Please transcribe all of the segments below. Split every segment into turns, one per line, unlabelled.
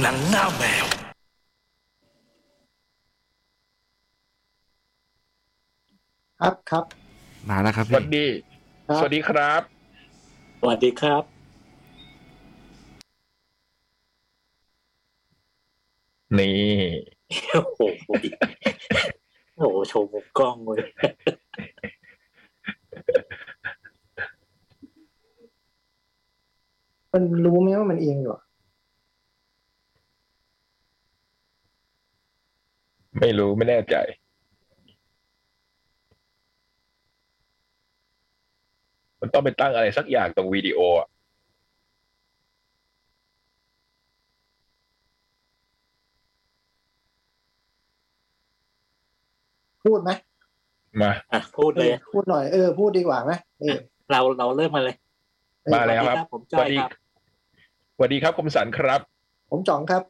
หนังหน้าแมว
ครับครับ
มาแล้วครับ
สวั
พี่
สดี
ครับ
สวัสดีครับ
สวัสดีครับ
นี่
โอ้โหโอ้โหโชว์มุมกล้องเลย
มันรู้ไหมว่ามันเอียงอยู่อะ
ไม่รู้ไม่แน่ใจ มันต้องไปตั้งอะไรสักอย่างตรงวิดีโออะ
พูดไหม
มา
อ่ะพูดเลย
พูดหน่อยเออพูดดีกว่าไหมเออ
เราเราเริ่มมาเลย
มาแล้วครับ
ผม
ส
จ้อ
วัส
ย
ดี
ครับ
สวัสดีครับคมสันครับ
ผมจ่องครับ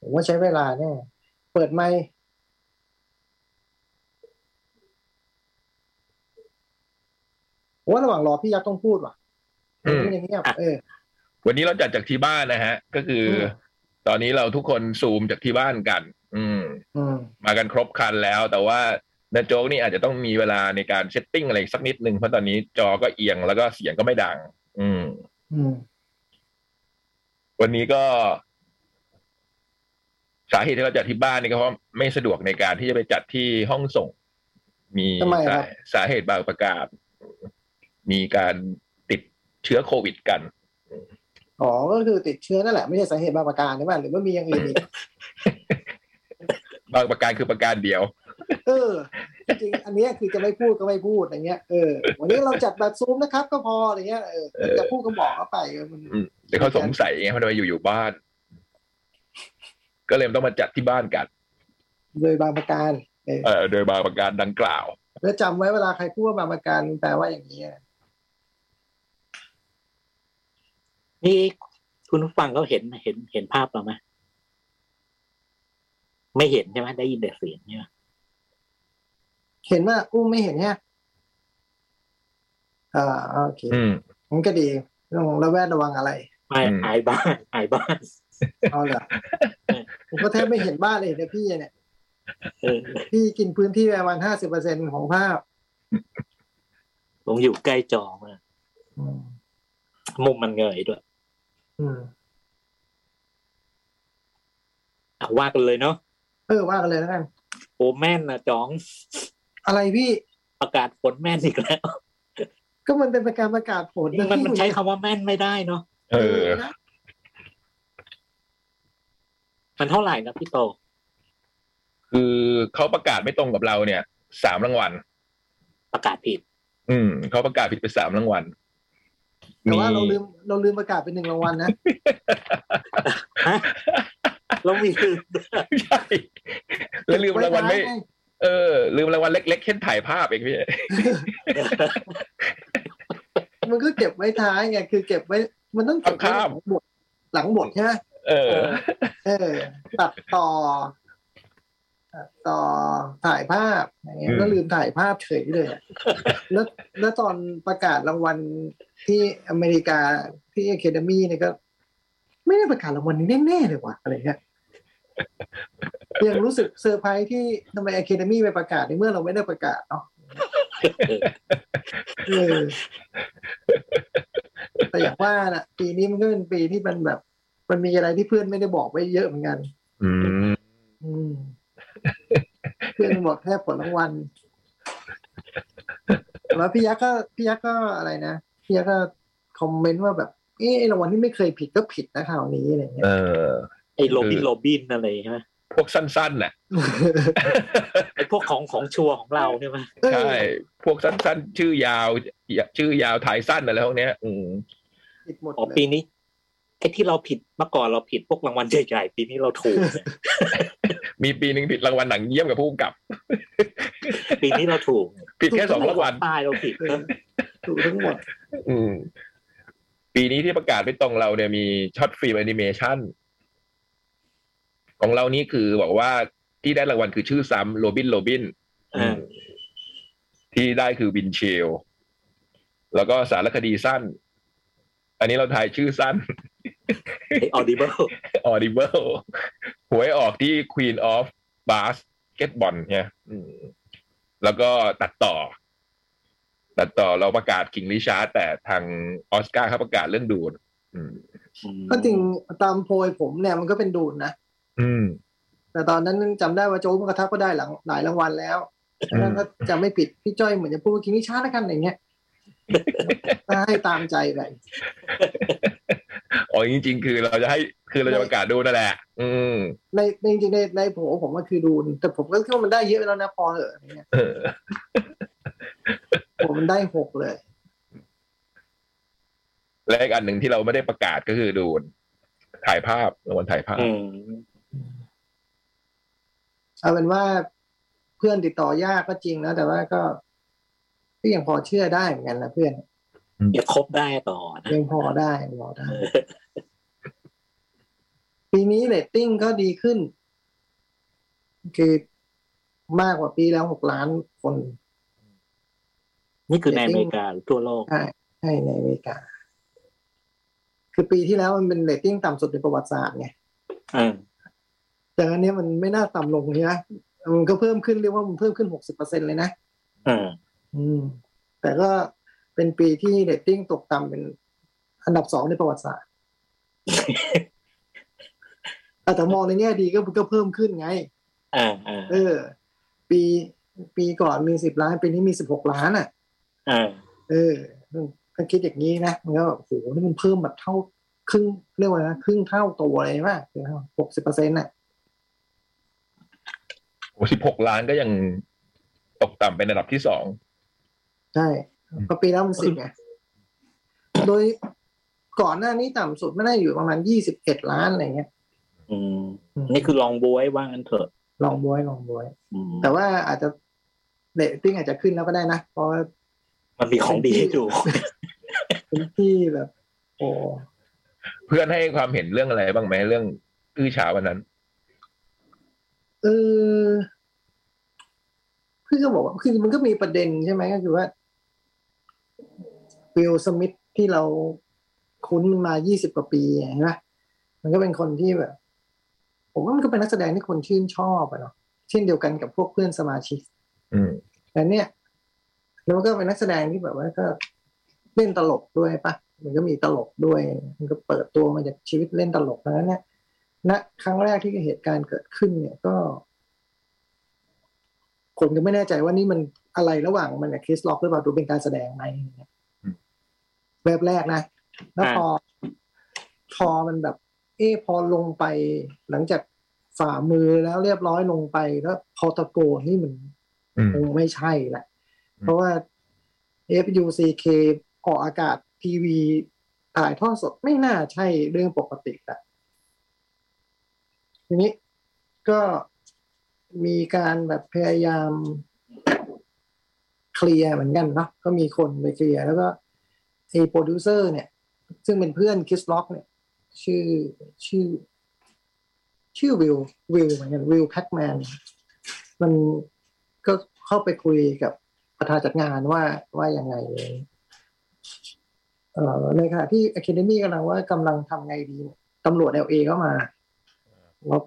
ผมว่าใช้เวลาแน่เปิดไมค์ผมว่าระหว่างรอพี่ยักษ์ต้องพูดว่ะ
อืม
อย่างเงี้ยบเออ
วันนี้เราจัดจากที่บ้านนะฮะ ก็คือ
ม
ตอนนี้เราทุกคนซูมจากที่บ้านกัน อืม
อืม
มากันครบครันแล้ว แต่ว่านาโจ๊กนี่อาจจะต้องมีเวลาในการเซตติ้งอะไรสักนิดนึงเพราะตอนนี้จอก็เอียงแล้วก็เสียงก็ไม่ดัง อืม
อืม
วันนี้ก็ สาเหตุที่เราจัดที่บ้านนี่ก็เพราะไม่สะดวกในการที่จะไปจัดที่ห้องส่ง มี
ทำไมครับ
สาสาเหตุบางประการ มีการติดเชื้อโควิดกัน
อ๋อก็คือติดเชื้อนั่นแหละไม่ใช่สาเหตุบางประการใช่ไหมหรือว่ามีอย่างอื่นอีก
บางประการคือประการเดียว
เออจริงๆอันเนี้ยคือจะไม่พูดก็ไม่พูดอย่างเงี้ยเออวันนี้เราจัดแบบซูมนะครับ ก็พออะไรเงี้ยเออจะพูดก็บอกเขาไปเออมัน
อืมแต่เขาสงสัยไงเพราะทำไมอยู่อยู่บ้าน ก็เลยต้องมาจัดที่บ้านกัน
โดยบางประการ
เออโดยบางประการดังกล่าว
แล้วจำไว้เวลาใครพูดว่าบางประการมันแปลว่าอย่างนี้ย
นี่คุณผู้ฟังเขาเห็นเห็นเห็นภาพเราไหมไม่เห็นใช่ไหมได้ยินแต่เสียงใช่ไหม
เห็นว่าอุ้มไม่เห็นเนี่ยอ่าโอเค
อืม
มันก็ดีเรื่องของระแวดระวังอะไร
ไม่
อืม
อายบ้านอายบ้าน
เอาเหรอผมก็แทบไม่เห็นบ้านเลยเห็นแต่พี่เนี่ย
เออ
พี่กินพื้นที่ประมาณห้าสิบเปอร์เซ็นของภาพ
ผมอยู่ใกล้จอมาก
อืม
มุมมันเงยด้วย
อืม
อ่ะว่ากันเลยเนาะ
เออว่ากันเลยแล้วกัน
โอ้แม่นนะจอง
อะไรพี่
ประกาศผลแม่นอีกแล้ว
ก็มันเป็นการประกาศผละ
มัน
พี่
มันใช้คำว่าแม่นไม่ได้เนาะ
เออ
นะ
มันเท่าไหร่นะพี่โต
คือเขาประกาศไม่ตรงกับเราเนี่ยสามรางวัล
ประกาศ ผิด
อืมเขาประกาศผิดไปสามรางวัล
แต่ว่าเราลื
มี
มเราลืมประกาศเป็นหนึ่งรางวัลนะ
แล้วมีคือ
ใช่แล้วลืมรางวัลไม่
ไว้ท้ายง
เออ ลืมรางวัลเล็กๆเช่นถ่ายภาพเองพี่
มันก็เก็บไว้ท้ายไงคือเก็บไว้ มันต้องเก็บไว้ห
ข้า
ลั
ม
งบทหลังบทใช่ไหม
เออ
เออ ตัดต่อตัดต่อถ่ายภาพอะไรเงี้ย
อืม
ก็ลืมถ่ายภาพเฉยเลยอะแล้วแล้วตอนประกาศรางวัลที่อเมริกาที่อะเคเดมี่เนี่ยก็ ไม่ได้ประกาศรางวัลนี้แน่ๆเลยว่ะอะไรเงี้ยยังรู้สึกเซอร์ไพรส์ที่ทำไมอะเคเดมี่ไปประกาศในเมื่อเราไม่ได้ประกาศเนาะ เออแต่อย่างว่าน่ะ ปีนี้มันก็เป็นปีที่มันแบบ มันมีอะไรที่เพื่อนไม่ได้บอกไว้เยอะเหมือนกัน
อืม
อืม เพื่อนบอกแค่ผลรางวัลแล้วพี่ยักษ์ก็พี่ยักษ์ก็อะไรนะพี่ยักษ์ก็คอมเมนต์ว่าแบบเออไอ้รางวัลที่ไม่เคยผิดก็ผิดนะข่าวนี้อะไรเงี้ย
เออ
ไอ้โรบินโรบินอะไรใช่ไหม
พวกสั้นๆน่ะ
ไอ้พวกของของชัวร์ของเราใช่ไหม
เออ
ใช่ พวกสั้นๆ ชื่อยาว ชื่อยาวถ่ายสั้นอะไรพวกเนี้ย อืม
ผิดหมด
อ๋อ
เลย
ปีนี้ไอ้ที่เราผิดเมื่อก่อนเราผิดพวกรางวัลใหญ่ๆปีนี้เราถูก
มีปีหนึ่งผิดรางวัลหนังเยี่ยมกับผู้กำกับ
ปีนี้เราถูก
ผิดแค่สองรางวัล
ตายเราผิด
เออถูกทั้งหมด
อืม ปีนี้ที่ประกาศไม่ตรงเราเนี่ยมีช็อตฟิล์มแอนิเมชันของเรานี่คือบอกว่าที่ได้รางวัลคือชื่อซ้ำโรบินโรบิน
เออ
ที่ได้คือวินเชล แล้วก็สารคดีสั้น อันนี้เราทายชื่อสั้น
ออดิเบิล
Audible หวยออกที่ Queen of Basketball เนี่ยอืมแล้วก็ตัดต่อ ตัดต่อเราประกาศ King Richard แต่ทางออสการ์เขาประกาศเรื่องดูดอืม
ก็จริงตามโพยผมเนี่ยมันก็เป็นดูนนะ
อืม
แต่ตอนนั้นจำได้ว่าโจ๊กมันกระทักก็ได้หลังหลายรางวัลแล้ว
อืม
นั่นก็จะไม่ผิดพี่จ้อยเหมือนจะพูดว่าคิงนี่ช้าแล้วกันอะไรเงี้ย ก็ให้ตามใจไป
อ๋อจริง ๆ คือเราจะให้คือเราจะประกาศดูนั่นแหละ อืม
ในในจริงๆในในโผผมก็คือดูนแต่ผมก็คิดว่ามันได้เยอะไปแล้วนะพอเหอะอะไรเงี้ย
เออ
ผมมันได้หกเลย
และอีกอันหนึ่งที่เราไม่ได้ประกาศก็คือดูนถ่ายภาพรางวัลถ่ายภาพ
อืม
เอาเป็นว่าเพื่อนติดต่อยากก็จริงนะแต่ว่าก็ก็ยังพอเชื่อได้เหมือนกันนะเพื่อน
ยังคบได้ต่อนะ
ยังพอได้ยังพอได้ ปีนี้เรตติ้งก็ดีขึ้น คือมากกว่าปีแล้วหกล้านคน
นี่คือในอเมริกาหรือทั่วโลก
ใช่ใช่ในอเมริกา คือปีที่แล้วมันเป็นเรตติ้งต่ำสุดในประวัติศาสตร์ไง
อ่า
แต่อันเนี้ยมันไม่น่าต่ำลงเลยนะมันก็เพิ่มขึ้นเรียกว่ามันเพิ่มขึ้นหกสิบเปอร์เซ็นเลยนะ
อ่า
อืม แต่ก็เป็นปีที่เรตติ้งตกต่ำเป็นอันดับสองในประวัติศ าสตร์ แต่ถ้ามองในแง่ดีก็ก็เพิ่มขึ้นไง
อ่าอ่า
เออ ปีปีก่อนมีสิบล้านปีนี้มีสิบหกล้านอ่ะ
อ่า
เออถ้าคิดอย่างนี้นะ มันก็แบบโหนี่มันเพิ่มแบบเท่าครึ่งเรียกว่านะครึ่งเท่าตัวเลยป่ะหกสิบเปอร์เซ็นต์น่ะ
โอ้สิบหกล้านก็ยังตกต่ำเป็นอันดับที่สอง
ใช่เพอปีแล้วมันสิบไง โดยก่อนหน้านี้ต่ำสุดไม่ได้อยู่ประมาณยี่สิบเอ็ดล้านอะไรเงี้ย
อืม
อืม
นี่คือลองบวยว่างั้นเถอะ
ลองบวยลองบวย
อืม
แต่ว่าอาจจะเรตติ้งอาจจะขึ้นแล้วก็ได้นะ เพราะว่า
มันมีของดีให้ดู
เป็นที่แบบ โอ้
เพื่อนให้ความเห็นเรื่องอะไรบ้างไหมเรื่องอื้อฉาววันนั้น
เออคือก็บอกว่าคือมันก็มีประเด็นใช่ไหมก็คือว่าวิลสมิธที่เราคุ้นมา 20 กว่าปีใช่ไหมมันก็เป็นคนที่แบบ ผมว่ามันก็เป็นนักแสดงที่คนชื่นชอบอะเนาะเช่นเดียวกันกับพวกเพื่อนสมาชิก
อืม
แต่เนี่ย แล้วก็เป็นนักแสดงที่แบบว่าก็เล่นตลกด้วยปะมันก็มีตลกด้วย มันก็เปิดตัวมาจากชีวิตเล่นตลกแล้วเนี่ยณครั้งแรกที่เหตุการณ์เกิดขึ้น เนี่ยก็ คนก็ไม่แน่ใจว่านี่มันอะไรระหว่างมันกับคริสล็อกหรือเปล่าดูเป็นการแสดงไหม
อืม
แบบแรกนะ แล้ว
อ่า
พอ พอมันแบบ เอะพอลงไป หลังจากฝ่ามือแล้วเรียบร้อยลงไปแล้วพอตะโกนนี่มัน
อืม
คงไม่ใช่แหละ
อืม
เพราะว่า FUCK ออกอากาศทีวีถ่ายทอดสดไม่น่าใช่เรื่องปกติอะทีนี้ก็มีการแบบพยายามเคลียร์เหมือนกันเนาะก็มีคนไปเคลียร์แล้วก็ไอ้โปรดิวเซอร์เนี่ย ซึ่งเป็นเพื่อนคิสล็อกเนี่ย ชื่อชื่อ ชื่อวิววิวเหมือนกันวิวแพ็กแมนมันก็เข้าไปคุยกับประธานจัดงานว่าว่ายังไงเลยเอ่อในขณะที่ Academy กำลังว่ากำลังทำไงดีเนี่ยตำรวจ LA ก็มาแล้ว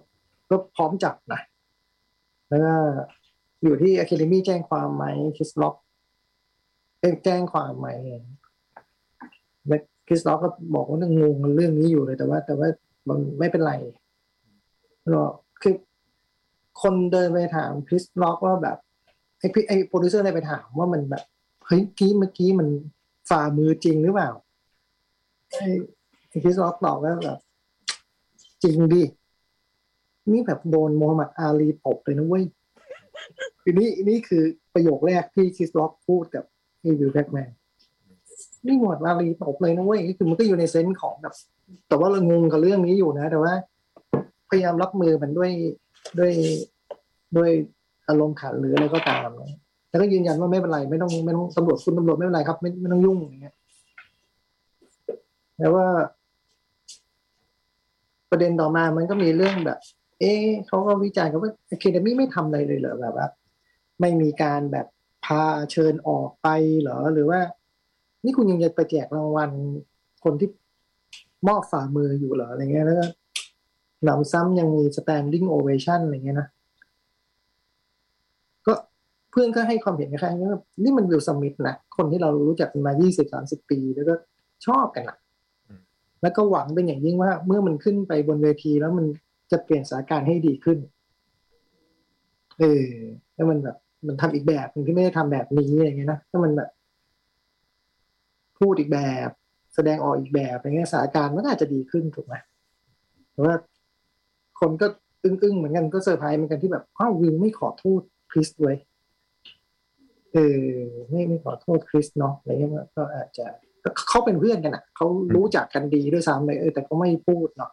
ก็พร้อมจับนะแล้วก็อยู่ที่ Academy แจ้งความไหมคิสล็อกแจ้งความไหมและคิสล็อกก็บอกว่ายังงงเรื่องนี้อยู่เลย แต่ว่า แต่ว่ามันไม่เป็นไร ก็คือคนเดินไปถามคริสล็อกว่าแบบไอพี่ไอโปรดิวเซอร์เลยไปถามว่ามันแบบเฮ้ยกี้เมื่อกี้มันฝ่ามือจริงหรือเปล่าไอไอ้คริสล็อกตอบว่าแบบ จริงดินี่แบบโดนโมฮัมหมัดอาลีตบเลยนะเว้ยทีนี้นี่คือประโยคแรกที่คริสล็อกพูดกับไอวิวแบ็กแมนนี่โมฮัมหมัดอาลีตบเลยนะเว้ยนี่คือมันก็อยู่ในเซนส์ของแบบ แต่ว่าเรางงกับเรื่องนี้อยู่นะ แต่ว่า พยายามรับมือมันด้วยด้วยด้วยอารมณ์ขันหรืออะไรก็ตามนะแล้วก็ยืนยันว่าไม่เป็นไรไม่ต้องไม่ต้องตำรวจคุณตำรวจไม่เป็นไรครับ ไม่ไม่ต้องยุ่งอย่างเงี้ยแต่ว่า ประเด็นต่อมามันก็มีเรื่องแบบ เอ๊ะเขาก็วิจารณ์กันว่าอะคาเดมี่ไม่ทำอะไรเลยเหรอแบบว่าไม่มีการแบบพาเชิญออกไปเหรอหรือว่า นี่คุณยังจะไปแจกรางวัลคนที่ มอบฝ่ามืออยู่เหรออะไรเงี้ยแล้วก็หนำซ้ำยังมี standing ovation อะไรเงี้ยนะ ก็เพื่อนก็ให้ความเห็นคล้ายๆว่านี่มันวิลสมิธนะ คนที่เรารู้จักกันมา 20 30 ปี แล้วก็ชอบกันนะ
อืม
แล้วก็หวังเป็นอย่างยิ่งว่า เมื่อมันขึ้นไปบนเวทีแล้วมันจะเปลี่ยนสถานการณ์ให้ดีขึ้น เออแล้วมันแบบ มันทำอีกแบบหนึ่งที่ไม่ได้ทำแบบนี้อะไรเงี้ยนะถ้ามันแบบ พูดอีกแบบ แสดงออกอีกแบบอะไรเงี้ยสถานการณ์มันก็อาจจะดีขึ้นถูกไหมแต่ว่าคนก็อึ้งๆเหมือนกันก็เซอร์ไพรส์เหมือนกันที่แบบอ้าววิวไม่ขอโทษคริสเว้ยเออไม่ไม่ขอโทษคริสเนาะอะไรเงี้ยก็อาจจะเขาเป็นเพื่อนกันอ่ะเขารู้จักกันดีด้วยซ้ำเลยเออแต่เขาไม่พูดเนาะ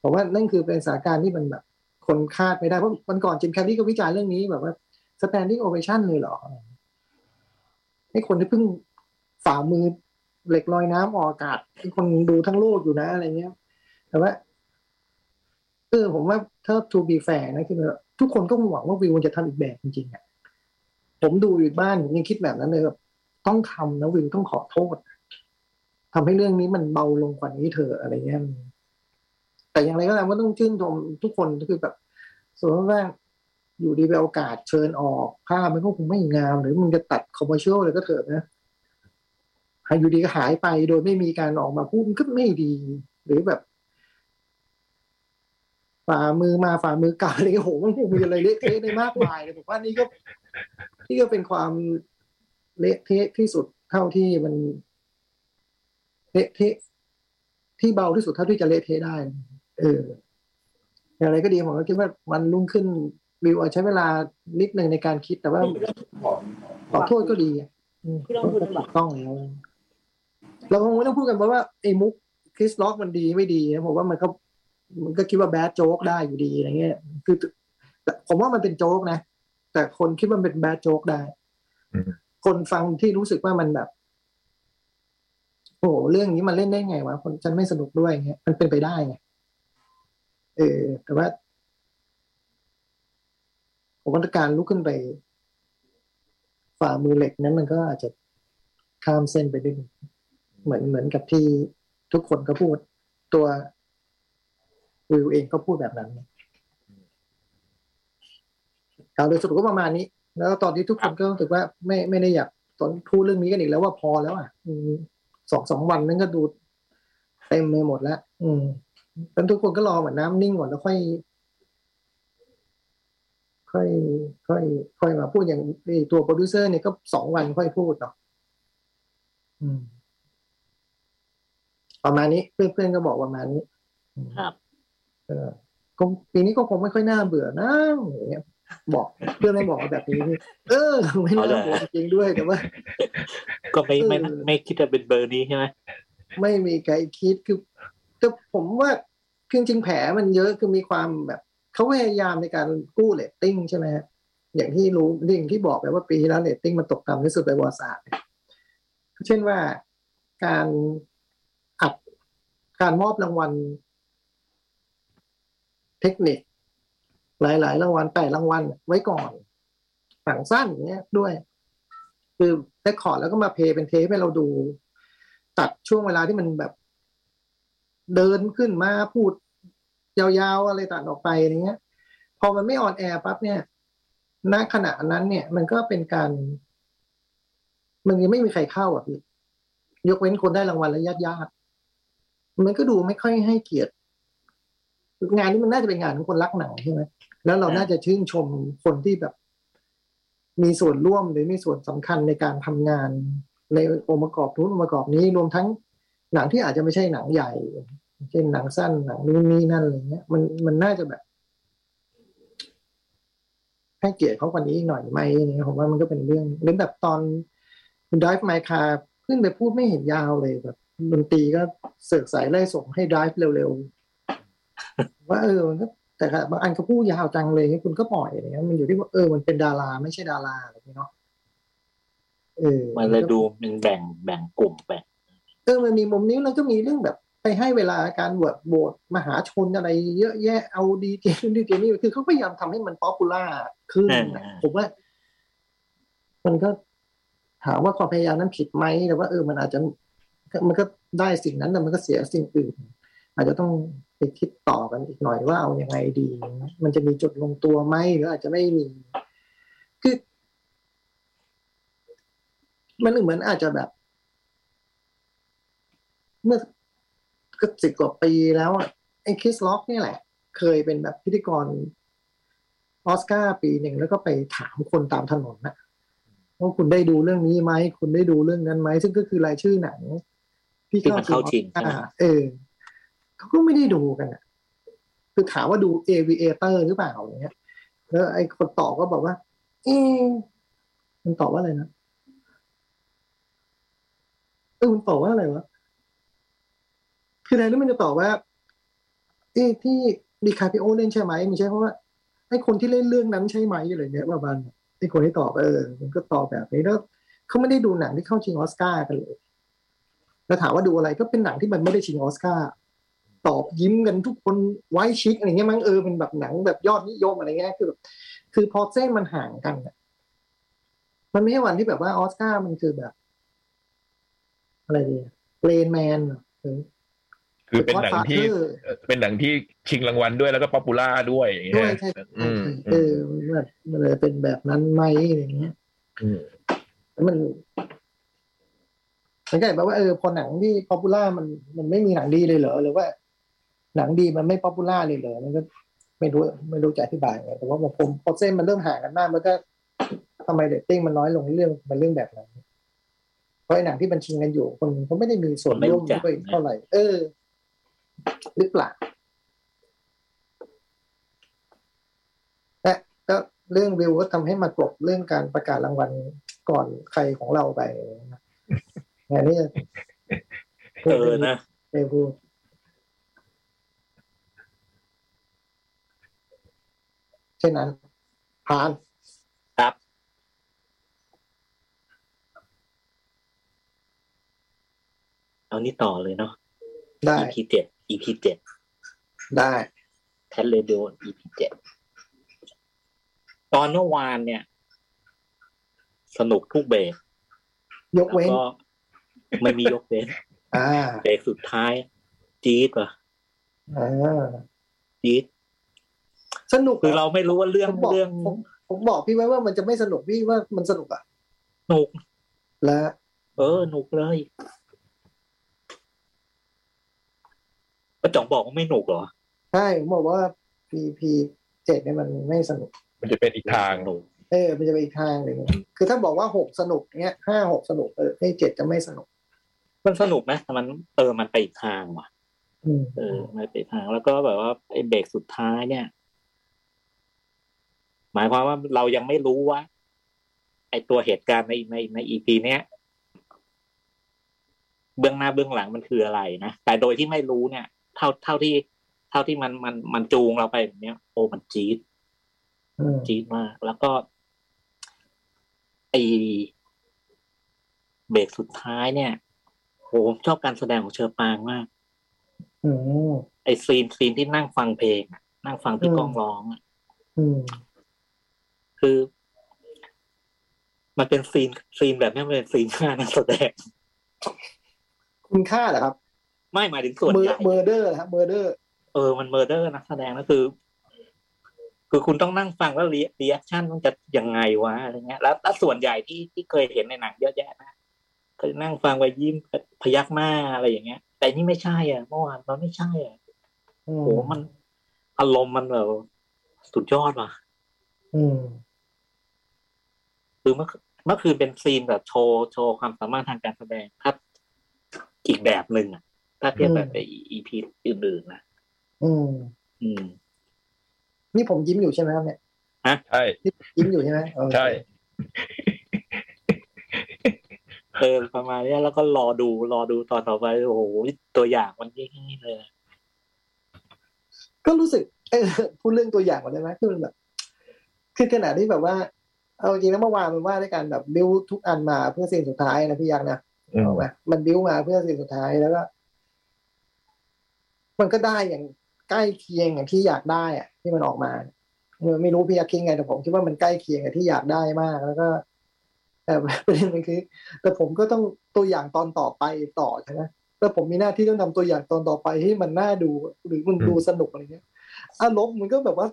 ผมว่านั่นคือเป็นสถานการณ์ที่มันแบบ คนคาดไม่ได้เพราะวันก่อนจิมแคร์รี่ก็วิจารณ์เรื่องนี้แบบว่า standing ovation เลยเหรอให้คนที่เพิ่งฝ่ามือเหล็กลอยน้ำออกอากาศให้คนดูทั้งโลกอยู่นะอะไรเงี้ย แต่ว่าเออผมว่าถ้า to be fair นะคือแบบทุกคนก็คงหวังว่าวิวมันจะทำอีกแบบจริงๆอะผมดูอยู่บ้านผมยังคิดแบบนั้นเลยแบบต้องทำนะวิวต้องขอโทษทำให้เรื่องนี้มันเบาลงกว่านี้เถอะอะไรเงี้ย แต่อย่างไรก็ตามก็ต้องชื่นชมทุกคนก็คือแบบสมมติว่าอยู่ดีไปเอาโอกาสเชิญออกภาพมันก็คงไม่งาม หรือมึงจะตัดคอมเมอร์เชียลเลยก็เถอะนะหายอยู่ดีก็หายไปโดยไม่มีการออกมาพูดมันก็ไม่ดี หรือแบบ ฝ่ามือมาฝ่ามือกลับอะไรเงี้ยโหมันคงมีอะไรเละเทะได้มากมายเลยผมว่านี่ก็ นี่ก็เป็นความเละเทะที่สุดเท่าที่มันเละเทะที่เบาที่สุดเท่าที่จะเละเทะได้ เอออย่างไรก็ดีผมก็คิดว่าวันรุ่งขึ้นวิวอาจใช้เวลานิดหนึ่งในการคิดแต่ว่าขอโทษก็ดีอ่ะอืม
ที่ต้องพูด
ถูกต้องแล้วเราคงไม่ต้องพูดกันเพราะว่าไอ้มุกคริสล็อกมันดีไม่ดีนะผมว่ามันก็มันก็คิดว่าแบดโจ๊กได้อยู่ดีอะไรเงี้ยคือแต่ผมว่ามันเป็นโจ๊กนะ แต่คนคิดว่ามันเป็นแบดโจ๊กได้
อืม
คนฟังที่รู้สึกว่ามันแบบ โอ้โหเรื่องนี้มันเล่นได้ไงวะคนฉันไม่สนุกด้วยอย่างเงี้ยมันเป็นไปได้ไง เออแต่ว่าผมว่าการลุกขึ้นไป ฝ่ามือเหล็กนั้นมันก็อาจจะข้ามเส้นไปด้วยเหมือนเหมือนกับที่ทุกคนก็พูดตัววิวเองก็พูดแบบนั้นเอาโดยสรุปก็ประมาณนี้ แล้วตอนนี้ทุกคนก็รู้สึกว่าไม่ไม่ได้อยากตอนพูดเรื่องนี้กันอีกแล้วว่าพอแล้วอ่ะอืมสองสองวันนั้นก็ดูเต็มไปหมดแล้วอืม แล้วทุกคนก็รอเหมือนน้ำนิ่งก่อนแล้วค่อย ค่อย ค่อย ค่อยมาพูดอย่างไอ้ตัวโปรดิวเซอร์เนี่ยก็สองวันค่อยพูดเนาะอืม ประมาณนี้เพื่อนๆก็บอกประมาณนี้อืม
ครับ
เออก็ปีนี้ก็คงไม่ค่อยน่าเบื่อนะอย่างเงี้ยบอกเพื่อนไม่บอกว่าแบบนี้นี่เออไม่น่าเบื่อจริงๆด้วยแต่ว่า
ก็ไม่ไม่
เออ
ไม่คิดจะเป็นเบอร์นี้ใช่ไหม
ไม่มีใครคิดคือแต่ผมว่าคือจริงๆแผลมันเยอะคือมีความแบบเขาพยายามในการกู้เลตติ้งใช่ไหมฮะอย่างที่รู้อย่างที่บอกไปว่าปีที่แล้วเลตติ้งมันตกต่ำที่สุดในประวัติศาสตร์เช่นว่าการอัดการมอบรางวัล เทคนิค หลาย ๆ รางวัลแปดรางวัลไว้ก่อนสั่งสั้นอย่างเงี้ยด้วย คือไดคอร์ดแล้วก็มาเพลย์เป็นเทปให้เราดู ตัดช่วงเวลาที่มันแบบ เดินขึ้นมาพูด ยาวๆ อะไรตัดออกไปอะไรเงี้ย พอมันไม่ออนแอร์ปั๊บเนี่ยณขณะนั้นเนี่ย มันก็เป็นการ มันยังไม่มีใครเข้าอ่ะพี่ยกเว้นคนได้รางวัลและญาติญาติๆมันก็ดูไม่ค่อยให้เกียรติ งานนี้มันน่าจะเป็นงานของคนรักหนังใช่ไหมแล้วเราน่าจะชื่นชมคนที่แบบ มีส่วนร่วมหรือมีส่วนสำคัญในการทำงาน ในองค์ประกอบนู้นองค์ประกอบนี้รวมทั้งหนังที่อาจจะไม่ใช่หนังใหญ่ เช่นหนังสั้นหนังนู่นนี่นั่นอะไรเงี้ยมันมันน่าจะแบบ ให้เกียรติเขากว่านี้หน่อยไหมเนี่ยผมว่ามันก็เป็นเรื่องหรือแบบตอนด i v e My Car ขึ้นไปพูดไม่เห็นยาวเลยแบบดนตรีก็เสือกสายไล่ส่งให้ drive เร็วๆ ว่าเออมันก็แต่ละบางอันเขาพูดยาวจังเลยเงี้ยคุณก็ปล่อยอะไรเงี้ยมันอยู่ที่ว่าเออมันเป็นดารา ไม่ใช่ดาราอะไรอย่างเงี้ยเนาะเออ
มันเลยดูมันแบ่งแบ่งกลุ่มไป
เออมันมีมุมนี้แล้วก็มีเรื่องแบบไปให้เวลาการโหวตโบสมหาชนอะไรเยอะแยะเอาดีเจนดีเจนี่คือเขาพยายามทำให้มันป๊อปปูล่าขึ้นนะ
อ่า
ผมว่า มันก็ถามว่าความพยายามนั้นผิดไหมแต่ว่าเออมันอาจจะ มันก็ได้สิ่งนั้นแต่มันก็เสียสิ่งอื่น อาจจะต้องไปคิดต่อกันอีกหน่อยว่าเอาอยัางไงดี มันจะมีจุดลงตัวไหมหรืออาจจะไม่มีคือมันเหมือนอาจจะแบบ เมื่อก็สิบกว่าปีแล้วอะไอ้คริสล็อกเนี่ยแหละ เคยเป็นแบบพิธีกรออสการ์ปีหนึ่งแล้วก็ไปถามคนตามถนนนะว่าคุณได้ดูเรื่องนี้ไหม คุณได้ดูเรื่องนั้นไหม ซึ่งก็คือรายชื่อหนัง
ที่มันเข้าชิง
ออสการ์เออเขาก็ไม่ได้ดูกันอะคือถามว่าดู Aviator หรือเปล่าอย่างเงี้ย แล้วไอ้คนตอบก็บอกว่า เอ๊ะมันตอบว่าอะไรนะเออมันตอบว่าอะไรวะ คืออะไรรู้มันจะตอบว่า เอ๊ะที่ดีคาปิโอเล่นใช่ไหมมันใช่เพราะว่าไอ้คนที่เล่นเรื่องนั้นใช่ไหมอะไรเงี้ยประมาณนั้นไอ้คนที่ตอบเออ มันก็ตอบแบบนี้แล้วเขาไม่ได้ดูหนังที่เข้าชิงออสการ์กันเลย แล้วถามว่าดูอะไรก็เป็นหนังที่มันไม่ได้ชิงออสการ์ตอบยิ้มกันทุกคนไว้ชิคอะไรเงี้ยมั้งเออเป็นแบบหนังแบบยอดนิยมอะไรเงี้ยคือแบบคือพอเส้นมันห่างกันอะมันไม่ใช่วันที่แบบว่าออสการ์มันคือแบบ อะไรดีเพลนแมนหรือ
คือเป็นหนังที่
Godfather
เป็นหนังที่ชิงรางวัลด้วยแล้วก็ป๊อปปูล่าด้วยอย่างเงี้
ด้วย
ย
ใช่ใช่
อืม
เออมันแบบมันเลยเป็นแบบนั้นไหมอะไรเงี้ย
อืม
แล้วมันสังเกตไหมว่าเออพอหนังที่ป๊อปปูล่ามันมันไม่มีหนังดีเลยเหรอหรือว่า หนังดีมันไม่ป๊อปปูล่าเลยเหรอมันก็ไม่รู้ไม่รู้จะอธิบายไงแต่ว่าผมพอเส้นมันเริ่มห่างกันมากมันก็ ทำไมเดตติ้งมันน้อยลงเรื่องมันเรื่องแบบนั้นเพราะไอ้หนังที่มันชิงกันอยู่ คนเขาไม่ได้มีส่วนร่วมด้วยเท่าไหร่เออหรือเปล่า และก็เรื่องวิวก็ทำให้มากลบเรื่องการประกาศรางวัลก่อนใครของเรา ไปนะอันนี้
เออนะ
ไปพูดเช่นนั้น ผ่าน
เอานี่ต่อเลยเนาะ
ได้
EP เจ็ด EP เจ็ด
ได้
แทนเรดิโอ EP เจ็ดตอนเมื่อวานเนี่ย สนุกทุกเบรก
ยก
แล้ว
เว้น
ก็ไม่มียกเว้น
อ่า
เบรกสุดท้าย จี๊ดว่ะ
อ่า
จี๊ด
สนุก
คือเราไม่รู้ว่าเรื่อง
ผมบอก
เรื่อง
ผมผมบอกพี่ไว้ว่ามันจะไม่สนุกพี่ว่ามันสนุกอ่ะ
สนุก
และ
เออหนุกเลยประจ่องบอกว่าไม่หนุกเหรอ
ใช่ผมบอกว่า PP เจ็ดเนี่ยมันไม่สนุก
มันจะเป็นอีกทาง
หนุก
เออ มันจะไปอีกทางอะไรเงี้ย คือถ้าบอกว่าหกสนุกเงี้ยห้าหกสนุกเออไอ้เจ็ดจะไม่สนุก
มันสนุกนะแต่มัน เออมันไปอีกทางว่ะ
อืม
เออไม่ไปทางแล้วก็แบบว่าไอ้เบรกสุดท้ายเนี่ย หมายความว่าเรายังไม่รู้ว่า ไอ้ตัวเหตุการณ์ในในในอีพีเนี้ยเบื้องหน้าเบื้องหลังมันคืออะไรนะแต่โดยที่ไม่รู้เนี่ย เท่าเท่าที่ เท่าที่มันมันมันจูงเราไปแบบเนี้ยโอ้มันจี๊ด
อืม
จี๊ดมากแล้วก็ไอเบรกสุดท้ายเนี่ยโหผมชอบการแสดงของเชอปางมาก
อืม
ไอซีนซีนที่นั่งฟังเพลงอะนั่งฟังพี่
อืม
ก้องร้องอะ
อืม
คือ มันเป็นซีนซีนแบบนี้มันเป็นซีนฆ่านักแสดง
คุณค่าเหรอครับ
ไม่หมายถึงส่วน
เมอ
ให
ร์
ญ่
เมอร์เดอร์ครับเมอร์เดอร์
เออมันเมอร์เดอร์นักแสดงก็คือ คือคุณต้องนั่งฟังแล้วรีรีแอคชั่นมันจะยังไงวะอะไรเงี้ยแล้วแล้วส่วนใหญ่ที่ที่เคยเห็นในหนังเยอะแยะนะเคยนั่งฟังไปยิ้มพยักหน้าอะไรอย่างเงี้ย แต่นี่ไม่ใช่อ่ะเมื่อวานมันไม่ใช่อ่ะ
อื
โห
ม
มันอารมณ์มันแบบสุดยอดว่ะ
อืม
คือเมื่อเมื่อคืนเป็นซีนแบบโชว์โชว์ความสามารถทางการแสดงถ้าอีกแบบหนึ่งอะถ้าเทียบแบบไอีพีอื่นๆนะ
อืม
อืม
นี่ผมยิ้มอยู่ใช่ไหมครับเนี่ย
ใช่
ยิ้มอยู่ใช่ไหมเออ
ใช่
เออประมาณเนี้ยแล้วก็รอดูรอดูตอนต่อไปโอ้โหตัวอย่างมันยิ่งนี่เลยนะ
ก็รู้สึกเออพูดเรื่องตัวอย่างก่อนได้ไหมคือมันแบบคือขนาดที่แบบว่า เอาจริงแล้วเมื่อวานมันว่าด้วยการแบบบิวทุกอันมาเพื่อสิ่งสุดท้ายนะพี่ยักษ์นะ
อืม
ถูกไหมมันบิ้วมาเพื่อสิ่งสุดท้ายแล้วก็ มันก็ได้อย่างใกล้เคียงอย่างที่อยากได้อะที่มันออกมาเออไม่รู้พี่ยักษ์คิดไงแต่ผมคิดว่ามันใกล้เคียงกับที่อยากได้มาก แล้วก็ ไอ แต่ประเด็นมันคือแต่ผมก็ต้องตัวอย่างตอนต่อไปต่อใช่ไหมแล้วผมมีหน้าที่ต้องทำตัวอย่างตอนต่อไปให้มันน่าดู หรือมันดูสนุกอะไรเงี้ยอารมณ์มันก็แบบว่า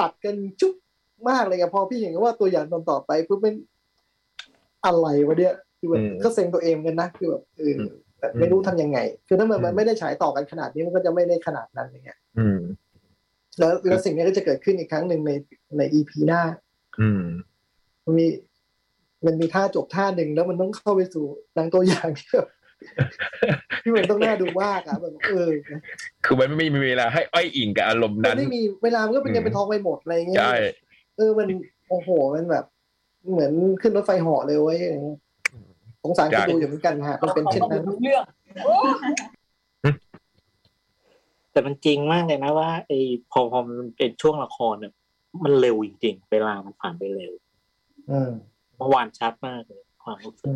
ตัดกันชุบมากเลยอะพอพี่เห็นว่าตัวอย่างตอนต่อไปปุ๊บมันอะไรวะเนี่ยคือแบบ
อืม
ก็เซ็งตัวเองเหมือนกันนะคือแบบเอออ
ม
แต่ไม่รู้ทำยังไง คือถ้ามัน
อืม
มันไม่ได้ฉายต่อกันขนาดนี้มันก็จะไม่ได้ขนาดนั้นอะไรเงี้ย
อืม
แล้วแล้วสิ่งนี้ก็จะเกิดขึ้นอีกครั้งหนึ่งในในอีพีหน้า
อืม
มันมีมันมีท่าจบท่าหนึ่งแล้วมันต้องเข้าไปสู่หนังตัวอย่าง ที่แบบ ที่มันต้องน่าดูมากอะแบบเออ
คือมันไม่มีเวลาให้อ้อยอิงกับอารมณ์
มัน
นั้น
ไม่มีเวลามันก็เป็นเงินเป็นทองไปหมดอะไรเงี้ย
ใช่
เออมันโอ้โหมันแบบ เหมือนขึ้นรถไฟเหาะเลยเว้ยอะไรเงี้ยสงสาร
ใช่
คนดูอยู่เหมือนกันฮะมันเป็นเช่นนั้น
รู้เรื่อง
แต่มันจริงมากเลยนะว่าไอ้พอพอมันเป็นช่วงละครเนี่ยมันเร็วจริงๆเวลามันผ่านไปเร็ว
อืม
เมื่อวานชัดมากเลยความรู้สึก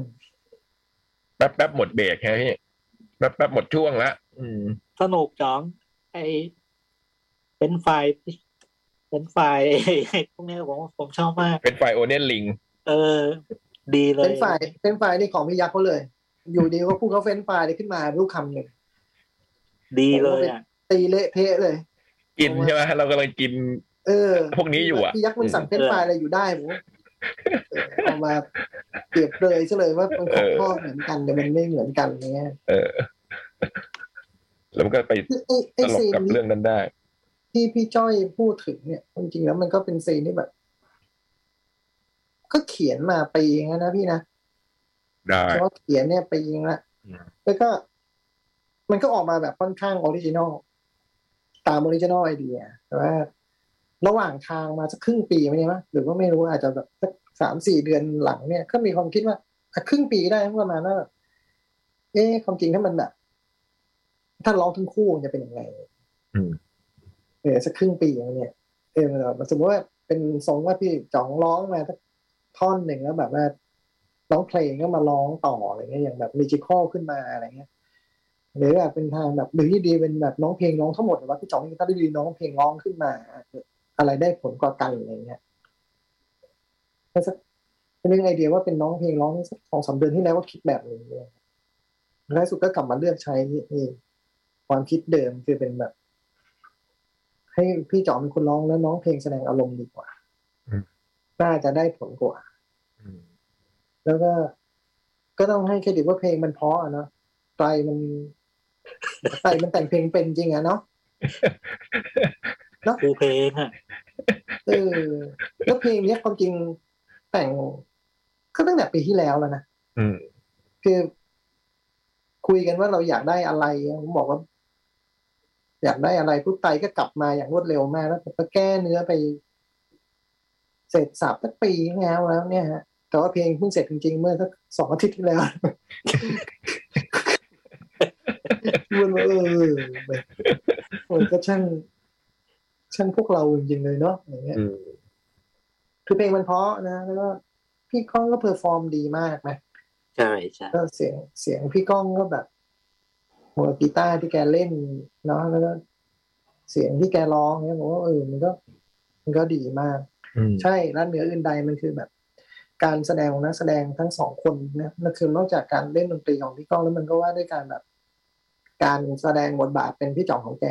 แป๊บแป๊บหมดเบรกแค่พี่แป๊บแป๊บหมดช่วงละอืม
สนุกจ้องไอ้เป็นไฟล์เป็นไฟล์ไอ้ไอ้พวกเนี้ยผมผมชอบมาก
เป็นไฟโอเนียนลิง
เออ ดีเลย
เป็นฝ่ายเป็นฝ่ายนี่ของพี่ยักษ์เขาเลย อยู่ดีก็พูดเขาเฟ้นฝ่ายนี่ขึ้นมาลูกคำหนึ่ง
ดีเลยอ่ะ
ตีเละเทะเลย
กินใช่ไหมเรากำลังกิน
เออ
พวกนี้อยู่อะ
พี่ยักษ์มันสั่งเฟรนช์ฟรายอะไรอยู่ได้ผมว่าเออเอามาเปรียบเลยซะเลยว่ามันของพ่อเหมือนกันแต่มันไม่เหมือนกันเนี้ย
เออ แล้วมันก็ไป
คือไอ้
ต
ไอ้
ลก
ซีน
กับเรื่องนั้นได้
ที่พี่จ้อยพูดถึงเนี่ยจริงๆแล้วมันก็เป็นซีนที่แบบ ก็เขียนมาปีเองแล้วนะพี่นะ
ได้
เพราะว่าเขียนเนี่ยปีเองละ
อืม
แล้วก็ มันก็ออกมาแบบค่อนข้างออริจินอลตามออริจินอลไอเดียแต่ว่า ระหว่างทางมาสักครึ่งปีไหมเนี่ยมั้งหรือว่าไม่รู้อาจจะแบบสักสามสี่เดือนหลังเนี่ย ก็มีความคิดว่าอ่ะครึ่งปีได้ประมาณว่าแบบเอ๊ะความจริงถ้ามันแบบถ้าร้องทั้งคู่มันจะเป็นยังไง
อืม
เออสักครึ่งปีอย่างเนี่ยเออมันสมมติว่าเป็นสองว่าพี่จ๋องร้องมาสักท่อนหนึ่งแล้วแบบว่าร้องเพลงก็มาร้องต่ออะไรเงี้ยอย่างแบบมิจิคอลขึ้นมาอะไรเงี้ยหรือแบบเป็นทางแบบหรือที่ดีเป็นแบบน้องเพลงร้องทั้งหมดหรือว่าพี่จ๋องนี่ก็ได้ดีน้องเพลงร้องขึ้นมา อะไรได้ผลกว่ากันอะไรเงี้ยแล้วสักเรื่องไอเดียว่าเป็นน้องเพลงร้องสักสองสามเดือนที่แล้วก็คิดแบบนี้เลยล่าสุดก็กลับมาเลือกใช้นี่ความคิดเดิมคือเป็นแบบ ให้พี่จอมเป็นคนร้องแล้วน้องเพลงแสดงอารมณ์ดีกว่า
อืม
น่าจะได้ผลกว่า
อืม
แล้วก็ ก็ต้องให้เครดิตว่าเพลงมันเพราะอะเนาะไตรมัน ไตรมันแต่งเพลงเป็นจริงอะเนาะ
ครูเพลงอ่ะ
เออแล้วเพลงเนี้ยความจริงแต่งก็ตั้งแต่ปีที่แล้วแล้วนะ
อืม
คือ คุยกันว่าเราอยากได้อะไรผมบอกว่า อยากได้อะไรพุทไตก็กลับมาอย่างรวดเร็วมากแล้วผมก็แก้เนื้อไปเสร็จสับตั้งปีที่แล้วแล้ว เนี่ยฮะแต่ว่าเพลงเพิ่งเสร็จจริงๆเมื่อสักสองอาทิตย์ที่แล้ว มันว่าเออมันก็ช่างช่างพวกเราจริงๆเลยเนาะอย่างเงี้ย
อืม
คือเพลงมันเพราะนะ แล้วก็พี่ก้องก็เพอร์ฟอร์มดีมากนะ
ใช่ใช่
แล้วเสียงเสียงพี่ก้องก็แบบหัวกีตาร์ที่แกเล่นเนาะแล้วก็เสียงที่แกร้องเนี่ยผมว่าเออมันก็ มันก็ดีมาก
อืม
ใช่แล้วเหนืออื่นใดมันคือแบบ การแสดงของนักแสดงทั้งสองคนนะนั่นคือนอกจากการเล่นดนตรีของพี่ก้องแล้วมันก็ว่าด้วยการแบบ การแสดงบทบาทเป็นพี่จ่องของแก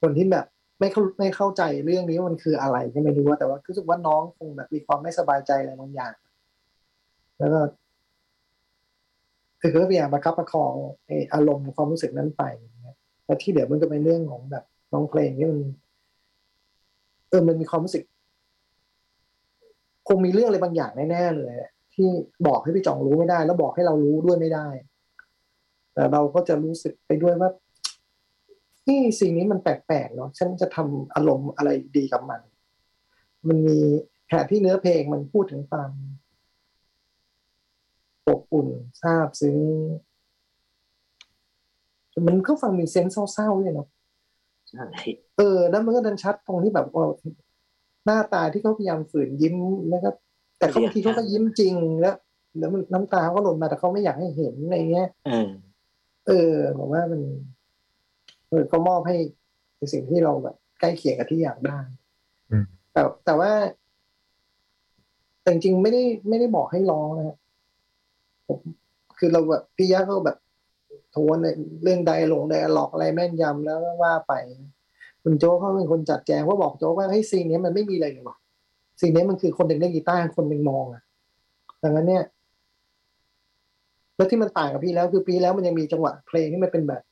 คนที่แบบไม่เข้าไม่เข้าใจเรื่องนี้ว่ามันคืออะไรก็ไม่รู้ว่าแต่ว่ารู้สึกว่าน้องคงแบบมีความไม่สบายใจอะไรบางอย่าง แล้วก็คือก็พยายามประคับประคองไอ้อารมณ์ความรู้สึกนั้นไปนะแล้วที่เหลือมันก็เป็นเรื่องของแบบน้องเพลงที่มันเออมันมีความรู้สึก คงมีเรื่องอะไรบางอย่างแน่ๆเลยอะที่บอกให้พี่จ่องรู้ไม่ได้ แล้วบอกให้เรารู้ด้วยไม่ได้ แต่เราก็จะรู้สึกไปด้วยว่านี่สิ่งนี้มันแปลกๆเนาะฉันจะทำอารมณ์อะไรดีกับมัน มันมีแผนที่เนื้อเพลงมันพูดถึงความอบอุ่นซาบซึ้งมันก็ฟังมีเซนส์เศร้าๆเลยเนาะ
ใช่
เออแล้วมันก็ดันชัดตรงที่แบบว่าหน้าตาที่เขาพยายามฝืนยิ้มแล้วก็แต่เขาบางทีเขาก็ยิ้มจริงแล้วแล้วมันน้ำตาก็หล่นมาแต่เขาไม่อยากให้เห็นอะไรเงี้ย
เออ
เออผมว่ามันเออก็มอบให้ในสิ่งที่เราแบบใกล้เคียงกับที่อยากได้
อืม
แต่แต่ว่า แต่จริงๆไม่ได้ไม่ได้บอกให้ร้องนะฮะผมคือเราแบบพี่ยะก็แบบโทวนเรื่องใดหลงใดหลอกอะไรแม่นยำแล้วก็ว่าไป คุณโจกเขาเป็นคนจัดแจงว่าบอกโจกว่าเฮ้ยซีนเนี้ยมันไม่มีอะไรเลยว่ะซีนเนี้ยมันคือคนหนึ่งเล่นกีตาร์คนหนึ่งมองอะดังนั้นเนี่ย แล้วที่มันต่างกับพี่แล้วคือปีแล้วมันยังมีจังหวะเพลงที่มันเป็นแบบ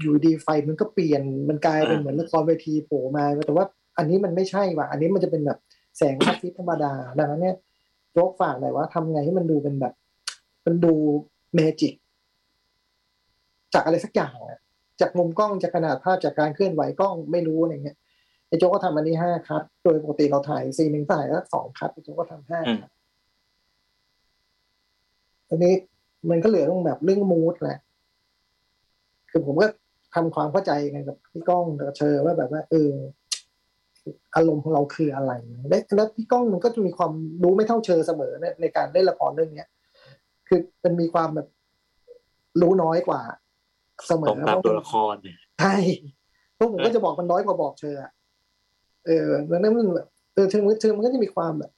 อยู่ดีไฟมันก็เปลี่ยนมันกลายเป็นเหมือนละครเวทีโผล่มาแต่ว่า อันนี้มันไม่ใช่ว่ะ อันนี้มันจะเป็นแบบแสงอาทิตย์ธรรมดาดังนั้นเนี่ยโจ๊กฝากหน่อยว่าทำไงให้มันดูเป็นแบบ มันดูเมจิก จากอะไรสักอย่างอะจากมุมกล้องจากขนาดภาพจากการเคลื่อนไหวกล้องไม่รู้อะไรเงี้ยไอ้โจ๊กก็ทำอันนี้ห้าคัดโดยปกติเราถ่ายซีนหนึ่งถ่ายแล้วสองคัดไอ้โจ๊กก็ทำห้า
อืม
คัดตอนนี้มันก็เหลือตรงแบบเรื่องมูดแหละ คือผมก็ทำความเข้าใจกันกับพี่ก้องกับเชอว่าแบบว่า เออ อารมณ์ของเราคืออะไรและแล้วพี่ก้องมันก็จะมีความรู้ไม่เท่าเชอเสมอในในการเล่นละครเรื่องเนี้ย คือมันมีความแบบรู้น้อยกว่า เสม
ตร
อ
งตามตัวละครเนี่ย
ใช่พวกผมก็จะบอกมันน้อยกว่าบอกเธออะเออแล้วนั่นมันแบบเออเธอมันเธอมันก็จะมีความแบบ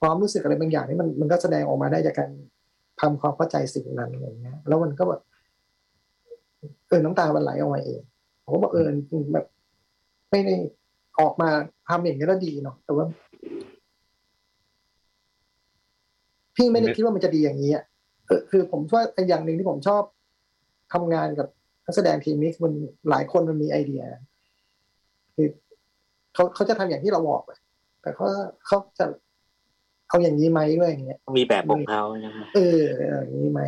ความรู้สึกอะไรบางอย่างนี่มันมันก็แสดงออกมาได้จากการทำความเข้าใจสิ่งนั้นอะไรเงี้ย แล้วมันก็แบบเออน้ำตามันไหลออกมาเองผมก็บอกเออแบบ ไม่ได้ออกมาทำอย่างนี้แล้วดีเนาะแต่ว่า พี่ไม่ได้คิดว่ามันจะดีอย่างนี้อะเออคือผมว่าอย่างหนึ่งที่ผมชอบทำงานกับนักแสดงทีมนี้คือมันหลายคนมันมีไอเดียคือเขาเขาจะทำอย่างที่เราบอกอะแต่เขาเขาจะเอาอย่างนี้ไหมด้วยอย่างเงี้ย
มีแบบของเขานะ
เออเอาอย่างนี้ไหม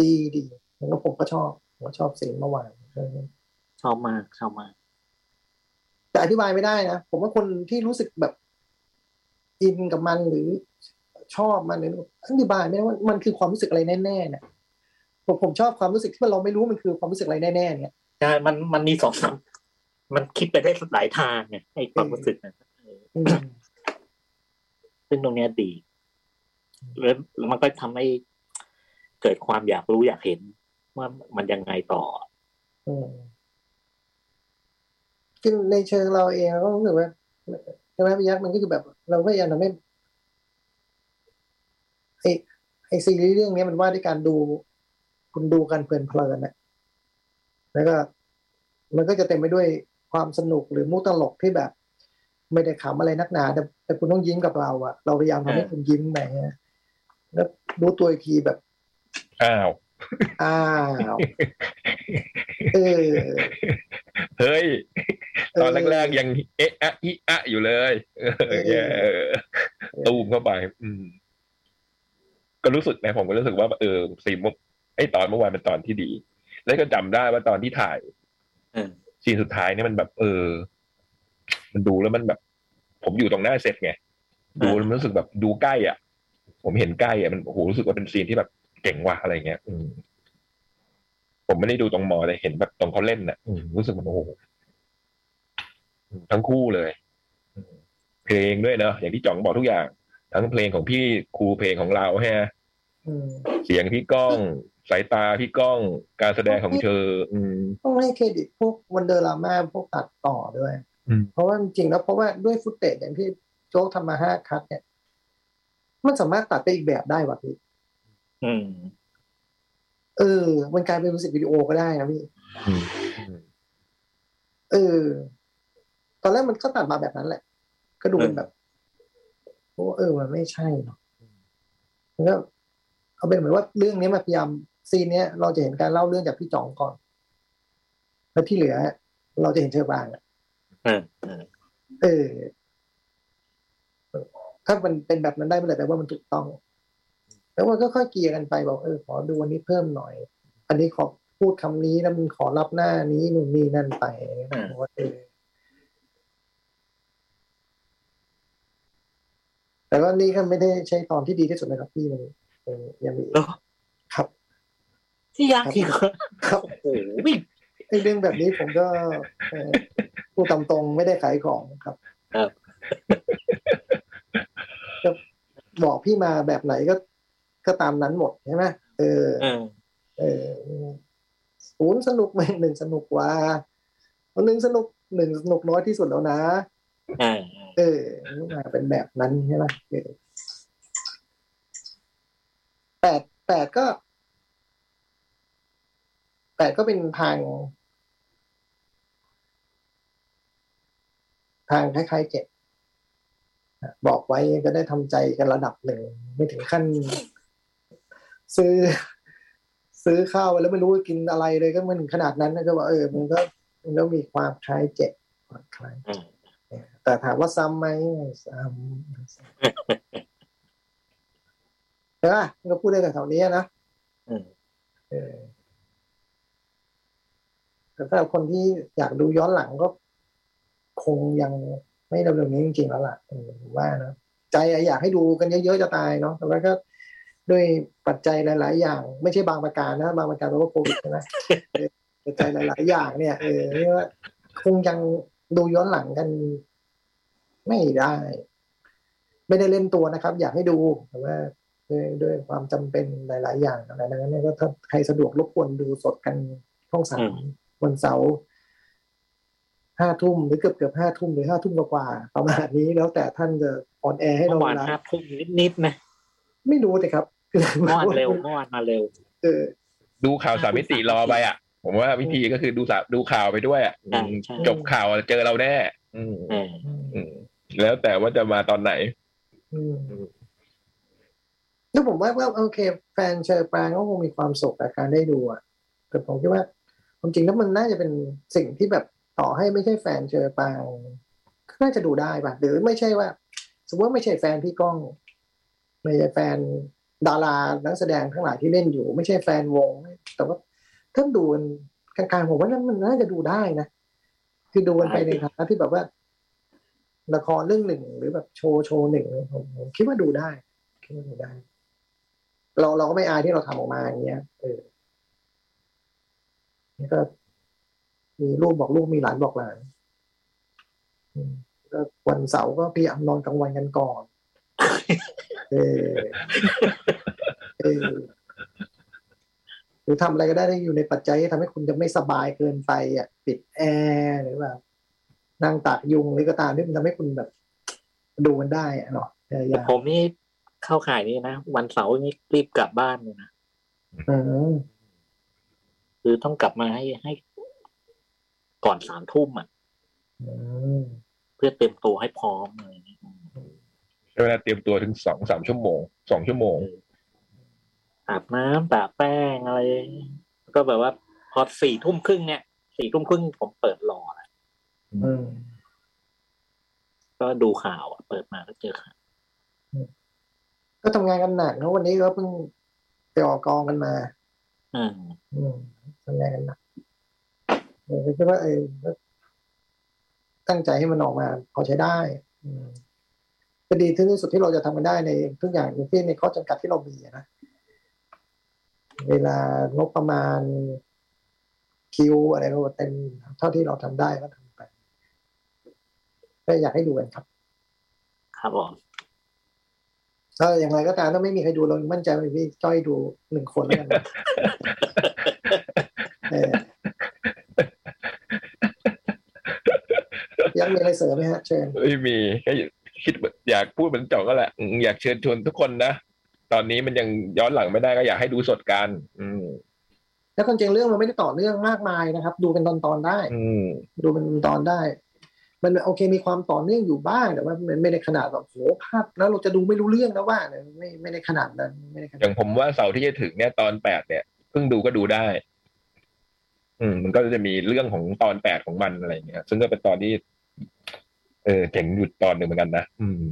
ดีดีผมก็ผมก็ชอบผมก็ชอบเสียงเมื่อวานเออ
ชอบมากชอบมาก
แต่อธิบายไม่ได้นะ ผมว่าคนที่รู้สึกแบบอินกับมันหรือชอบมันหรืออธิบายไม่ได้ว่ามันคือความรู้สึกอะไรแน่ๆเนี่ยผมผมชอบความรู้สึกที่มันเราไม่รู้มันคือความรู้สึกอะไรแน่ๆเนี่ย
ใช่มันมันมีสองสามมันคิดไปได้หลายทางเนี่ยไอ้ความรู้สึกเนี่ย
อืม
ซึ่งตรงเนี้ยดีแล้วแล้วมันก็ทำให้เกิดความอยากรู้อยากเห็น ว่ามันยังไงต่อ
อืมคือในเชิงเราเองเราก็รู้สึกว่าใช่ไหมพี่ยักษ์มันก็คือแบบ เราก็ยังทำให้ไอไอซีรีส์เรื่องนี้มันว่าด้วยการดู คุณดูกันเพลินเพลินๆนะแล้วก็ มันก็จะเต็มไปด้วยความสนุกหรือมุกตลกที่แบบ ไม่ได้ขำอะไรนักหนา แต่แต่คุณต้องยิ้มกับเราอะเราพยายามทำให้
เออ
คุณยิ้มไปนะแล้วรู้ตัวอีกทีแบบ
อ้าว
อ้าวเออ
เฮ้ย
เออ
ตอนแรกๆยังเอะอะอิอะอยู่เลยเออแย่เออตูมเข้าไป อืม ก็รู้สึกนะผมก็รู้สึกว่าเออสีมุกไอตอนเมื่อวานเป็นตอนที่ดี แล้วก็จำได้ว่าตอนที่ถ่าย
เออ
ซีนสุดท้ายเนี่ยมันแบบ เออ มันดูแล้วมันแบบ ผมอยู่ตรงหน้าเสร็จไงดูแล้วมันรู้สึกแบบดูใกล้อ่ะ ผมเห็นใกล้อ่ะมันโอ้โหรู้สึกว่าเป็นซีนที่แบบเจ๋งว่ะอะไรเงี้ยอืมผมไม่ได้ดูตรงมอแต่เห็นแบบตรงเขาเล่นน่ะอืมรู้สึกมันโอ้โห ทั้งคู่เลย เพลงด้วยเนอะอย่างที่จ่องบอกทุกอย่าง ทั้งเพลงของพี่ครูเพลงของเราฮะ
อืม
เสียงพี่ก้อง สายตาพี่ก้องการแสดงของเธอ อืม
ต้องให้เครดิตพวกวันเดอร์ลาม่าพวกตัดต่อด้วย
อืม
เพราะว่าจริงๆแล้วเพราะว่าด้วยฟุตเตจอย่างที่โจ๊กทำมาห้าคัดเนี่ย มันสามารถตัดไปอีกแบบได้ว่ะพี่
อืม
เออ มันกลายเป็นมิวสิกวิดีโอก็ได้นะพี่
อืม
เออ ตอนแรกมันก็ตัดมาแบบนั้นแหละ ก็ดูเป็นแบบโอ้เออ มันไม่ใช่เนาะมันก็เอาเป็นเหมือนว่าเรื่องนี้มาพยายามซีนเนี้ยเราจะเห็นการเล่าเรื่องจากพี่จ๋องก่อน แล้วที่เหลือ เราจะเห็นเชอร์บางอะ
เออเออ
เออ ถ้ามันเป็นแบบนั้นได้เมื่อไหร่แปลว่ามันถูกต้อง แล้วมันก็ค่อยเกลียร์กันไปบอกเออขอดูวันนี้เพิ่มหน่อย อันนี้ขอพูดคำนี้แล้วมันขอรับหน้านี้นู่นนี่นั่นไปผมว่าเออแต่ว่านี่ก็ไม่ได้ใช้ตอนที่ดีที่สุดนะครับพี่มันเออยังมี
เนอะ
ครับ
ที่ยากที่ก็
ครับ
โอ้ย
ไอ้เรื่องแบบนี้ผมก็เออพูดตามตรงไม่ได้ขายของครับก็บอกพี่มาแบบไหนก็ ก็ตามนั้นหมดใช่ไหมเออ
เออ
เออศูนย์สนุกไหมหนึ่งสนุกกว่าหนึ่งสนุกหนึ่งสนุกน้อยที่สุดแล้วนะ
อ่า
เออมาเป็นแบบนั้นใช่ไหมเออแปดแปดก็แปดก็เป็นทาง ทางคล้ายๆเจ็ดบอกไว้ก็ได้ทำใจกันระดับหนึ่ง ไม่ถึงขั้น ซื้อ ซื้อข้าวไปแล้วไม่รู้ว่ากินอะไรเลยก็มันถึงขนาดนั้นนะก็ว่าเออ มันก็มันก็มีความคล้ายเจ็ดความคล้าย
อ่า
แต่ถามว่าซ้ำไหมไม่ซ้ ำใช่ป่ะมันก็พูดได้แต่แถวนี้นะ
อืม
เออแต่ถ้าคนที่อยากดูย้อนหลังก็ คงยังไม่เร็วๆนี้จริงๆแล้วล่ะเออผมว่านะใจอะอยากให้ดูกันเยอะๆจะตายเนาะแต่ว่าก็ด้วยปัจจัยหลาย ๆ อย่าง ไม่ใช่บางประการนะบางประการแปลว่าโควิดใช่ไหมเออปัจจัยหลายๆอย่างเนี่ยเออเรียกว่าคงยังดูย้อนหลังกัน ไม่ได้ ไม่ได้เล่นตัวนะครับ อยากให้ดูแต่ว่าด้วยด้วยความจำเป็นหลาย ๆ อย่างอะไรดังนั้นเนี่ยก็ถ้าใครสะดวกรบกวนดูสดกันช่องสามวันเสาร์ห้าทุ่มหรือเกือบเกือบห้าทุ่มหรือห้าทุ่มกว่าๆประมาณนี้แล้วแต่ท่านจะออนแอร์ให้
เมื่
เรา
อวาน
เวลา
ห้าทุ่มนิดๆนะ
ไม่รู้เลยครับคือ
เมื่อวานเร็วเมื่อวานมาเร็ว
เออ
ดูข่าวสามมิติรอไปอ่ะ ผมว่าวิธีก็คือดูสาดูข่าวไปด้วยอะอืม
ใช่
จบข่าวเจอเราแน่ อืม
อ่า
อืมแล้วแต่ว่าจะมาตอนไหน
อืม
อืม
แล้วผมว่าว่าโอเค แฟนเชอร์ปรางก็คงมีความสุขกับการได้ดูอ่ะแต่ผมคิดว่าความจริงแล้วมันน่าจะเป็นสิ่งที่แบบต่อให้ไม่ใช่แฟนเชอร์ปรางก็น่าจะดูได้ป่ะหรือไม่ใช่ว่า สมมติว่าไม่ใช่แฟนพี่ก้อง ไม่ใช่แฟนดารานักแสดงทั้งหลายที่เล่นอยู่ ไม่ใช่แฟนวง แต่ว่าถ้าดูกันกลางๆผมว่านั้นมันน่าจะดูได้นะคือดูกันไปในฐานะที่แบบว่า ละครเรื่องหนึ่งหรือแบบโชว์โชว์หนึ่งผมผมคิดว่าดูได้คิดว่าดูได้ เราเราก็ไม่อายที่เราทำออกมาอย่างเงี้ยเออนี่ก็ มีลูกบอกลูกมีหลานบอกหลานอืมก็วันเสาร์ก็พยายามนอนกลางวันกันก่อน เออเออหรือทำอะไรก็ได้ที่อยู่ในปัจจัยที่ทำให้คุณจะไม่สบายเกินไปอ่ะปิดแอร์หรือแบบนั่งตากยุงหรือก็ตามที่มันทำให้คุณแบบ ดูมันได้อะเนาะพยายาม
ผมนี่เข้าข่ายนี้นะ วันเสาร์นี่รีบกลับบ้านเลยนะ
อืม
คือต้องกลับมาให้ให้ก่อนสามทุ่มอ่ะ
อืม
เพื่อเตรียมตัวให้พร้อมอะไรอย่างเงี้ย
ใช้เวลาเตรียมตัวถึงสองสามชั่วโมงสองชั่วโมง
อาบน้ำตาแป้งอะไร ก็แบบว่าพอสี่ทุ่มครึ่งเนี่ยสี่ทุ่มครึ่งผมเปิดรอนะ
อืม
ก็ดูข่าวอะเปิดมาก็เจอข่าว
ก็ทำงานกันหนักนะวันนี้ก็เพิ่งไปออกกองกันมา
อืม
อืมทำงานกันหนักเออก็คิดว่าเออก็ตั้งใจให้มันออกมาพอใช้ได้ อืมก็ดีที่สุดที่เราจะทำกันได้ในทุกอย่างในที่ในข้อจำกัดที่เรามีอะนะ เวลางบประมาณคิวอะไรก็เต็มเท่าที่เราทำได้ก็ทำไปก็อยากให้ดูกันครับ
ครับผม
ถ้าอย่างไรก็ตามถ้าไม่มีใครดูเรามั่นใจว่าพี่จ้อยดูหนึ่งคนแล้วกันนะเออยังมีอะไรเสริมไหมฮะเชิญ
ไม่มีก็คิดอยากพูดเหมือนจ่องก็แหละอืมอยากเชิญชวนทุกคนนะ ตอนนี้มันยังย้อนหลังไม่ได้ก็อยากให้ดูสดกัน อืม
แล้วความจริงเรื่องมันไม่ได้ต่อเนื่องมากมายนะครับ ดูเป็นตอนตอนๆได้
อืม
ดูเป็นตอนๆได้ มันโอเคมีความต่อเนื่องอยู่บ้างแต่ว่ามันไม่ได้ขนาดแบบโหภาพแล้วเราจะดูไม่รู้เรื่องนะว่าเนี่ยไม่ไม่ได้ขนาดนั้นไม่ได้ข
อ
นาด
ย่างผมว่าเสาร์ที่จะถึงเนี่ยตอนแปดเนี่ยเพิ่งดูก็ดูได้ อืม มันก็จะมีเรื่องของตอนแปดของมันอะไรอย่างเงี้ย ซึ่งก็เป็นตอนที่ เออเจ๋งอยู่ตอนหนึ่งเหมือนกันนะอืม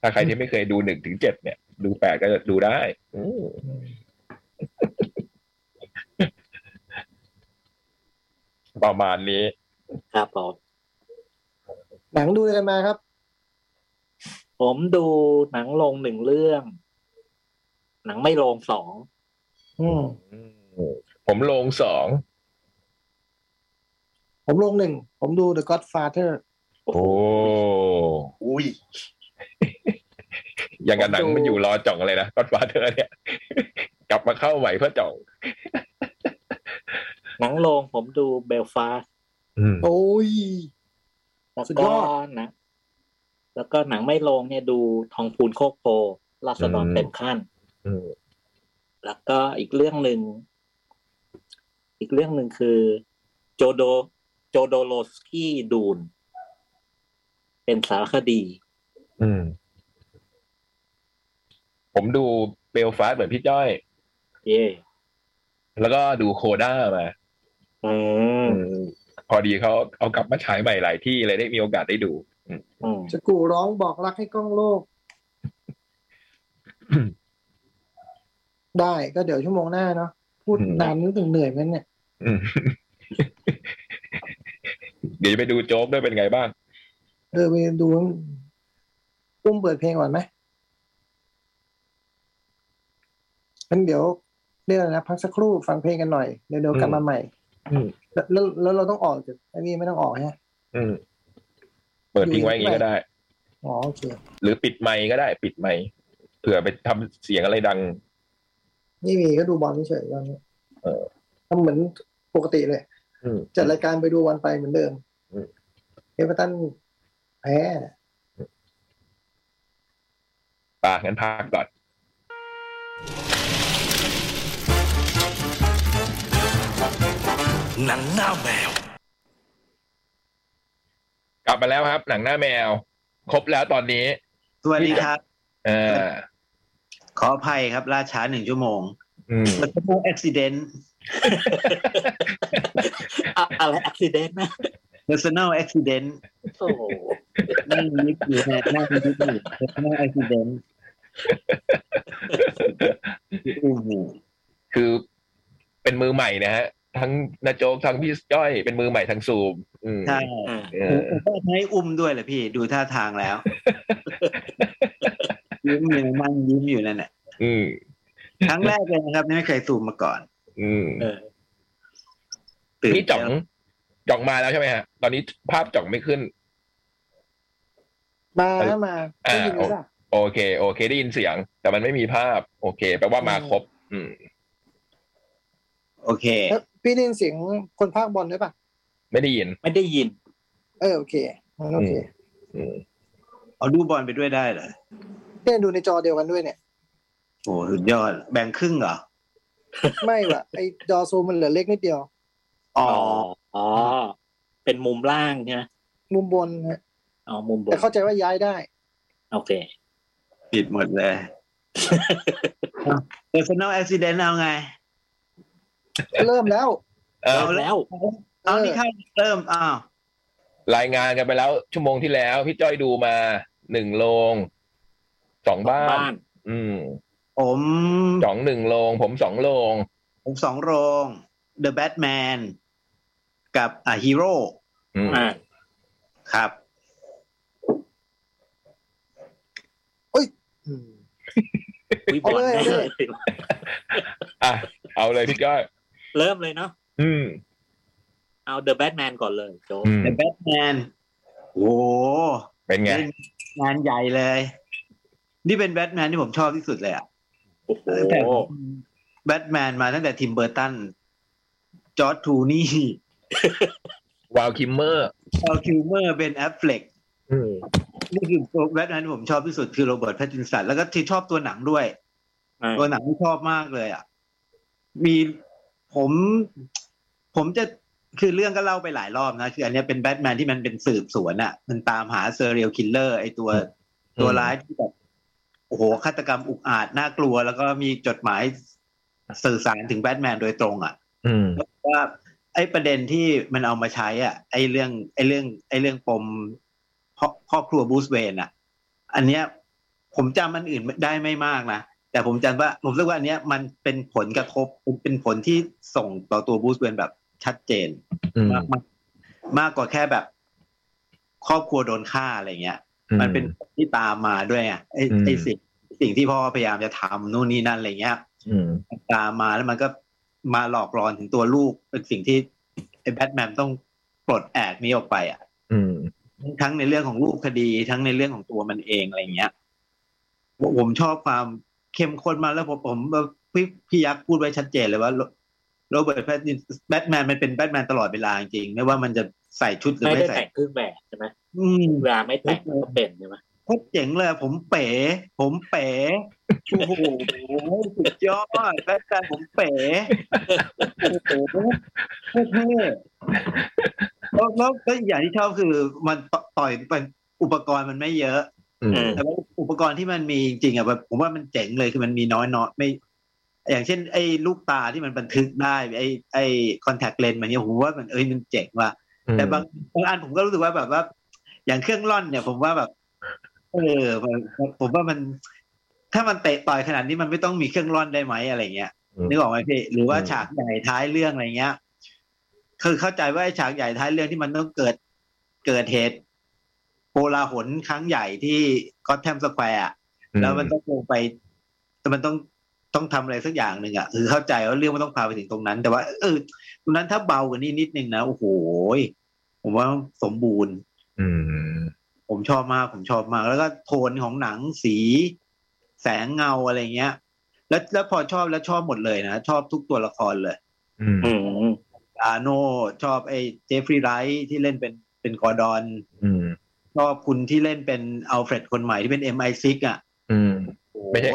ถ้าใครที่ไม่เคยดูหนึ่งถึงเจ็ดเนี่ย ดูแปดก็จะดูได้ อืม ประมาณนี้
ครับผม
หนังดูอะไรกันมาครับ
ผมดูหนังลงหนึ่งเรื่อง หนังไม่ลงสอง
อืม
ผมลงสอง
ผมลงหนึ่งผมดู The Godfather
โอ้โห
โอ้
อุ้ย
ยังกับหนังมันอยู่รอจ่องเลยนะก็ฟ้าเธอเนี่ย กลับมาเข้าใหม่เพื่อจ่อง
หนังลงผมดูเบลฟาส
อืม
โอ้ย
แล้ว
สุดย
ก็
อด
หนะ แล้วก็หนังไม่ลงเนี่ยดูทองพูนโคกโพราษฎร
อืม
เต็มขั้น
อืม
แล้วก็อีกเรื่องหนึ่ง อีกเรื่องหนึ่งคือโจโดโจโดโลสกี้ดูน เป็นสารคดี
อืม ผมดูเบลฟาสเหมือนพี่จ้อย
เย่
แล้วก็ดูโคด้ามา
อืม
อืมพอดีเขาเอากลับมาฉายใหม่หลายที่เลยได้มีโอกาสได้ดู
อืม
จะกูร้องบอกรักให้กล้องโลก
อืม
ได้ก็เดี๋ยวชั่วโมงหน้าเนาะพูด
อืม
นานนิดหนึ่งเหนื่อยไหมเนี่ย
อืมเดี๋ยวจะไปดูโจ๊กด้วยเป็นไงบ้าง
เออไปดูปุ้มเปิดเพลงก่อนไหมงั้นเดี๋ยวเรียกอะไรนะพักสักครู่ฟังเพลงกันหน่อยเดี๋ยวเดี๋ยวกลับมาใหม่
อืม
แล้วแล้วแล้วเราต้องออกจากไอ้นี่ไม่ต้องออกฮะ
อืม เปิดทิ้งไว้อย่างนี้ก็ได้
อ๋อโอเค
หรือปิดไมค์ก็ได้ ปิดไมค์เผื่อไปทำเสียงอะไรดัง
นี่มีก็ดูบอลเฉยๆตอนนี้
เออ
ทำเหมือนปกติเลย
อืม
จัดรายการไปดูวันไปเหมือนเดิม
อืม
เอเวอร์ตันแพ้
ป่ะงั้นพักก่อน
หนังหน้าแมว
กลับมาแล้วครับ หนังหน้าแมว ครบแล้วตอนนี้
สวัสดีครับ
เออ
ขออภัยครับล่าช้าหนึ่งชั่วโมง
อืม
มันเป็นเรื่องอุบิเหตุ
อะอะไรอักซิเดนต์นะ
personal accident
โอ้โห
นั่งนิดอยู่ฮะนั่งนิดอยู่ personal accident อือหือ
คือเป็นมือใหม่นะฮะ ทั้งนาโจกทั้งพี่จ้อยเป็นมือใหม่ทั้งซูม อืม
ใช่
อ่า
เออ
ผมก็ให้อุ้มด้วยแหละพี่ ดูท่าทางแล้ว ยิ้มอยู่มันยิ้มอยู่นั่นแหละ
อืม
ครั้งแรกเลยนะครับไม่เคยสูมมาก่อน
อืม
เออ
ตื่น
นี่จ่องจ่องมาแล้วใช่ไหมฮะ ตอนนี้ภาพจ่องไม่ขึ้น
มา
เอ้ย
มาได้ยินไหมล่ะ
โอเค โอเคได้ยินเสียง แต่มันไม่มีภาพ โอเคแปลว่ามาครบ อืม
โอเค
เอ้ยพี่ได้ยินเสียงคนภาคบอลด้วยป่ะ
ไม่ได้ยิน
ไม่ได้ยิน
เออโอเคงั้นโอเค
อืม
เอาดูบอลไปด้วยได้เหรอ
เนี่ยดูในจอเดียวกันด้วยเนี่ย
โอ้โหสุดยอด แบ่งครึ่งเหรอ
ไม่ว่ะไอจอซูมมันเหลือเล็กนิดเดียว
อ๋อ
อ๋อ อ๋อ เป็นมุมล่างใช่ไหม
มุมบนฮะ
อ๋อ มุมบ
แต่
น
เข้าใจว่าย้ายได้
โอเค
ปิดหมดเลย personal accident เอาไง
เริ่มแล้ว
เออ
เอาแล้ว
เอานี่เข้าเริ่มอ้าว
รายงานกันไปแล้ว ชั่วโมงที่แล้ว พี่จ้อยดูมาหนึ่งโรงสองบ้าน
บ้าน
อืม
ผม
จ่องหนึ่งโรงผมสองโรง
ผมสองโรง The Batman กับอ่าฮีโร่
อืม
อ่า
ครับ
อืม
วิบอล
เอาเลย
ได้เลย
อ่ะเอาเลยพี่จ้อย
เริ่มเลยเนาะ
อืม
เอาเดอะแบทแมนก่อนเลยโจ
อืม
The Batman โอ้โห
เป็นไง
เล่นงานใหญ่เลย นี่เป็นแบทแมนที่ผมชอบที่สุดเลยอะ
โอ้โห
ตั้งแต่ แบทแมนมาตั้งแต่ทิมเบอร์ตัน จอร์ดทูนี่
วาลคิมเมอร์
พอลคิวเมอร์เบนแอฟเฟล็ก
อืม
นี่คือแบทแมนที่ผมชอบที่สุดคือโรเบิร์ตแพตตินสันแล้วก็ที่ชอบตัวหนังด้วย
อ่า
ตัวหนังที่ชอบมากเลยอ่ะ มีผมผมจะคือเรื่องก็เล่าไปหลายรอบนะ คืออันเนี้ยเป็นแบทแมนที่มันเป็นสืบสวนอ่ะ มันตามหาเซอร์เรียลคิลเลอร์ไอตัว
ม
ตัวร้ายที่แบบโอ้โหฆาตกรรมอุกอาจน่ากลัว แล้วก็มีจดหมายสื่อสารถึงแบทแมนโดยตรงอ่ะ
อืม
ว่าไอ้ประเด็นที่มันเอามาใช้อ่ะ ไอ้เรื่อง ไอ้เรื่อง ไอ้เรื่องปมครอบครอบครัวบรูสเวนอ่ะ อันเนี้ยผมจำมันอื่นได้ไม่มากนะแต่ผมจำว่าผมรู้สึกว่าอันเนี้ยมันเป็นผลกระทบเป็นผลที่ส่งต่อตัวบรูสเวนแบบชัดเจน
อืม
มากมากมากกว่าแค่แบบ ครอบครัวโดนฆ่าอะไรเงี้ย มันเป็นผลที่ตามมาด้วยไงไอ้ไอ้สิ่งสิ่งที่พ่อพยายามจะทำนู่นนี่นั่นอะไรเงี้ย
อืม
ตามมาแล้วมันก็มาหลอกหลอนถึงตัวลูกเป็นสิ่งที่ไอ้แบทแมนต้องปลดแอกนี้ออกไปอ่ะ
อืม
ทั้งในเรื่องของรูปคดี ทั้งในเรื่องของตัวมันเองอะไรอย่างเงี้ยผมผมชอบความเข้มข้นมากแล้วผมผมพี่พี่ยักษ์พูดไว้ชัดเจนเลยว่าโรโรเบิร์ตแพตตินแบทแมนมันเป็นแบทแมนตลอดเวลาจริงๆไม่ว่ามันจะใส่ชุดหรือ
ไม่
ไม่
ได้
ใส่
แต่งเครื่องแบบใช่ไหม
อืม
เวลาไม่แต่งก็เป็นใช่ไหม
โคตรเจ๋งเลย ผมเป๋ ผมเป๋โอ้โหสุดยอดแล้วการผมเป๋โอ้โหเท่ๆแล้วแล้วแล้วอย่างที่ชอบคือมันต่อต่อยมันอุปกรณ์มันไม่เยอะ
อืม
แต่ว่าอุปกรณ์ที่มันมีจริงๆอ่ะแบบผมว่ามันเจ๋งเลยคือมันมีน้อยเนาะไม่ อย่างเช่น ไอ้ลูกตาที่มันบันทึกได้ ไอ้ไอ้คอนแทคเลนส์มันเนี่ยผมว่ามันเอ้ยมันเจ๋งว่ะ แต่บางบางอันผมก็รู้สึกว่าแบบว่า อย่างเครื่องร่อนเนี่ย ผมว่าแบบเออมันผมว่ามัน ถ้ามันเตะต่อยขนาดนี้มันไม่ต้องมีเครื่องร่อนได้ไหมอะไรเงี้ย
อืม
นึกออกไหมพี่หรือว่า
อืม
ฉากใหญ่ท้ายเรื่องอะไรเงี้ย คือเข้าใจว่าไอ้ฉากใหญ่ท้ายเรื่องที่มันต้องเกิดเกิดเหตุโกลาหลครั้งใหญ่ที่ก็อตแทมสแควร์แล้วมันต้องลงไปแต่มันต้องต้องทำอะไรสักอย่างหนึ่งอ่ะคือเข้าใจว่าเรื่องมันต้องพาไปถึงตรงนั้น แต่ว่าเออตรงนั้นถ้าเบากว่านี้นิดนึงนะโอ้โห ผมว่าสมบูรณ์
อืม
ผมชอบมาก ผมชอบมาก แล้วก็โทนของหนังสี แสงเงาอะไรเงี้ย แล้วแล้วพอชอบแล้วชอบหมดเลยนะ ชอบทุกตัวละครเลย
อืม
อืม
อาโนชอบไอ้เจฟฟรีย์ไรท์ที่เล่นเป็นเป็นกอร์ดอน
อืม
ชอบคุณที่เล่นเป็นอัลเฟรดคนใหม่ที่เป็น MI6 อ่ะ
อืม
โอ้ย
ไม่ใช่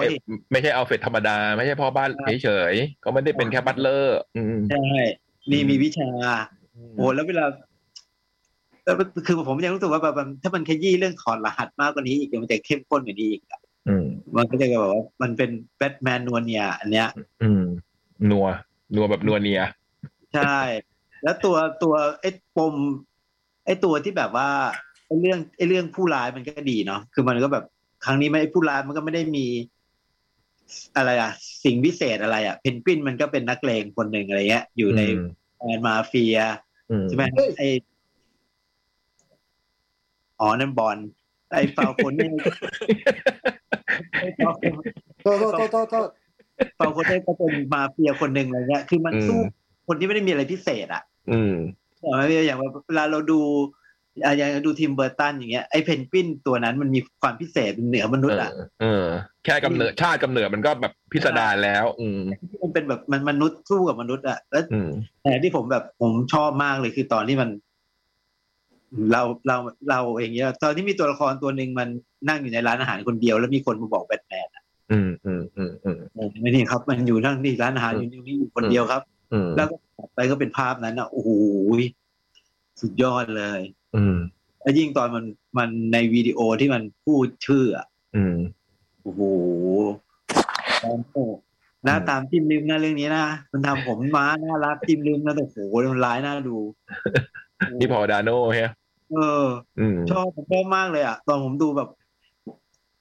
ไม่ใช่เอาเฟดธรรมดา ไม่ใช่พ่อบ้าน
ใช่
เฉยๆก็ไม่ได้เป็นแค่บัตเลอร์ อืม
ใช่นี่
อืม
มีวิชา โอ้โหแล้วเวลาแล้วคือผมยังรู้สึกว่าแบบมันถ้ามันขยี้เรื่องถอดรหัสมากกว่านี้อีกเดี๋ยวมันจะเข้มข้นกว่านี้อีก
อืม
มันก็จะแบบว่ามันเป็นแบทแมนนวเนียอันเนี้ย
อืมนัวนัวแบบนัวเนีย
ใช่ แล้วตัวตัวไอ้ปมไอ้ตัวที่แบบว่าไอ้เรื่องไอ้เรื่องผู้ร้ายมันก็ดีเนาะคือมันก็แบบครั้งนี้ไม่ไอ้ผู้ร้ายมันก็ไม่ได้มี อะไรอะสิ่งพิเศษอะไรอะเพนกวินมันก็เป็นนักเลงคนหนึ่งอะไรเงี้ย อยู่ในแอนมาเฟีย
อืม
ใช่ไหมไออ๋อนั่นบอลไอ้ฟาวคนนี่ ไอ้ฟาวคน
โทษโทษโทษโทษโทษ
เปาคนได้ก็เป็นมาเฟียคนหนึ่งอะไรเงี้ย คือมันสู้คนที่ไม่ได้มีอะไรพิเศษอ่ะ
อืม
อย่างอย่างเวลาเราดูอ่ะอย่างเราดูทีมเบอร์ตันอย่างเงี้ย ไอ้เพนกวินตัวนั้นมันมีความพิเศษเหนือมนุษย์อ่ะ
เออเออ แค่กำเนิดชาติกำเนิดมันก็แบบพิสดารแล้ว อืม
มันเป็นแบบมันมนุษย์สู้กับมนุษย์อ่ะ แล้ว
อืม
แต่ที่ผมแบบผมชอบมากเลยคือตอนที่มัน เราเราเราเองเนี้ย ตอนที่มีตัวละครตัวหนึ่งมันนั่งอยู่ในร้านอาหารคนเดียว แล้วมีคนมาบอกแบทแมนอะ
อืมอืมอืมอืม
เออไม่นี่ครับ มันอยู่นั่งนี่ร้านอาหาร
อื
อ
ม
ยู่นี่อยู่คนเดียวครับ
อืม
แล้วก็ตัดไปก็เป็นภาพนั้นอ่ะโอ้โหสุดยอดเลย
อืม
แล้วยิ่งตอนมันมันในวิดีโอที่มันพูดชื่ออ่ะ
อืม
โอ้โหตามโอ้นะ
อืม
ตามจิ้มลืมนะเรื่องนี้นะมันทำผมม้าน่ารักจิ้มลืมนะแต่โอ้โหมันร้ายน่าดู
นี่พอดาโน่ฮะ
เออ
อืม
ชอบผมชอบมากเลยอ่ะ ตอนผมดูแบบ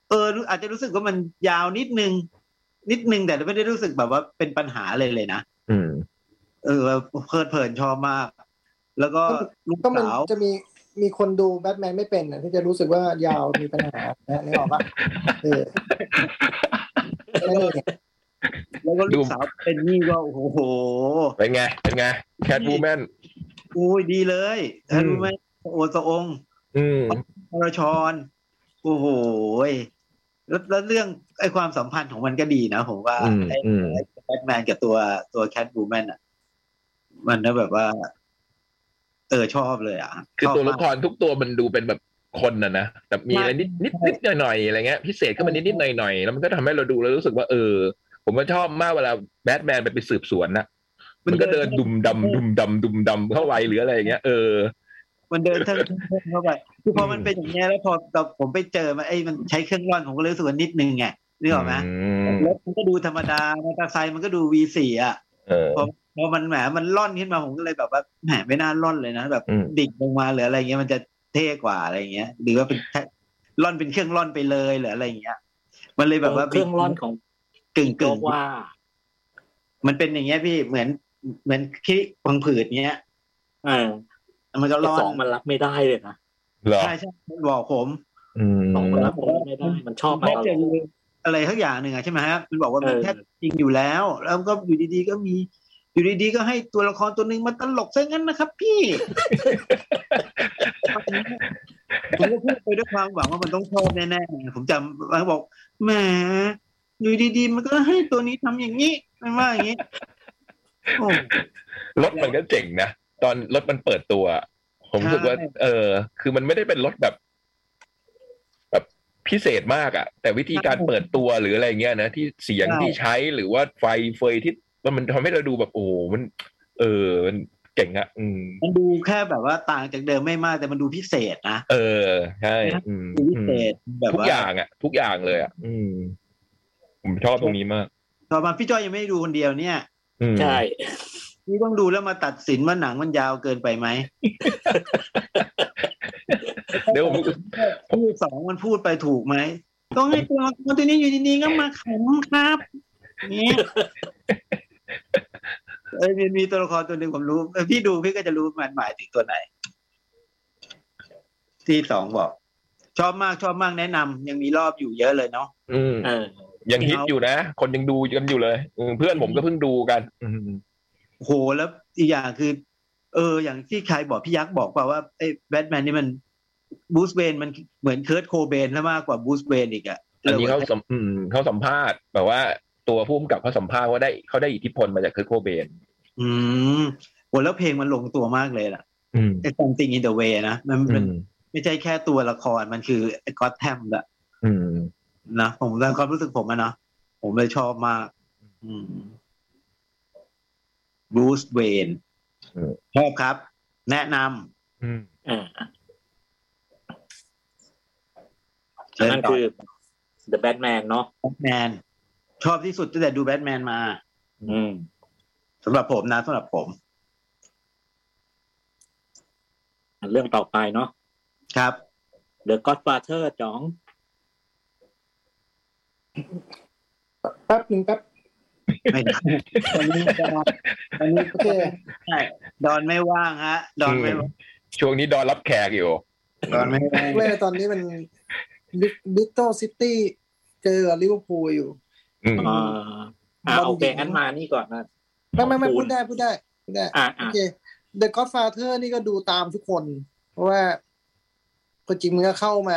เออรู้อาจจะรู้สึกว่ามันยาวนิดนึง นิดนึงแต่ไม่ได้รู้สึกแบบว่าเป็นปัญหาเลยเลยนะ
อืม
เออเพลิดเพลินชอบมาก แล้วก็ลูก
ก็มัน
สาว
จะมีมีคนดูแบทแมนไม่เป็นน่ะที่จะรู้สึกว่ายาวมีปัญหานะนึกออกปะเออไม่ได้ เนี่ย
แล้วก็
ดู
ลูกสาวเป็นนี่ก็โอ้โห
เป็นไง เป็นไงแคทบูแมน
อุ้ยดีเลย
อืม
รู้ไหมสะโอสะอง
อืม
มรชรโอ้โหยแล้วแล้วเรื่องไอความสัมพันธ์ของมันก็ดีนะผมว่า
อืม
ไอ
อืม
ไอ้แบทแมนกับตัวตัวแคทบูแมนอ่ะ มันก็แบบว่า เออชอบเลยอ่ะ
คือ
ชอบ
ตัวละ
มาก
ครทุกตัวมันดูเป็นแบบคนนะนะแต่มีอะไรนิดนิดนิดหน่อยหน่อยๆอะไรเงี้ยพิเศษขึ้นมานิดนิดหน่อยหน่อยๆแล้วมันก็ทำให้เราดูแล้วรู้สึกว่าเออ ผมก็ชอบมากเวลาแบทแมนไปไปสืบสวนนะมันก็เดินดุมดำดุมดำดุมดำเข้าไปหรืออะไรอย่างเงี้ยเออ
มันเดินเทิงเทิงเข้าไปคือพออ
ม
มันเป็นอย่างเงี้ยแล้วพอเราผมไปเจอมาไอ้มันใช้เครื่องร่อนผมก็เลยรู้สึกว่านิดนึงไงนึกออกไหม
ม
รถมันก็ดูธรรมดามอเตอร์ไซค์มันก็ดู V4 อ่ะ
เออ
พอมันแหมมันล่อนขึ้นมาผมก็เลยแบบว่าแหมไม่น่าล่อนเลยนะแบบ
อืม
ดิ่งลงมาหรืออะไรเงี้ยมันจะเท่กว่าอะไรเงี้ย หรือว่าเป็นแค่ล่อนเป็นเครื่องล่อนไปเลยหรืออะไรเงี้ย มันเลยแบบว่า
เครื่องร่อนของ
กึ่ง
โล
กึ่ง
กว่า
มันเป็นอย่างเงี้ยพี่เหมือนเหมือนขี้พังผืดเงี้ย
เออ
มันก็
แต่
ล่อ
ส
น
องมันรับไม่ได้เลยนะ
เหรอ
ใช่ใช่มันบอกผม
อืม
สองมันรับผมไม่ได้ มันชอบมา
แค่
ตล
จะ
อด
ลืมอะไรทักอย่างหนึ่งอะใช่ไหมฮะมันบอกว่า
เอ
มัน
อ
แค่จริงอยู่แล้ว แล้วก็อยู่ดีๆก็มี อยู่ดีๆก็ให้ตัวละครตัวหนึ่งมาตลกซะงั้นนะครับ พี่ ผมก็พูดไปด้วยความหวังว่ามันต้องชอบแน่ๆ ผมจำมันบอกแหมอยู่ดีๆ มันก็ให้ตัวนี้ทำอย่างนี้มันว่าอย่างนี้โอ้
รถมันก็เจ๋งนะตอนรถมันเปิดตัว ผมรู้สึกว่า
ใช่
เออ คือมันไม่ได้เป็นรถแบบ แบบ พิเศษมากอะแต่วิธีการเปิดตัวหรืออะไรเงี้ยนะที่เสียง
ใช่
ที่ใช้หรือว่าไฟเฟยที่มันมันทำให้เราดูแบบโอ้โหมัน เออมันเก่งอะอืม
มันดูแค่แบบว่าต่างจากเดิมไม่มากแต่มันดูพิเศษนะ
เออใช่อืม
ดูพิเศษแบบ
ทุก
ว่า
อย่างอะทุกอย่างเลยอะอืม ผมชอบตรงนี้มาก
ต่อมาพี่จ้อยยังไม่ได้ดูคนเดียวเนี่ย
อืม
ใช่
พี่ต้องดูแล้วมาตัดสินว่าหนังมันยาวเกินไปไหม
เดี๋ยวผม
พี่สองมันพูดไปถูกไหมต้องให้ตัวละครตัวนี้อยู่ดีๆก็มาขำครับเนี่ยเอ้ยมีมีตัวละครตัวหนึ่งผมรู้เออพี่ดูพี่ก็จะรู้มันหมายถึงตัวไหน ที่สองบอก ชอบมากชอบมากแนะนำยังมีรอบอยู่เยอะเลยเนาะ
อืม
เออ
ยังฮิตอยู่นะ คนยังดูกันอยู่เลยอืมเพื่อนผมก็เพิ่งดูกัน อืม
โหแล้วอีกอย่างคือ เออ อย่างที่ใครบอกพี่ยักษ์บอกเปล่าว่าไอ้แบทแมนนี่มันบูสเบนมันเหมือนเคิร์ตโคเบนซะมากกว่าบูสเบนอีกอะ
อันนี้เขาสัมอืมเขาสัมภาษณ์แบบว่าตัวผู้กำกับเขาสัมภาษณ์ว่าได้เขาได้อิทธิพลมาจากเคิร์ทโคเบน
อืมโหแล้วเพลงมันลงตัวมากเลยล่ะ
อืม
ไอ้ something in the way นะมัน
อื
มัน
ม
ไม่ใช่แค่ตัวละครมันคือไอ้ก็อตแทมละ
อืม
นะผมตามความรู้สึกผมอะนะผมเลยชอบมากอืมบูสเบนชอบครับ แนะน
อืม
อ่า
ำเชิญ
นั่น
ต่อ
คือ The Batman เนาะ
แบทแมนชอบที่สุดตั้งแต่ดูแบทแมนมา
อืม
สำหรับผมนะสำหรับผม
เรื่องต่อไปเนาะ
ครับ
The Godfather จ๋อง
แป๊บหนึ่งแป๊บ
ไม่ได้ตอนนี้ดอนตอนนี้
โอเค
ใช่ดอนไม่ว่างฮะ ดอนไม่ว่าง
ช่วงนี้ดอนรับแขกอยู่
ดอนไม่ว่าง
แม่ตอนนี้มันลิตเติ้ลซิตี้เจอลิเวอร์พูลอยู่
อืม
อ่าอ่า
บอลหญิง
โอเคงั้นมานี่ก่อนนะ
ไม่ไม่ไม่
ขอบคุ
พู
ณ
ดได้พูดได้พูดได้
อ่า
โอ
อ่า
เค The Godfather นี่ก็ดูตามทุกคน เพราะว่าคนจริงมันก็เข้ามา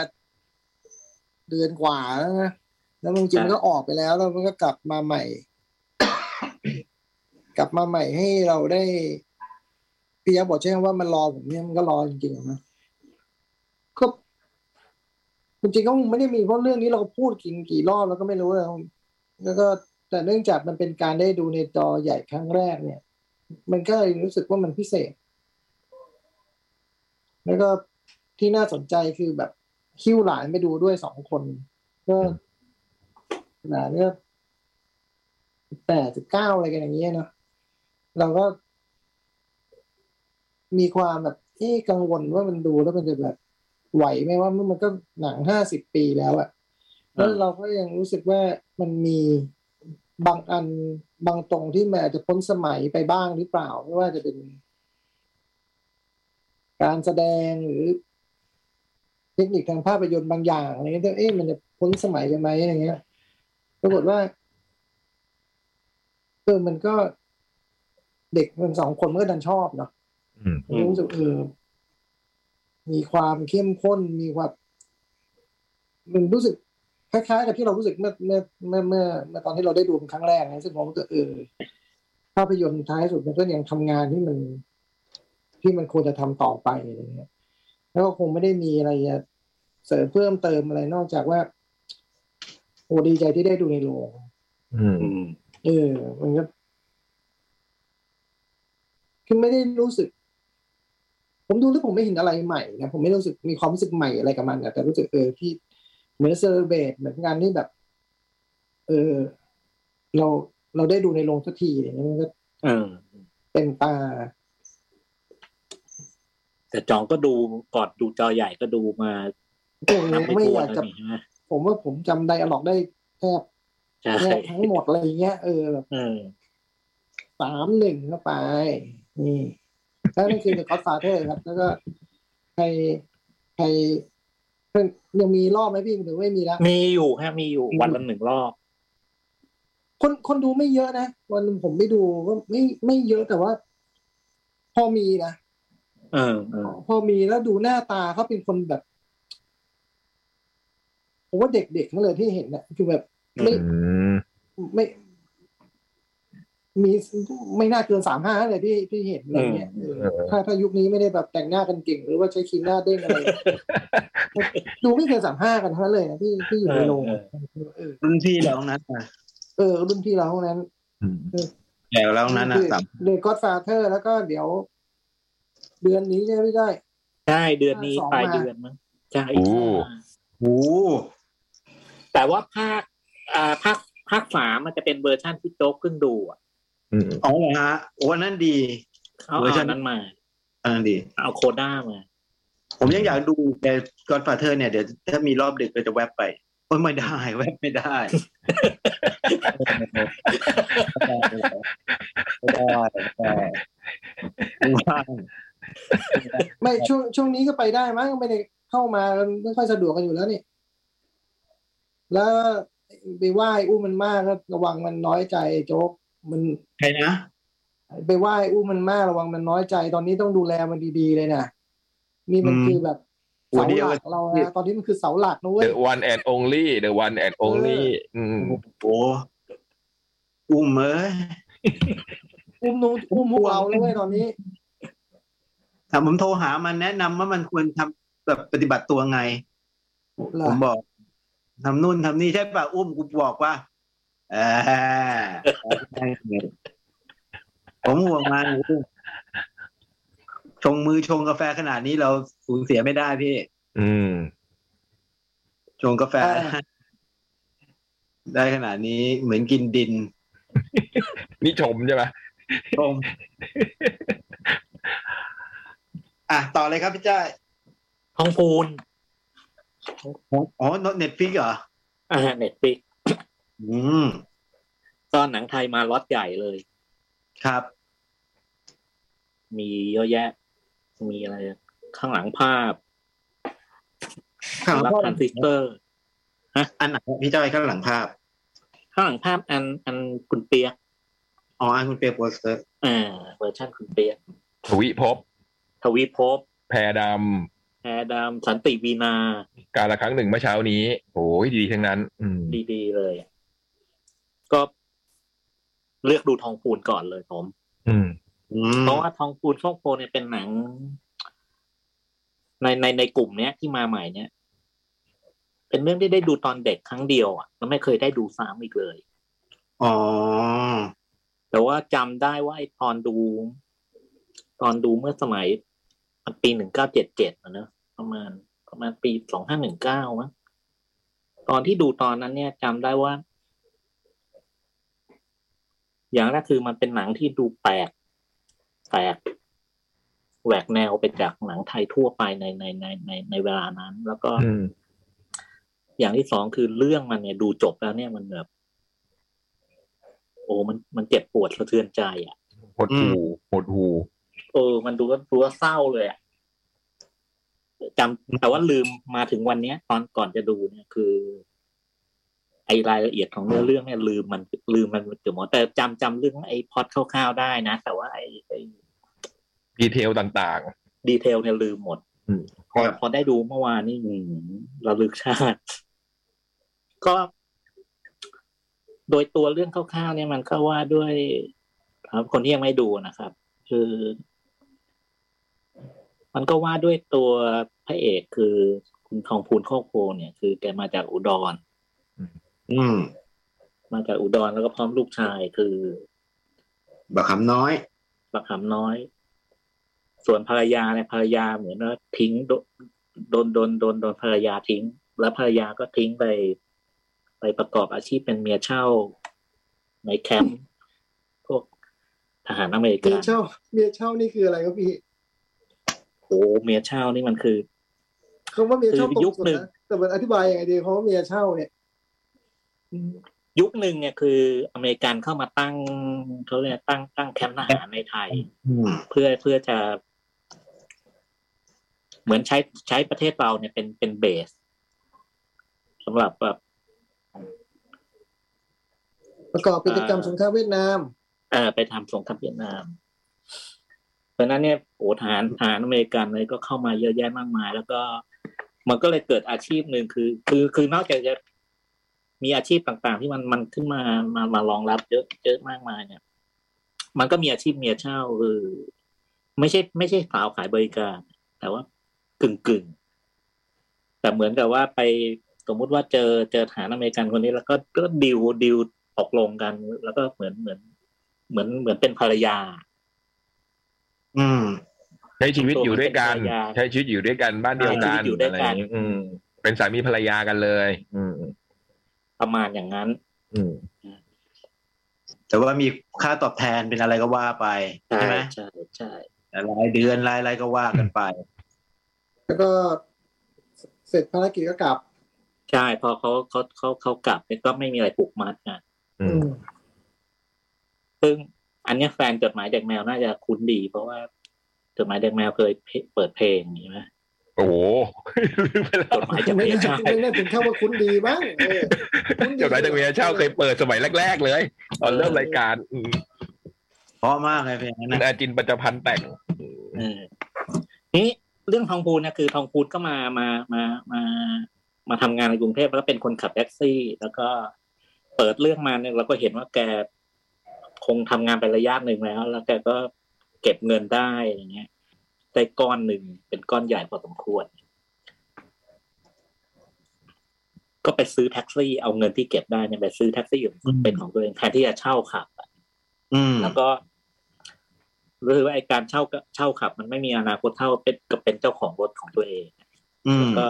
เดือนกว่าแล้วนะแล้วมันจริงมันก็ออกไปแล้ว แล้วมันก็กลับมาใหม่ กลับมาใหม่ให้เราได้พี่ยักษ์บอกใช่ไหมว่ามันรอผมเนี่ยมันก็รอจริงๆนะก็จริงๆก็คงไม่ได้มีเพราะเรื่องนี้เราก็พูดกินกี่รอบแล้วก็ไม่รู้แล้วแล้วก็แต่เนื่องจากมันเป็นการได้ดูในจอใหญ่ครั้งแรกเนี่ย มันก็เลยรู้สึกว่ามันพิเศษ แล้วก็ที่น่าสนใจคือแบบคิ้วหลานไปดูด้วยสองคน ก็หลานก็แปดสิบเก้าอะไรกันอย่างเงี้ยเนาะเราก็ มีความแบบเอ๊ะกังวลว่ามันดูแล้วมันจะแบบ ไหวไหมว่ามันก็หนังห้าสิบปีแล้วอะแล้วเราก็ยังรู้สึกว่ามันมีบางอันบางตรงที่มันอาจจะพ้นสมัยไปบ้างหรือเปล่า ไม่ว่าจะเป็น การแสดงหรือ เทคนิคทางภาพยนตร์บางอย่างอะไรเงี้ยแต่เอ๊ะมันจะพ้นสมัยไปไหมอะไรเงี้ยปรากฏว่าเออมันก็เด็กมันสองคนมันก็ดันชอบเนาะ
อืม
อืม
รู้สึกเออมีความเข้มข้น มีความมันรู้สึกคล้ายๆกับที่เรารู้สึกเมื่อเมื่อเมื่อเมื่อเมื่อตอนที่เราได้ดูมันครั้งแรกนะซึ่งผมก็เออภาพยนตร์ท้ายสุดมันก็ยังทำงานที่มัน ที่มันควรจะทำต่อไปอะไรเงี้ย แล้วก็คงไม่ได้มีอะไรจะเสริมเพิ่มเติมอะไรนอกจากว่าโอ้ดีใจที่ได้ดูในโรง
อืม
อืม
เออ มันก็คือไม่ได้รู้สึก ผมดูแล้วผมไม่เห็นอะไรใหม่นะ ผมไม่รู้สึกมีความรู้สึกใหม่อะไรกับมันนะแต่รู้สึกเออที่เหมือนเซอร์เบตเหมือนงานที่แบบ เออ เราเราได้ดูในโรงสักทีอย่างเงี้ยมันก็
เออ
เต็มตา
แต่จองก็ดูก่อนดูจอใหญ่ก็ดูมา
ผม
นับไม่
ไม่
ถ้ว
อน ยาก
เลย
จะ
นี่ใช่ไหม
ผมว่าผมจำไดอะล็อกได้แทบ
ใช่
แทบทั้งหมดอะไรเงี้ยเออแบบ
เออ
สามหนึ่งเข้าไป นี่แล้วนั่นคือเดอะก็อดฟาเธอร์ครับ แล้วก็ใครใครเพิ่งยังมีรอบไหมพี่หรือไม่มีแล้ว
มีอยู่ฮะมีอยู่วันละหนึ่งรอบ
คนคนดูไม่เยอะนะวันผมไม่ดูก็ไม่ไม่เยอะแต่ว่า พอมีนะ
เออเออ
พอมีแล้วดูหน้าตาเขาเป็นคนแบบผมว่าเด็กๆนั่นเลยที่เห็นนะคือแบบไม่
อืม
ไม่ มีไม่น่าเกินสามห้าเลยที่ที่เห็นอะไรเงี้ยเออถ้าถ้ายุคนี้ไม่ได้แบบแต่งหน้ากันเก่ง หรือว่าใช้ครีมหน้าเด้งอะไร ดูไม่เคยสามห้ากันเท่านั้นเลยนะที่ที่อยู่ในโรง
เออ
เออ
รุ่นพี่เราทั้งนั้นนะ
เออรุ่นพี่เราเท่านั้น
แก่เราทั้งนั้นนะ
คือ
สาม
เดอะก็อดฟาเธอร์แล้วก็เดี๋ยว เดือนนี้ใช่ไหมพี่จ้อย
ใช่เดือนนี้
สอง
ปลาย
มา
เดือนมั้งใช่
โอ้
โอ้โห
แต่ว่าภาคอ่าภาคภาคสามมันจะเป็นเวอร์ชั่นที่โจ๊กเพิ่งดูอะ
อืม
เอาเหรอฮะโอ้อันนั่นดี
เขา
เวอร์ชั
เอา
น
นั้นมา
อันนั้นดี
เอาโคด้ามา
ผมยังอยากดูแต่ Godfather เนี่ยเดี๋ยวถ้ามีรอบดึกก็จะแวบไปโอ้ยไม่ได้ แวบไม่ ได้ไม่ได้ไม่ได้ว่าง
ไม่ช่วงช่วงนี้ก็ไปได้มั้งไม่ได้เข้ามากันไม่ค่อยสะดวกกันอยู่แล้วนี่ แล้วไปไหว้อู้มมันมากก็ระวังมันน้อยใจไอ้โจ๊กมัน
ใครนะ
ไปไหว้อู้มมันมากระวังมันน้อยใจ ตอนนี้ต้องดูแลมันดีๆเลยนะนี่มันคือแบบเสาหลักเรานะตอนนี้มันคือเสาหลักนะเว้
เด
ย
อะวันแอนด์องลี่เดอะวันแอนด์องลี่อืม
โอ้อุ้มเอ้ย
อุ้มนูนอุ้มพวกเราแล้วเว้ยตอนนี้
ถ้าผมโทรหามันแนะนำว่ามันควรทำแบบปฏิบัติตัวไง
เหรอ
ผมบอกทำนู่นทำนี่ใช่ป่ะ อุ้มกูบอกว่าเออผมห่วงมันอุ้มชงมือชงกาแฟขนาดนี้เราสูญเสียไม่ได้พี่
อืม
ชงกาแฟ
อ่า
ได้ขนาดนี้เหมือนกินดิน
นี่ชมใช่ไหม
ชมอ่ะ ต่อเลยครับพี่จ้าย
ทองพูน
อ๋อเน็ตฟิกเหรอ
อ่าเน็ตฟิก
อืม
ตอนหนังไทยมาล็อตใหญ่เลย
ครับ
มีเยอะแยะ มีอะไรอะข้างหลังภาพ
ข้างหลังภาพ
ทรานซิสเตอร์
อันไหนพี่จ้อยข้างหลังภาพ
ข้างหลังภาพอันอันคุณเปียก
อ๋ออันคุณเปียโปสเตอร์
อ่าเวอร์ชันคุณเปียก
ทวิภพ
ทวีภพ
แพรด
แอร์ดามสันติวีนา
ำการละครั้งหนึ่งเมื่อเช้านี้โอ้ยดีทั้งนั้น อืม
ดีๆเลยอะก็เลือกดูทองพูนก่อนเลยผม
อืม
อืม
เพราะว่าทองพูนโชคโพเนี่ยเป็นหนัง ในในในกลุ่มเนี้ยที่มาใหม่เนี้ยเป็นเรื่องที่ได้ดูตอนเด็กครั้งเดียวอ่ะแล้วไม่เคยได้ดูซ้ำอีกเลย
อ๋อ
แต่ว่าจำได้ว่าไอ้ตอนดู ตอนดูเมื่อสมัยปีหนึ่งเก้าเจ็ดเจ็ดนะเนอะประมาณ ประมาณปีสองห้าหนึ่งเก้ามั้งตอนที่ดูตอนนั้นเนี่ยจำได้ว่า อย่างแรกคือมันเป็นหนังที่ดูแปลกแปลกแหวกแนวไปจากหนังไทยทั่วไปในในในในในเวลานั้น แล้วก็
อืม
อย่างที่สองคือเรื่องมันเนี่ยดูจบแล้วเนี่ยมันแบบ โอ้มันมันเจ็บปวดสะเทือนใจอ่ะ
หดหูหดหู
เออ มันดูว่าดูว่าเศร้าเลยอะจำแต่ว่าลืมมาถึงวันเนี้ย ตอนก่อนจะดูเนี่ยคือ ไอรายละเอียดของเนื้อเรื่องเนี่ยลืมมันลืมมันเกือบหมดแต่จำจำเรื่องไอพล็อดคร่าวๆได้นะ แต่ว่าไอไอ
ดีเทลต่าง
ดีเทลเนี่ยลืมหมด
อืม
พอพอได้ดูเมื่อวานนี่อืมระลึกชาติ ก็ โดยตัวเรื่องคร่าวๆเนี่ยมันก็ว่าด้วยครับคนที่ยังไม่ดูนะครับ คือ มันก็ว่าด้วยตัวพระเอกคือคุณทองพูนโคกโพเนี่ย คือแกมาจากอุดร
อืม
มาจากอุดรแล้วก็พร้อมลูกชายคือ
บักคำน้อย
ประคำน้อย ส่วนภรรยาเนี่ยภรรยาเหมือนว่าทิ้งโดโดนโดนโดนโดนภรรยาทิ้ง แล้วภรรยาก็ทิ้งไป ไปประกอบอาชีพเป็นเมียเช่า ในแคมป์พวกทหารอเมริ
เบี
กั
ย
น
ร์เช่าเบียร์เช่านี่คืออะไรครับพี่
โอ้เมียเช่านี่มันคือ
คำว่าเบียร์เช่า
คือ
ตรง
ยุค
สุด
หนึ่ง
นะแต่มันอธิบายยังไงดีเพราะว่าเบียร์เช่าเนี่ย
ยุคหนึ่งเนี่ยคืออเมริกันเข้ามาตั้งเขาเรียกตั้งตั้งแคมป์ทหารในไทย
อืม
เพื่อเพื่อจะ เหมือนใช้ใช้ประเทศเราเนี่ยเป็นเป็นเบสสำหรับแบบ
ประกอบกิจกรรมสงครามเวียดนาม
เออไปทำสงครามเวียดนาม เพราะฉะนั้นเนี่ยโอ้ฐานฐานอเมริกันเลยก็เข้ามาเยอะแยะมากมาย แล้วก็มันก็เลยเกิดอาชีพหนึ่งคือ คือคือนอกจากจะมีอาชีพต่างๆ ที่มันมันขึ้นมามามารองรับเยอะเยอะมากมายเนี่ย มันก็มีอาชีพเมียเช่าคือไม่ใช่ ไม่ใช่สาวขายบริการ แต่ว่ากึ่งกึ่ง แต่เหมือนกับว่าไปสมมุติว่าเจอเจอฐานอเมริกันคนนี้ แล้วก็ก็ดิวดิวตกลงกัน แล้วก็เหมือนเหมือน เหมือนเหมือนเป็นภรรยา
อืม
ใช้ชีวิตอยู่ด้วยกัน
เป็นภรรยา
ใช้ชีวิตอยู่ด้วยกันบ้านเดียวกัน
ใช้ชีวิตอยู่ด้วยกั
ะ
น
ไรางงี้อืม เป็นสามีภรรยากันเลย อืม
ประมาณอย่างนั้น
อืม
แต่ว่ามีค่าตอบแทนเป็นอะไรก็ว่าไป
ใช่
ใช่ไหม
ใช่ใช่
รายเดือนรายอะไรก็ว่ากันไป
แล้วก็เสร็จภารกิจก็กลับ
ใช่พอเขาเขาเขาเขากลับเนี่ยก็ไม่มีอะไรผูกมัดนะ
อื
อื
ม
ม
ซึ่งอันเนี้ยแฟนจดหมายจากแมวน่าจะคุ้นดี เพราะว่าจดหมายจากแมวเคยเพเปิดเพลงใช่ไหม
โอ้โห ลืมไปแล้
จ
ว
ดหมายจาก
ไม่
เมีย
น่า
เช่า
ไม่น่าถึงเข้าว่าคุ้นดีบ้างเออคุ้น
จดหมายจากเมียเช่าเคยเปิดสมัยแรก ๆ เลยตอนเริ่มรายการอืม
เพราะมากเลยเพลงนั้น
คุณ
นะ
อาจินปัจจพันธ์แต่ง
เออนี่เรื่องทองพูนเนี่ยคือทองพูนก็มามามามา มาทำงานในกรุงเทพแล้วเป็นคนขับแท็กซี่ แล้วก็เปิดเรื่องมาเนี่ยเราก็เห็นว่าแกคงทำงานไประยะหนึ่งแล้ว แล้วแกก็เก็บเงินได้อย่างเงี้ยได้ก้อนหนึ่งเป็นก้อนใหญ่พอสมควร ก็ไปซื้อแท็กซี่เอาเงินที่เก็บได้เนี่ยไปซื้อแท็กซี่ของเป็นของตัวเองแทนที่จะเช่าขับอะ
อืม
แล้วก็รู้สึกว่าไอการเช่าก็เช่าขับ มันไม่มีอนาคตเท่าเป็นกับเป็นเจ้าของรถของตัวเอง
อืม
ก็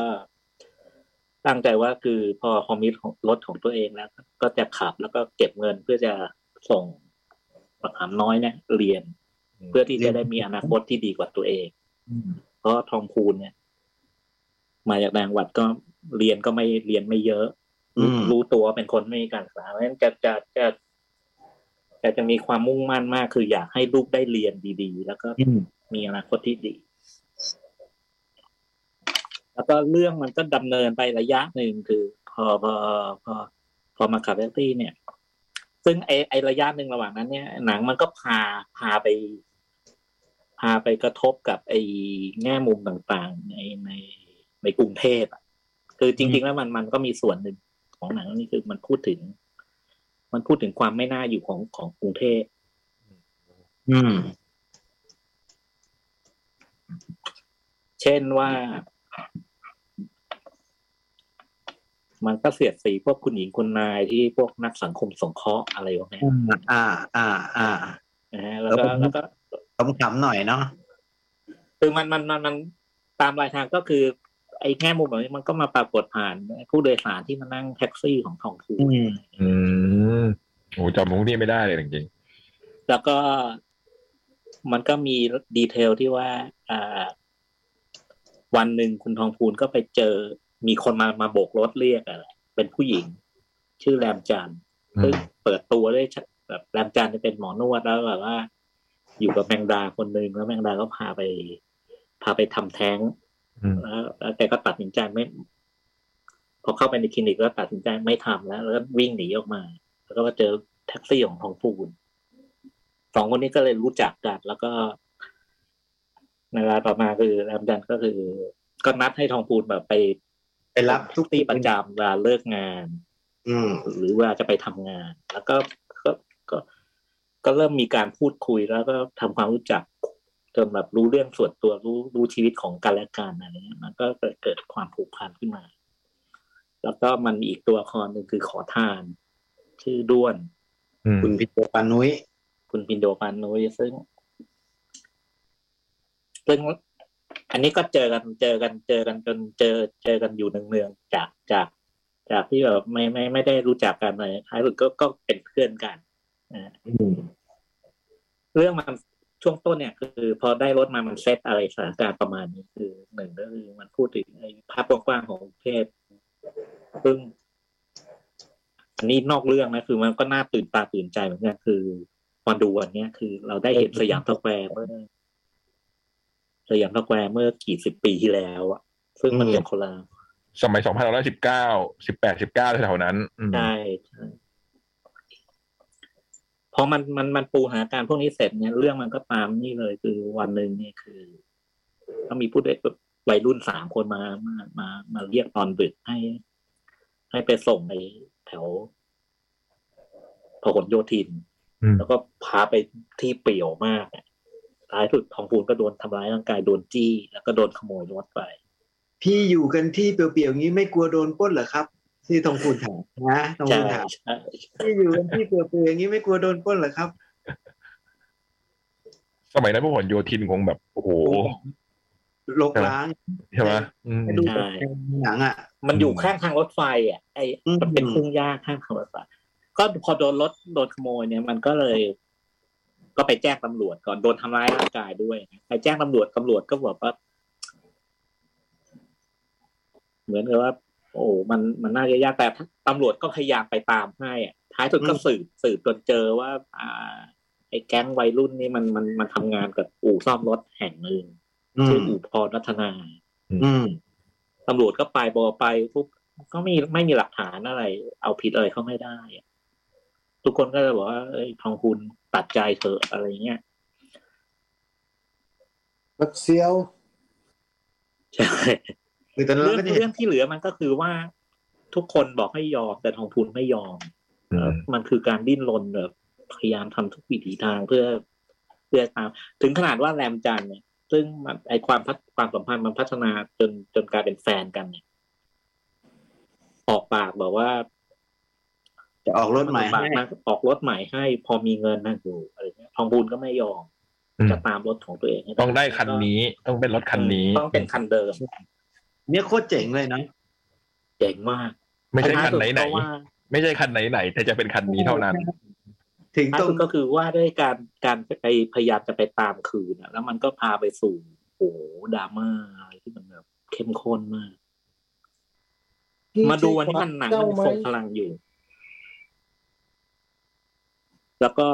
ตั้งใจว่าคือพอคอมมิตของรถของตัวเองแล้ว ก็จะขับแล้วก็เก็บเงินเพื่อจะส่งมะขามน้อยเนี่ยเรียน
อืม
เพื่อที่จะได้มีอนาคตที่ดีกว่าตัวเอง เพราะทองคูณเนี่ย มาจากแดงหวัดก็เรียนก็ไม่เรียนไม่เยอะ
อืม
รู้ตัวเป็นคนไม่มีการศึกษาเพราะฉะนั้นจะจะจะจะจะมีความมุ่งมั่นมาก คืออยากให้ลูกได้เรียนดีๆ แล้วก็
อืม
มีอนาคตที่ดี แล้วก็เรื่องมันก็ดำเนินไประยะหนึ่งคือ พอพอพอพอมาขับแท็กซี่เนี่ย ซึ่งไอไอระยะหนึ่งระหว่างนั้น เนี่ย หนังมันก็พาพาไป พาไปกระทบกับไอแง่มุมต่างๆ ในในในกรุงเทพอ่ะ คือจริง ๆ แล้วมันมันก็มีส่วนหนึ่งของหนังเรื่องนี้คือมันพูดถึง มันพูดถึงความไม่น่าอยู่ของของกรุงเทพ
อืม
เช่นว่า มันก็เสียดสีพวกคุณหญิงคุณนายที่พวกนักสังคมสงเคราะห์อะไรพวกเนี้ย
อ่า อ่า อ่า
นะฮะแล้วก็แล้วก็
ขำๆหน่อยเนาะ
คือมันมันมันมันตามรายทางก็คือ ไอ้แง่มุมแบบนี้มันก็มาปรากฏผ่านผู้โดยสารที่มานั่งแท็กซี่ของทองคู
อืม
อืมโอ้โหจำมุกนี่ไม่ได้เลยจริง
แล้วก็มันก็มีดีเทลที่ว่า อ่า วันหนึ่งคุณทองพูนก็ไปเจอ มีคนมามาโบกรถเรียกอะไรเป็นผู้หญิง ชื่อแรมจันทร์
ๆอื
ซึ่ง
ม
เปิดตัวด้วยชะแบบแรมจันทร์เป็นหมอนวดแล้วแบบว่า อยู่กับแมงดาคนหนึ่งแล้วแมงดาก็พาไป พาไปทำแท้ง
อืม
แล้วแล้วแกก็ตัดสินใจไม่ พอเข้าไปในคลินิกก็ตัดสินใจไม่ทำแล้ว แล้วก็วิ่งหนีออกมา แล้วก็มาเจอแท็กซี่ของทองพูนสองคนนี้ก็เลยรู้จักกันแล้วก็ ในเวลาต่อมาคือแรมจันทร์ก็คือ ก็นัดให้ทองพูนแบบไป
ไปรับทุก
ที่ประจำเวลาเลิกงาน
อืม
หรือเวลาจะไปทำงาน แล้วก็ก็ก็ก็เริ่มมีการพูดคุยแล้วก็ทำความรู้จักจนแบบรู้เรื่องส่วนตัวรู้รู้ชีวิตของกันและกันอะไรเงี้ยมันก็เกิดเกิดความผูกพันขึ้นมา แล้วก็มันมีอีกตัวละครหนึ่งคือขอทาน ชื่อด้วน
อืม
คุณพิโตปานุ้ย
คุณปินโดปานนุ้ยซึ่ง ซึ่งอันนี้ก็เจอกันเจอกันเจอกันจนเจอเจอกันอยู่เนืองๆจากจากจากที่แบบไม่ไม่ไม่ได้รู้จักกันเลยท้ายสุดก็ก็เป็นเพื่อนกันนะ
อืม
เรื่องมันช่วงต้นเนี่ยคือพอได้รถมามันเซตอะไรสถานการณ์ประมาณนี้คือหนึ่งก็คือมันพูดถึงไอ้ภาพกว้างๆของกรุงเทพซึ่ง อันนี้นอกเรื่องนะคือมันก็น่าตื่นตาตื่นใจเหมือนกันคือมาดูวันเนี้ยคือเราได้เห็นสยามสแควร์เมื่อสยามสแควร์เมื่อกี่สิบปีที่แล้วอะซึ่งมันเป็นคนละ
สมัยสองพันร้อยสิบเก้าสิบแปดสิบเก้าแถวๆนั้น อืม
ใช่ใช่พอมันมันมันปูหาการณ์พวกนี้เสร็จเนี่ยเรื่องมันก็ตามนี่เลย คือวันหนึ่งเนี่ยคือ ก็มีผู้เด็กวัยรุ่นสามคนมามามามาเรียกตอนดึกให้ ให้ไปส่งไปแถวพหลโยธิน
อืม
แล้วก็พาไปที่เปลี่ยวมากอะท้ายสุดทองพูนก็โดนทำร้ายร่างกายโดนจี้ แล้วก็โดนขโมยรถไป
พี่อยู่กันที่เปลี่ยวๆงี้ไม่กลัวโดนปล้นเหรอครับ ที่ทองคูณถามนะทอง
ใช่
คูณถาม
ใช่
พี่อยู่กันที่เปลี่ยวๆอย่างนี้ไม่กลัวโดนปล้นเหรอครับ
สมัยนั้นพวกหนโยธินคงแบบโอ้โห
โลกล้าง
ใช่ไหมอืม
ไปดูแต่หนังอ่ะ
มันอยู่ข้างทางรถไฟอ่ะไอ้
อืม
มันเป็นทุ่งหญ้าข้างทางรถไฟก็พอโดนรถโดนขโมยเนี่ยมันก็เลย ก็ไปแจ้งตำรวจก่อนโดนทำร้ายร่างกายด้วยไปแจ้งตำรวจตำรวจก็บอกว่าเหมือนกับว่า โอ้มันมันน่าจะยากแต่ตำรวจก็พยายามไปตามให้อะท้ายสุดก็สืบสืบจนเจอว่า อ่า ไอ้แก๊งวัยรุ่นนี่มันมันมันทำงานกับอู่ซ่อมรถแห่งหนึ่ง
อื
ชื่อ
ม
อู่พรรัตนา
อืม
ตำรวจก็ไปบอไปปุ๊บก็มีไม่มีหลักฐานอะไร เอาผิดอะไรเขาไม่ได้อะทุกคนก็จะบอกว่าเอ้ยทองคุณตัดใจเถอะอะไรเงี้ย
บักเซียว
ใช่
คือตอนนั้น
เรื่อง
เราก็จะเห็น
เรื่องที่เหลือมันก็คือว่า ทุกคนบอกให้ยอมแต่ทองพูนไม่ยอมเอ่อมันคือการดิ้นรนแบบพยายามทำทุกวิถีทางเพื่อ เพื่อตามถึงขนาดว่าแรมจันทร์เนี่ย ซึ่งมันไอความพัฒความสัมพันธ์มันพัฒนาจนจนกลายเป็นแฟนกันเนี่ย ออกปากบอกว่า
จะออกรถใหม่
บาทมากออกรถใหม่ให้พอมีเงินนั่งอยู่อะไรเงี้ยทองบุญก็ไม่ยอม
อืม
จะตามรถของตัวเองให้
ต้องได้คันนี้ต้องเป็นรถคันนี้
ต้องเป็นคันเดิม
เนี่ยโคตรเจ๋งเลยนะ
เจ๋งมาก
ไม่ใช่คันไหน
ท้าย
ไหน
สุดก็ว่า
ๆไม่ใช่คันไหนไหนๆแต่จะเป็นคันนี้เท่านั้น
ถึง
ท้าย
ตรง
สุดก็คือว่าด้วยการการไปพยายามจะไปตามคืนอะแล้วมันก็พาไปสู่โอ้โหดราม่าอะไรที่มันแบบเข้มข้นมาก มาดูวันที่มันหนังมันส่งพลังอยู่ แล้วก็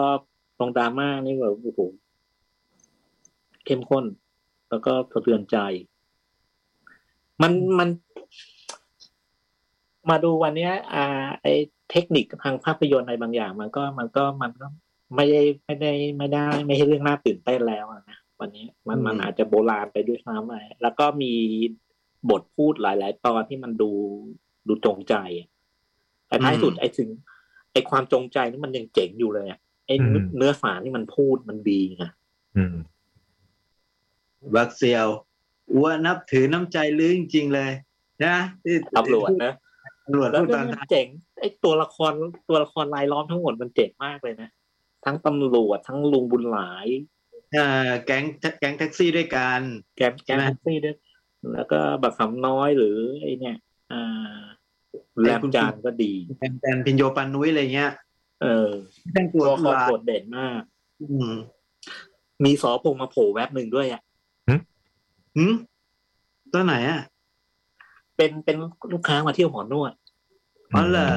ตรงดราม่านี่แบบโอ้โหเข้มข้น แล้วก็สะเทือนใจ มันมัน มาดูวันเนี้ย อ่า ไอเทคนิคทางภาพยนตร์อะไรบางอย่าง มันก็มันก็มันก็ไม่ได้ไม่ได้ไม่ได้ ไม่ใช่เรื่องน่าตื่นเต้นแล้วอะนะวันนี้มันมันอาจจะโบราณไปด้วยซ้ำไปแล้วก็มีบทพูดหลาย ๆ ตอนที่มันดูดูจงใจอะแต่ท้ายสุดไอ้ถึง ไอ้ความจงใจนี่มันยังเจ๋งอยู่เลยอะไอ้
อืม
เนื้อสารที่มันพูดมันดีไง
อืม
บักเซียวอ้วนนับถือน้ำใจลือจริงๆเลย นะที่
ตำรวจนะ
ตำรวจ
แล้ว
พูดต
เรื่อ
อง น
มั
ท้าย
นเจ๋งไอ้ตัวละครตัวละครรายล้อมทั้งหมดมันเจ๋งมากเลยนะ ทั้งตำรวจทั้งลุงบุญหลาย
เอ่อแก๊งแก๊งแท็กซี่ด้วยกัน
แกร็บแกร็บ
ใช่ไหม
แท็กซี่ด้วยแล้วก็บักคำน้อยหรือไอ้เนี่ย อ่า
ไอ้
แรม
คุณ
จานก็ดี
แตนพินโยปันนุ้ยอะไรเงี้ย
เออ
แต่งตั
ตัว วละคร
ลา
โดดเด่นมาก
อืม
มีสอพงมาโผล่แวบหนึ่งด้วยอ่ะ
หืมตัวไหนอ่ะ
เป็นเป็นลูกค้ามาเที่ยวหอนวด
อ๋อเหรอ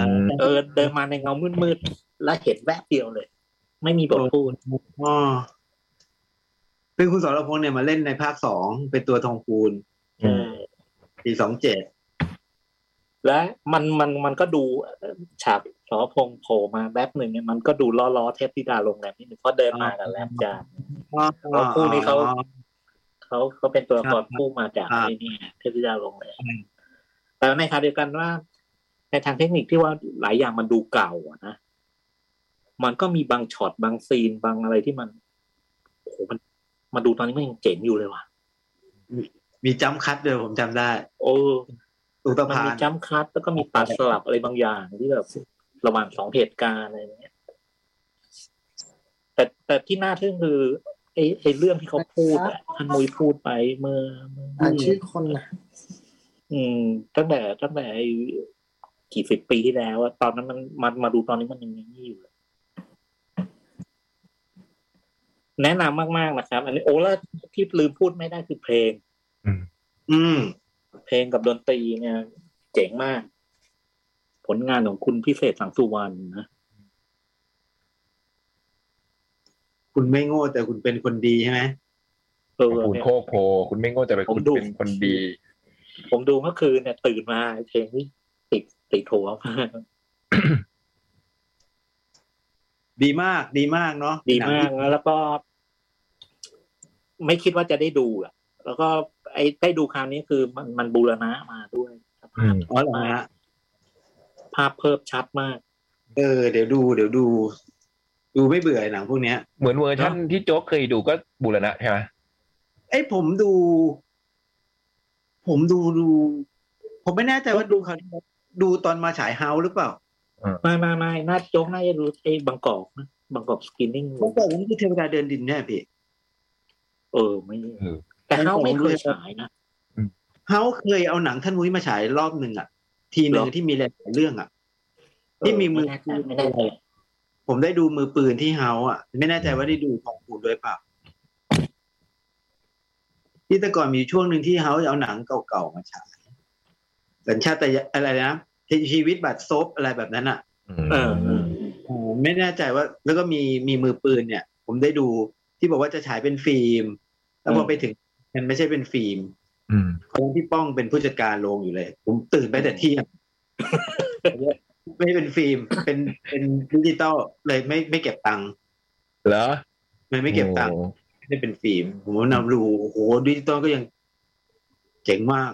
เออ เดินมาในเงามืดๆแล้วเห็นแวบเดียวเลย ไม่มีบทพูด
อ๋อคือคุณสรพงษ์เนี่ยมาเล่นในภาคสองเป็นตัวทองคูณ
อื
เอ
ม
อ
ปีสองเจ็ด
และมันมันมันก็ดูเอ่อฉากสอพงษ์โผล่มาแป๊บหนึ่งเนี่ยมันก็ดูล้อล้อๆเทพธิดาลงแรมนิดนึงเพราะเดินมากับแรมจาน เพราะคู่นี้เขา เขาเขาเป็นตัวละครผู้มาจาก
ครับ
ไอ้นี่เทพธิดาลงแรมแต่ในขณะเดียวกันว่า ในทางเทคนิคที่ว่าหลายอย่างมันดูเก่าอะนะมันก็มีบางช็อตบางซีนบางอะไรที่มันโอ้โหมันมาดูตอนนี้มันยังเจ๋งอยู่เลยว่ะ
มีจ้ำคัดด้วยผมจำได้
โอ้
ตุกตะ
มัน
พา
มี
น
จัมป์คัตแล้วก็มีตัดสลับอะไรบางอย่างที่แบบระหว่างสองเหตุการณ์อะไรอย่างเงี้ย แต่แต่ที่น่าทึ่งคือไอ้ไอ้เรื่องที่เขาพูดอะท่านมุยพูดไปเมื่อเมื่อ
อ่านชื่อคนนะ
อืม ตั้งแต่ตั้งแต่ไอ้กี่สิบปีที่แล้วอะตอนนั้นมันมามาดูตอนนี้มันยังนี่อยู่เลยแนะนำมากๆนะครับ อันนี้โอ้แล้วที่ลืมพูดไม่ได้คือเพลง
อืม
เพลงกับดนตรีเนี่ยเจ๋งมาก ผลงานของคุณพิเศษสังสุวรรณนะ
คุณไม่โง่แต่คุณเป็นคนดีใช่ไหม
เออ
คุณ
เนี่ย
โคกโพ คุณไม่โง่แต่เป็น
ผ
คุ
ม
ณ
ดู
เป็นคนดี
ผมดูเมื่อคืนเนี่ย ตื่นมาเพลงนี่ติดติดหัวมาก
ดีมากดีมากเนาะ
ดีมากนะแล้วก็ ไม่คิดว่าจะได้ดูอ่ะ แล้วก็ไอ้ได้ดูคราวนี้คือมันมันบูรณะมาด้วยภาพ
อ๋อเหรอฮะ
ภาพเพิ่มชัดมาก
เออเดี๋ยวดูเดี๋ยวดู ดูไม่เบื่อหนังพวกเนี้ย
เหมือนเวอร์ชั่นที่โจ๊กเคยดูก็บูรณะใช่ไหม
เอ้ยผมดู ผมดูดู ผมไม่แน่ใจว่าดูคราวที่แล้วดูตอนมาฉายเฮาหรือเปล่า
ไม่ไม่ไม่น่าโจ๊กน่าจะรู้ไอ้บางกอกนะบางกอกสกินนิ่ง
ผมบอกว่านี่คือเทวดาเดินดินแน่พี่
เออไม่แต่เขาไม่เคยฉายนะ
เฮาเคยเอาหนังท่านมุ้ยมาฉายรอบหนึ่งอ่ะ ทีหนึ่ง
เหรอ
ที่มีหลายๆเรื่องอ่ะ ที่มีมือ
ไไม่ได้เลย
ผมได้ดูมือปืนที่เฮาอ่ะ ไม่แน่ใจว่าได้ดูของคุณด้วยเปล่าที่แต่ก่อนมีช่วงหนึ่งที่เฮาจะเอาหนังเก่าๆมาฉายสัญชาติยะอะไรนะชีวิตบัตรซบอะไรแบบนั้นอ่ะ
เออเออ
ผมไม่แน่ใจว่าแล้วก็มีมีมือปืนเนี่ย ผมได้ดูที่บอกว่าจะฉายเป็นฟิล์ม แล้วพอไปถึงมันไม่ใช่เป็นฟิล์ม
ม
คนที่ป้องเป็นผู้จัดการโรงอยู่เลย ผมตื่นไปแต่เที่ยง ไม่เป็นฟิล์ม เป็นเป็นดิจิตอลเลยไม่ไม่เก็บตังค์
เหรอ
ไม่ไม่เก็บตังค์
โอ้
ไม่ได้เป็นฟิล์ม ผมว่านำรูโอ้โหดิจิตอลก็ยังเจ๋งมาก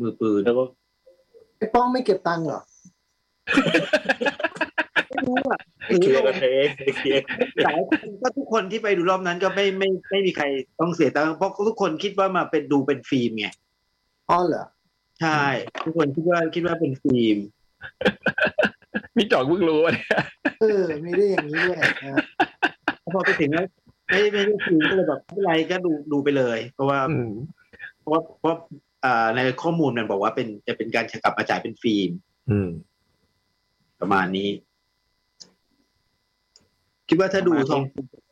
มือปืน
แล้วก็
ไอ้ป้องไม่เก็บตังค์เหรอ
ไม่รู้อ่ะ
เคลียร์กันเองเคลียร์
หลายคนก็ทุกคนที่ไปดูรอบนั้นก็ไม่ไม่ไม่มีใครต้องเสียตังค์เพราะทุกคนคิดว่ามาเป็นดูเป็นฟิล์มไง
อ๋อเหรอ
ใช่ทุกคนคิดว่าคิดว่าเป็นฟิล์ม
นี่จอกเพิ่งรู้ว่าเนี่ย
เออ มีได้อย่างนี้ด้วยนะ
พอไปถึงแล้วไม่ไม่ได้ฟิล์มก็เลยแบบไม่เป็นไรก็ดูดูไปเลย เพราะว่า
อืม
เพราะว่าเพราะอ่าในข้อมูลมันบอกว่าเป็นจะเป็นการกลับมาจ่ายเป็นฟิล์ม
อืม
ประมาณนี้ คิดว่าถ้าดูทอง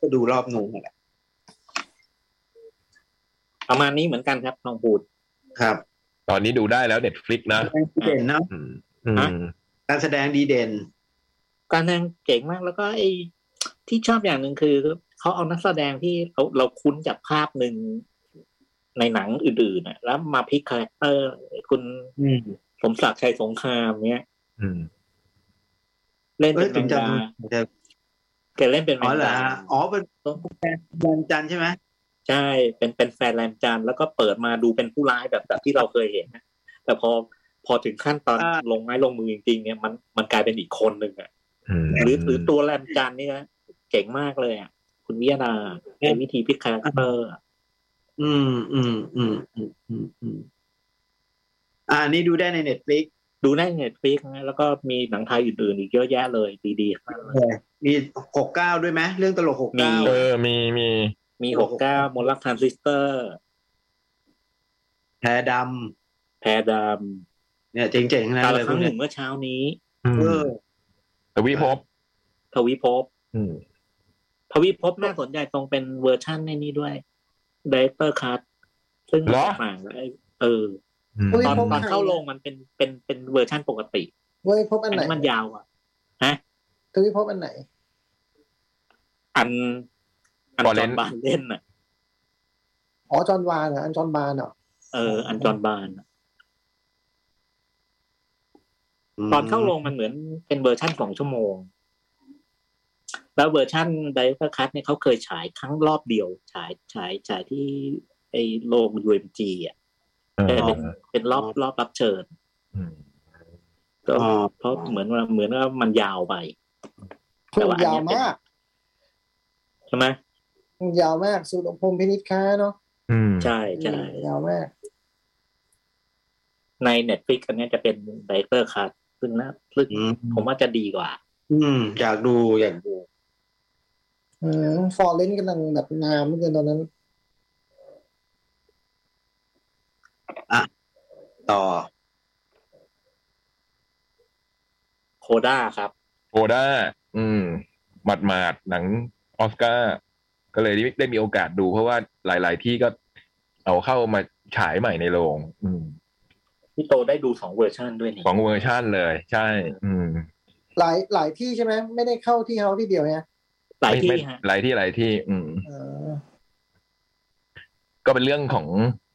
ก็ดูรอบนู้นนั่นแหละ
ประมาณนี้เหมือนกันครับทองบูด
ครับ
ตอนนี้ดูได้แล้วเน็ตฟลิกนะ
ดีเด่นเนอะ
อืมอืม
ฮะ
การแสดงดีเด่น
การแสดงเก่งมากแล้วก็ไอ้ที่ชอบอย่างหนึ่งคือเขาเอานักแสดงที่เราเราคุ้นจากภาพหนึ่งในหนังอื่นๆนะแล้วมาพลิกคาแรคเตอร์คุณ
อืม
สมศักดิ์ชัยสงครามเนี้ย
อืม
เล่นเป็น
เอ้ย
แมง
ผมจำ
ดาแกเล่นเป็นแม
อ๋อง เหรอ
ดา
ฮะอ๋อเป็นแฟนแฟนจันทร์ใช่ไหม
ใช่เป็นเป็นแฟนแรมจันทร์แล้วก็เปิดมาดูเป็นผู้ร้ายแบบแบบที่เราเคยเห็นนะแต่พอพอถึงขั้นตอนลงไม้ลงมือจริงๆเนี่ยมันมันกลายเป็นอีกคนหนึ่งอะ
อืม
หรือหรือตัวแรมจันทร์นี่นะเจ๋งมากเลยอะคุณวิยดาในวิธีพลิกคาแรคเตอร์อะ
อืมอืมอืมอืมอืมอืมอ่านี่ดูได้ในเน็ตฟลิก
ดูได้เน็ตฟลิกนะแล้วก็มีหนังไทยอื่นๆอีกเยอะแยะเลยดีๆทั้งนั้นเลย
มีหกเก้าด้วยไหมเรื่องตลกหกเก้า
เออมีมี
มีหกเก้ามนต์รักทรานซิสเตอร์
แพรด
แพรด
ำเนี่ยเจ๋งๆทั้ง
ำ
นะ
ตา
อะไร
ละค
พว
รั้
ก
งห
เนี้
นึ่
ย
งเมื่อเช้านี้
อืม
เออ
ทวิภพ
ทวิภพ
อืม
ทวิภพน่าสนใจตรงเป็นเวอร์ชั่นในนี้ด้วยไดเปอร์คัทซึ่ง
เหรอ
ต่างกับไอ้เออ
อืม
เฮ้ย
ตอน
พบ
ตอน
ใคระ
เข้าลงมันเป็นเป็นเป็นเวอร์ชั่นปกติ
เว้ยพบ
อั
อั
น
นไหน
นี้มันยาวอ่ะ
ทวิพบอันไหน
อันอันจอนบานเล่นอ่ะ
อ๋อ จอห์นวานเหรออันจอห์นบานเหรอ
เอออันจอนบานอะตอนเข้าลงมันเหมือนเป็นเวอร์ชั่นสองชั่วโมง แล้วเวอร์ชั่นไดเปอร์คัทเนี่ยเขาเคยฉายครั้งรอบเดียว ฉายฉายฉายที่ไอ้โรงยูเอ็มจีอ่ะ
เออ
แต่เป็นเป็นรอบรอบรับเชิญ
อืม
ก็
อ๋อ
เพราะเหมือนว่าเหมือนว่ามันยาวไป แต่ว่าอันเนี้
ยาวมา
ย
ก
ใช่ไหม
ยาวมากสูตรของพรหมพินิจค้าเนาะ
อืม
ใช่ใช่
ยาวมาก
ในเน็ตฟลิกอันเนี้ยจะเป็นไดเปอร์คัทซึ่งนะซึ่ง
อืม
ผมว่าจะดีกว่า
อืมอยากดูอยากดู
อืมฟอร์เรนกำลังแบบนามเมื่อเดือนตอนนั้น
ต่อ
โคด้าครับ
โอด้าอืมหมาดหมาดๆหนังออสการ์ก็เลยได้มีโอกาสดูเพราะว่าหลาย ๆ ที่ก็เอาเข้ามาฉายใหม่ในโรงอืม
พี่โตได้ดูสองเวอร์ชันด้วยนี่
สองเวอร์ชั่นเลย ใช่ อืม
หลายหลายที่ใช่ไหมไม่ได้เข้าที่เฮาที่เดียวฮะ
หลายที่
ไม่
ฮะ
หลายที่หลายที่ อืม
เออ
ก็เป็นเรื่องของ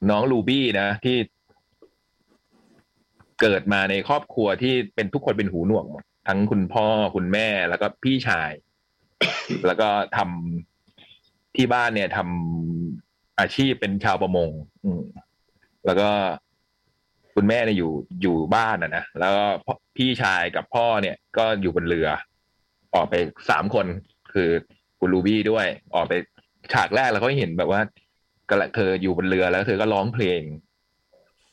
น้องลูบี้นะ ที่เกิดมาในครอบครัวที่เป็นทุกคนเป็นหูหนวกหมดทั้งคุณพ่อคุณแม่แล้วก็พี่ชาย แล้วก็ทำที่บ้านเนี่ยทำอาชีพเป็นชาวประมง อืมแล้วก็คุณแม่เนี่ยอยู่อยู่บ้านนะนะแล้วก็พ่อพี่ชายกับพ่อเนี่ยก็อยู่บนเรือ ออกไปสามคนคือคุณลูบี้ด้วย ออกไปฉากแรกแล้วก็เห็นแบบว่า ก็แหละเธออยู่บนเรือแล้วเธอก็ร้องเพลง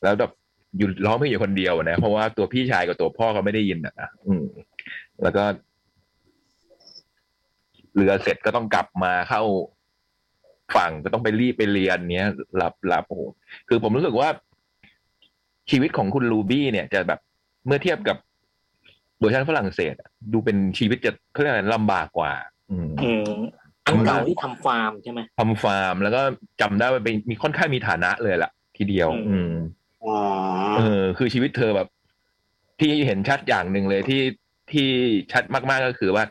แล้วแบบอยู่ร้องเพลงอยู่คนเดียวอะนะ เพราะว่าตัวพี่ชายกับตัวพ่อเขาไม่ได้ยินอะนะอืม แล้วก็เรือเสร็จก็ต้องกลับมาเข้าฝั่งก็ต้องไปรีบไปเรียนเนี้ยหลับหลับโอ้โหคือผมรู้สึกว่า ชีวิตของคุณลูบี้เนี่ยจะแบบเมื่อเทียบกับเวอร์ชันฝรั่งเศสอะดูเป็นชีวิตจะเขาเรียกอะไรลำบากกว่า อืม
อืมอันเก่าที่ทำฟาร์มใช่ไหม
ทำฟาร์มแล้วก็จำได้ว่าเป็นมีค่อนข้างมีฐานะเลยล่ะ ทีเดียว
อืม
อืม
อ๋อ
เออ คือชีวิตเธอแบบ ที่เห็นชัดอย่างหนึ่งเลยที่ที่ชัดมากๆก็คือว่า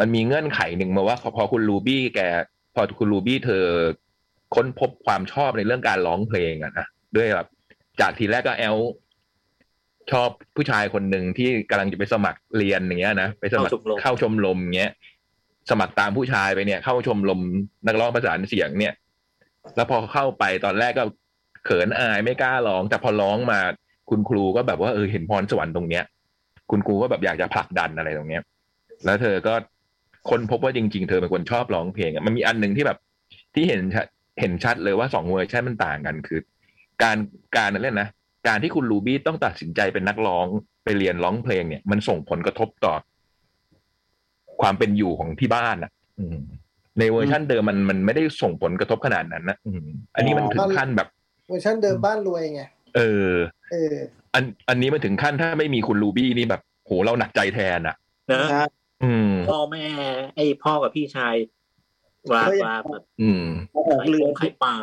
มันมีเงื่อนไขหนึ่งมาว่าพอพอคุณรูบี้แก พอคุณรูบี้เธอค้นพบความชอบในเรื่องการร้องเพลงอะนะด้วยแบบ จากทีแรกก็แอลชอบผู้ชายคนหนึ่งที่กำลังจะไปสมัครเรียนอย่างเงี้ยนะไปสมัคร
เข้าชมรม
เข้าชมรมเงี้ยสมัครตามผู้ชายไปเนี่ย เข้าชมรมนักร้องประสานเสียงเนี่ย แล้วพอเข้าไปตอนแรกก็เขินอายไม่กล้าร้อง แต่พอร้องมาคุณครูก็แบบว่าเออเห็นพรสวรรค์ตรงเนี้ย คุณครูก็แบบอยากจะผลักดันอะไรตรงเนี้ย แล้วเธอก็คนพบว่าจริง ๆ เธอเป็นคนชอบร้องเพลงอะมันมีอันหนึ่งที่แบบที่เห็นชัดเห็นชัดเลยว่าสองเวอร์ชันมันต่างกันคือ การการนั่นเล่นนะการที่คุณรูบี้ต้องตัดสินใจเป็นนักร้องไปเรียนร้องเพลงเนี่ย มันส่งผลกระทบต่อ ความเป็นอยู่ของที่บ้านอ่ะ อืม ในเวอร์ชันเดิมมันมันไม่ได้ส่งผลกระทบขนาดนั้นนะอืม อันนี้มันถึงขั้นแบบ
เวอร์ชันเดิมบ้านรวยไง
เออ
เออ
อันอันนี้มันถึงขั้นถ้าไม่มีคุณรูบี้นี่แบบโหเราหนักใจแทนอ่ะ
นะ
ใช่
อืม
พ่อแม่ ไอ้พ่อกับพี่ชายว่า
ก็ยัง
ว่าแบบ
อืม
ออก
เรื
เรือ อง
ไข่ปลา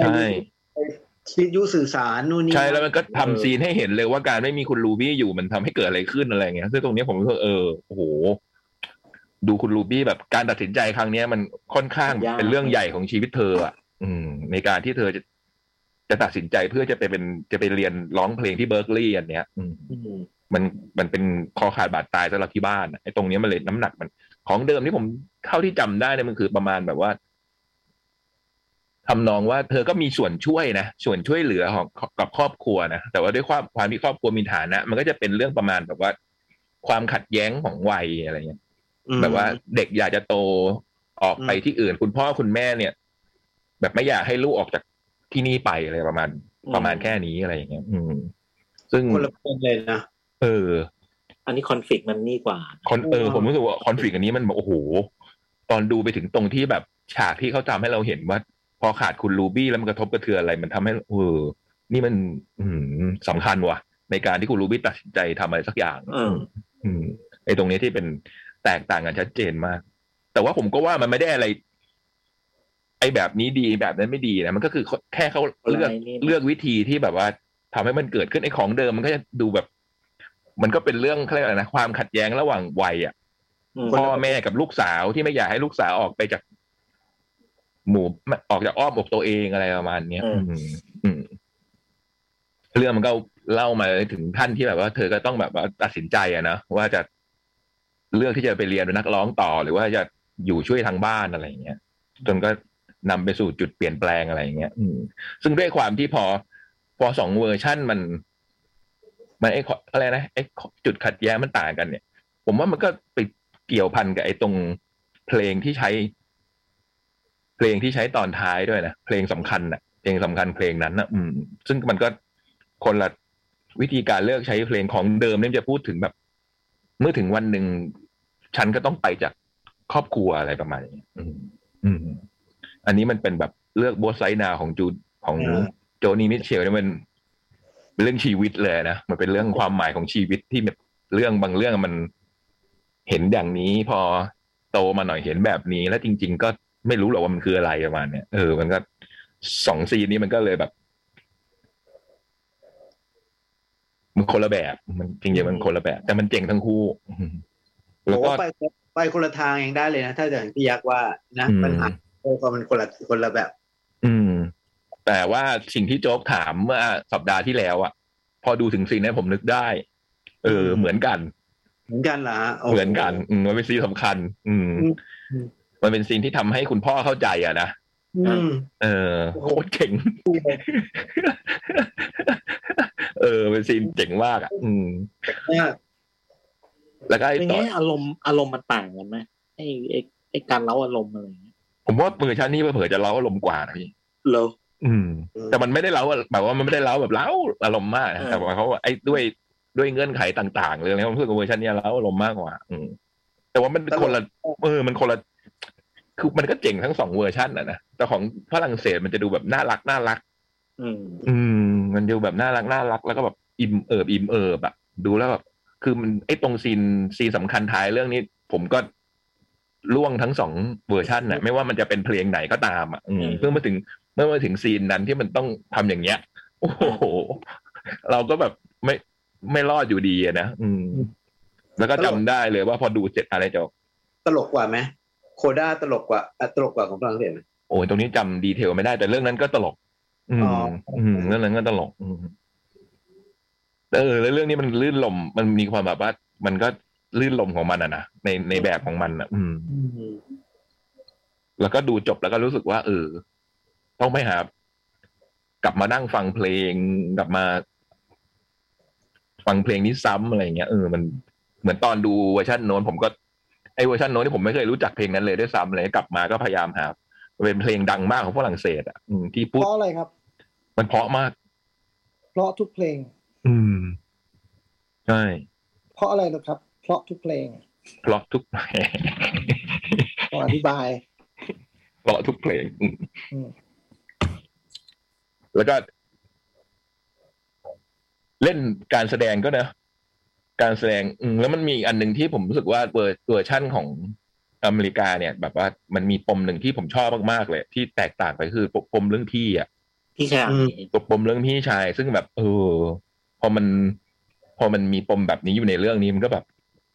ใช่
วิทยุสื่อสารนู่นนี่
ใช่แล้วมันก็ทำ
เออ
ซีนให้เห็นเลยว่าการไม่มีคุณรูบี้อยู่มันทำให้เกิดอะไรขึ้นอะไรเงี้ยซึ่งตรงเนี้ยผมรู้สึกเออโอ้โห ดูคุณรูบี้แบบการตัดสินใจครั้งเนี้ย มันค่อนข้าง
ยาก
เป็นเรื่องใหญ่ของชีวิตเธออ่ะ อืม ในการที่เธอจะจะตัดสินใจเพื่อจะไปเป็นจะไปเรียนร้องเพลงที่เบิร์กลีย์อันเนี้ย อืม
อืม
มันมันเป็นคอขาดบาดตายสำหรับที่บ้านอะไอ้ตรงเนี้ยมันเลยน้ำหนักมัน ของเดิมที่ผมเท่าที่จำได้เนี่ยมันคือประมาณแบบว่าทำนองว่าเธอก็มีส่วนช่วยนะส่วนช่วยเหลือของกับครอบครัวนะแต่ว่าด้วยความความที่ครอบครัวมีฐานะ มันก็จะเป็นเรื่องประมาณแบบว่า ความขัดแย้งของวัยอะไรเงี้ย
อืม
แบบว่าเด็กอยากจะโตออกไปที่อื่น คุณพ่อคุณแม่เนี่ย แบบไม่อยากให้ลูกออกจากที่นี่ไปอะไรประมาณ
อืม
ประมาณแค่นี้อะไรอย่างเงี้ยอืม ซึ่ง
คนละคนเลยนะ
เออ
อันนี้คอนฟ lict มันนี่กว่า
คอนเออ
อ่า
ผมรู้สึกว่าคอนฟ lict อันนี้มันแบบโอ้โห ตอนดูไปถึงตรงที่แบบฉากที่เขาทำให้เราเห็นว่า พอขาดคุณรูบี้แล้วมันกระทบกระเทือนอะไร มันทำให้เออนี่มัน อืมสำคัญว่ะ ในการที่คุณรูบี้ตัดสินใจทำอะไรสักอย่าง
เออ
อืมไอ้ตรงนี้ที่เป็นแตกต่างกันชัดเจนมาก แต่ว่าผมก็ว่ามันไม่ได้อะไร ไอ้แบบนี้ดีแบบนั้นไม่ดีนะมันก็คือแค่เขาเลือก
อะไรนี่
เลือกวิธีที่แบบว่าทำให้มันเกิดขึ้นไอ้ของเดิมมันก็จะดูแบบ มันก็เป็นเรื่องเขาเรียกอะไรนะความขัดแย้งระหว่างวัยอ่ะ
อืม
พ่อแม่กับลูกสาวที่ไม่อยากให้ลูกสาวออกไปจาก หมู่ออกจากอ้อมอกตัวเองอะไรประมาณเนี้ยอืมอืมเรื่องมันก็เล่ามาถึงขั้นที่แบบว่า เธอก็ต้องแบบว่าตัดสินใจอะนะว่าจะเลือกที่จะไปเรียนเป็นนักร้องต่อ หรือว่าจะอยู่ช่วยทางบ้านอะไรอย่างเงี้ยจนก็นำไปสู่จุดเปลี่ยนแปลงอะไรอย่างเงี้ยอืม ซึ่งด้วยความที่พอ พอสองเวอร์ชั่นมัน มันไอ้ข้ออะไรนะไอ้ข้อจุดขัดแย้งมันต่างกันเนี่ย ผมว่ามันก็ไปเกี่ยวพันกับไอ้ตรงเพลงที่ใช้ เพลงที่ใช้ตอนท้ายด้วยนะเพลงสำคัญน่ะเพลงสำคัญเพลงนั้นนะอืม ซึ่งมันก็คนละวิธีการเลือกใช้เพลงของเดิมเนี่ยจะพูดถึงแบบ เมื่อถึงวันหนึ่งฉันก็ต้องไปจากครอบครัวอะไรประมาณอย่างเงี้ยอืม อืม อันนี้มันเป็นแบบเลือกโบสไซนาของจูของ
เออ
โจนี่มิเชลเนี่ยมันเป็นเรื่องชีวิตเลยนะมันเป็นเรื่องความหมายของชีวิตที่แบบเรื่องบางเรื่องมันเห็นอย่างนี้ พอโตมาหน่อยเห็นแบบนี้ แล้วจริง ๆ ก็ไม่รู้หรอกว่ามันคืออะไรประมาณเนี้ยเออมันก็สองซีนนี้มันก็เลยแบบ มันคนละแบบ มันจริงๆมันคนละแบบ แต่มันเจ๋งทั้งคู่อืม
ผ
แล้ว
ม
ก็
ว่าไปไปคนละทางเองได้เลยนะ ถ้าอย่างที่ยักษ์ว่านะ
อืม
ปัญหาโลกมันคนละคนละแบบ
อืม แต่ว่าสิ่งที่โจ๊กถามเมื่อสัปดาห์ที่แล้วอะพอดูถึงซีนนั้นผมนึกได้ เออ เหมือนกัน
เหมือนกันเหรอฮะโโ
เหมือนกันอืมมันเป็นซีนสำคัญ อืม
อืม
มันเป็นซีนที่ทำให้คุณพ่อเข้าใจอะนะ
อืม
เออโคตรเจ๋ง เออ เป็นซีนเจ๋งมากอะอืม
เนี่ย
แล้วก็ไอ้
เป็น
ตอ
ไง
น
อารมณ์อารมณ์มันต่างกันไหมไอ้ไอ้ไอ้การเล้าอารมณ์อะไรอย่างเงี้ย
ผมว่าเวอร์ชันนี้เผื่อๆจะเล่าอารมณ์กว่านะพี่
เหรอ
อืม แต่มันไม่ได้เล้าแบบว่ามันไม่ได้เล้าแบบเล้าอารมณ์มากนะ
เออ
แต่ว่าเขาไอ้ด้วยด้วยเงื่อนไขต่างๆเลยนะผมรู้สึกว่าเวอร์ชันเนี้ยเล้าอารมณ์มากกว่า อืม แต่ว่ามัน
ตลก
คนละเออมันคนละคือมันก็เจ๋งทั้งสองเวอร์ชันอ่ะนะแต่ของฝรั่งเศสมันจะดูแบบน่ารักน่ารัก
อืม
อืม มันดูแบบน่ารักน่ารัก แล้วก็แบบอิ่มเอิบอิ่มเอิบอะดูแล้วแบบคือมันไอ้ตรงซีนซีนสำคัญท้ายเรื่องนี้ ผมก็ล่วงทั้งสองเวอร์ชันน่ะ ไม่ว่ามันจะเป็นเพลงไหนก็ตามอ่ะอืม
อืม
เพื่อมาถึงเมื่อมาถึงซีนนั้นที่มันต้องทำอย่างเงี้ย โอ้โห เราก็แบบไม่ไม่รอดอยู่ดีอะนะอืม แล้วก็จำได้เลยว่าพอดูเสร็จอะไรจะ
ตลกกว่าไหมโคด้าตลกกว่าอ่ะตลกกว่าของฝรั่งเศสไหม
โอ้ยตรงนี้จำดีเทลไม่ได้แต่เรื่องนั้นก็ตลก อืม
อ๋อ
อืมเรื่องนั้นก็ตลก อืมเออ แล้วเรื่องนี้มันลื่นลม มันมีความแบบว่า มันก็ลื่นลมของมันอะนะในในแบบของมันอะอืม แล้วก็ดูจบแล้วก็รู้สึกว่า เออ ต้องไปหา กลับมานั่งฟังเพลงกลับมา ฟังเพลงนี้ซ้ำอะไรอย่างเงี้ยเออมันเหมือนตอนดูเวอร์ชันโน้น ผมก็ไอเวอร์ชันโน้นที่ผมไม่เคยรู้จักเพลงนั้นเลยด้วยซ้ำเลยกลับมาก็พยายามหาเป็นเพลงดังมากของฝรั่งเศสอ่ะอืมที่พู
เพ
ด
ราะอะไรครับ
มันเพราะมาก
เพราะทุกเพลง
อืม ใช่
เพราะอะไรหรอครับ เพราะทุกเพลง
เพราะทุก เพลง
ขออธิบาย
เพราะทุกเพลงอืม
อืม
แล้วก็ เล่นการแสดงก็นะ การแสดงอืมแล้วมันมีอีกอันหนึ่งที่ผมรู้สึกว่าเวอร์เวอร์ชั่นของอเมริกาเนี่ย แบบว่ามันมีปมหนึ่งที่ผมชอบมากๆเลย ที่แตกต่างไปคือปมเรื่องพี่อ่ะ
พี่ชาย
อืม
ตกปมเรื่องพี่ชาย ซึ่งแบบ เออ พอมัน พอมันมีปมแบบนี้อยู่ในเรื่องนี้มันก็แบบ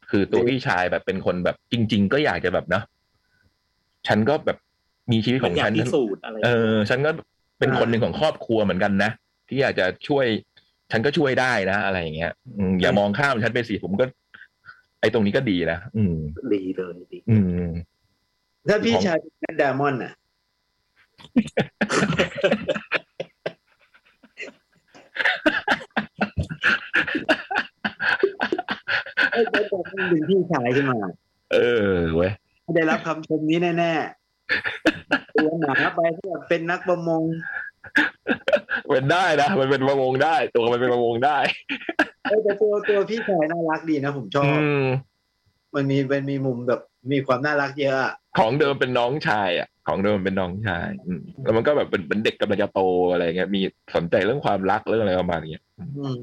คือตัวพี่ชายแบบเป็นคนแบบจริง ๆ ก็อยากจะแบบเนาะฉันก็แบบมีชีวิตข
มั
อน ง
อยา
ฉั
ก
น
พิ
ฉัน
สูจน์อะไร
เออ ฉันก็เป็นคนหนึ่งของครอบครัวเหมือนกันนะที่อยากจะช่วย ฉันก็ช่วยได้นะ อะไรอย่างเงี้ยอืมอย่ามองข้ามฉันไปสิผมก็ ไอ้ตรงนี้ก็ดีนะอืม
ดีเลยดี
อืม
ถ้าพี่ชายเป็นแมดดามอนอ่ะ ไอ้แมดดามอนเป็นพี่ชายขึ้นมา
เออเว้ย
ได้รับคำชมนี้แน่ๆ ตัวหนาไปที่แบบเป็นนักประมง
เป็นได้นะมันเป็นประมงได้ ตัวมันเป็นประมงได้
เอ้ยแต่ตัวตัวพี่ชายน่ารักดีนะผมชอ
อื
บ
ม
มันมีมันมีมุมแบบมีความน่ารักเยอะอะ
ของเดิมเป็นน้องชายอ่ะ ของเดิมเป็นน้องชายอืมแล้วมันก็แบบเป็นเป็นเด็กกำลังจะโตอะไรเงี้ยมีสนใจเรื่องความรักเรื่องอะไรประมาณเนี้ย
อืม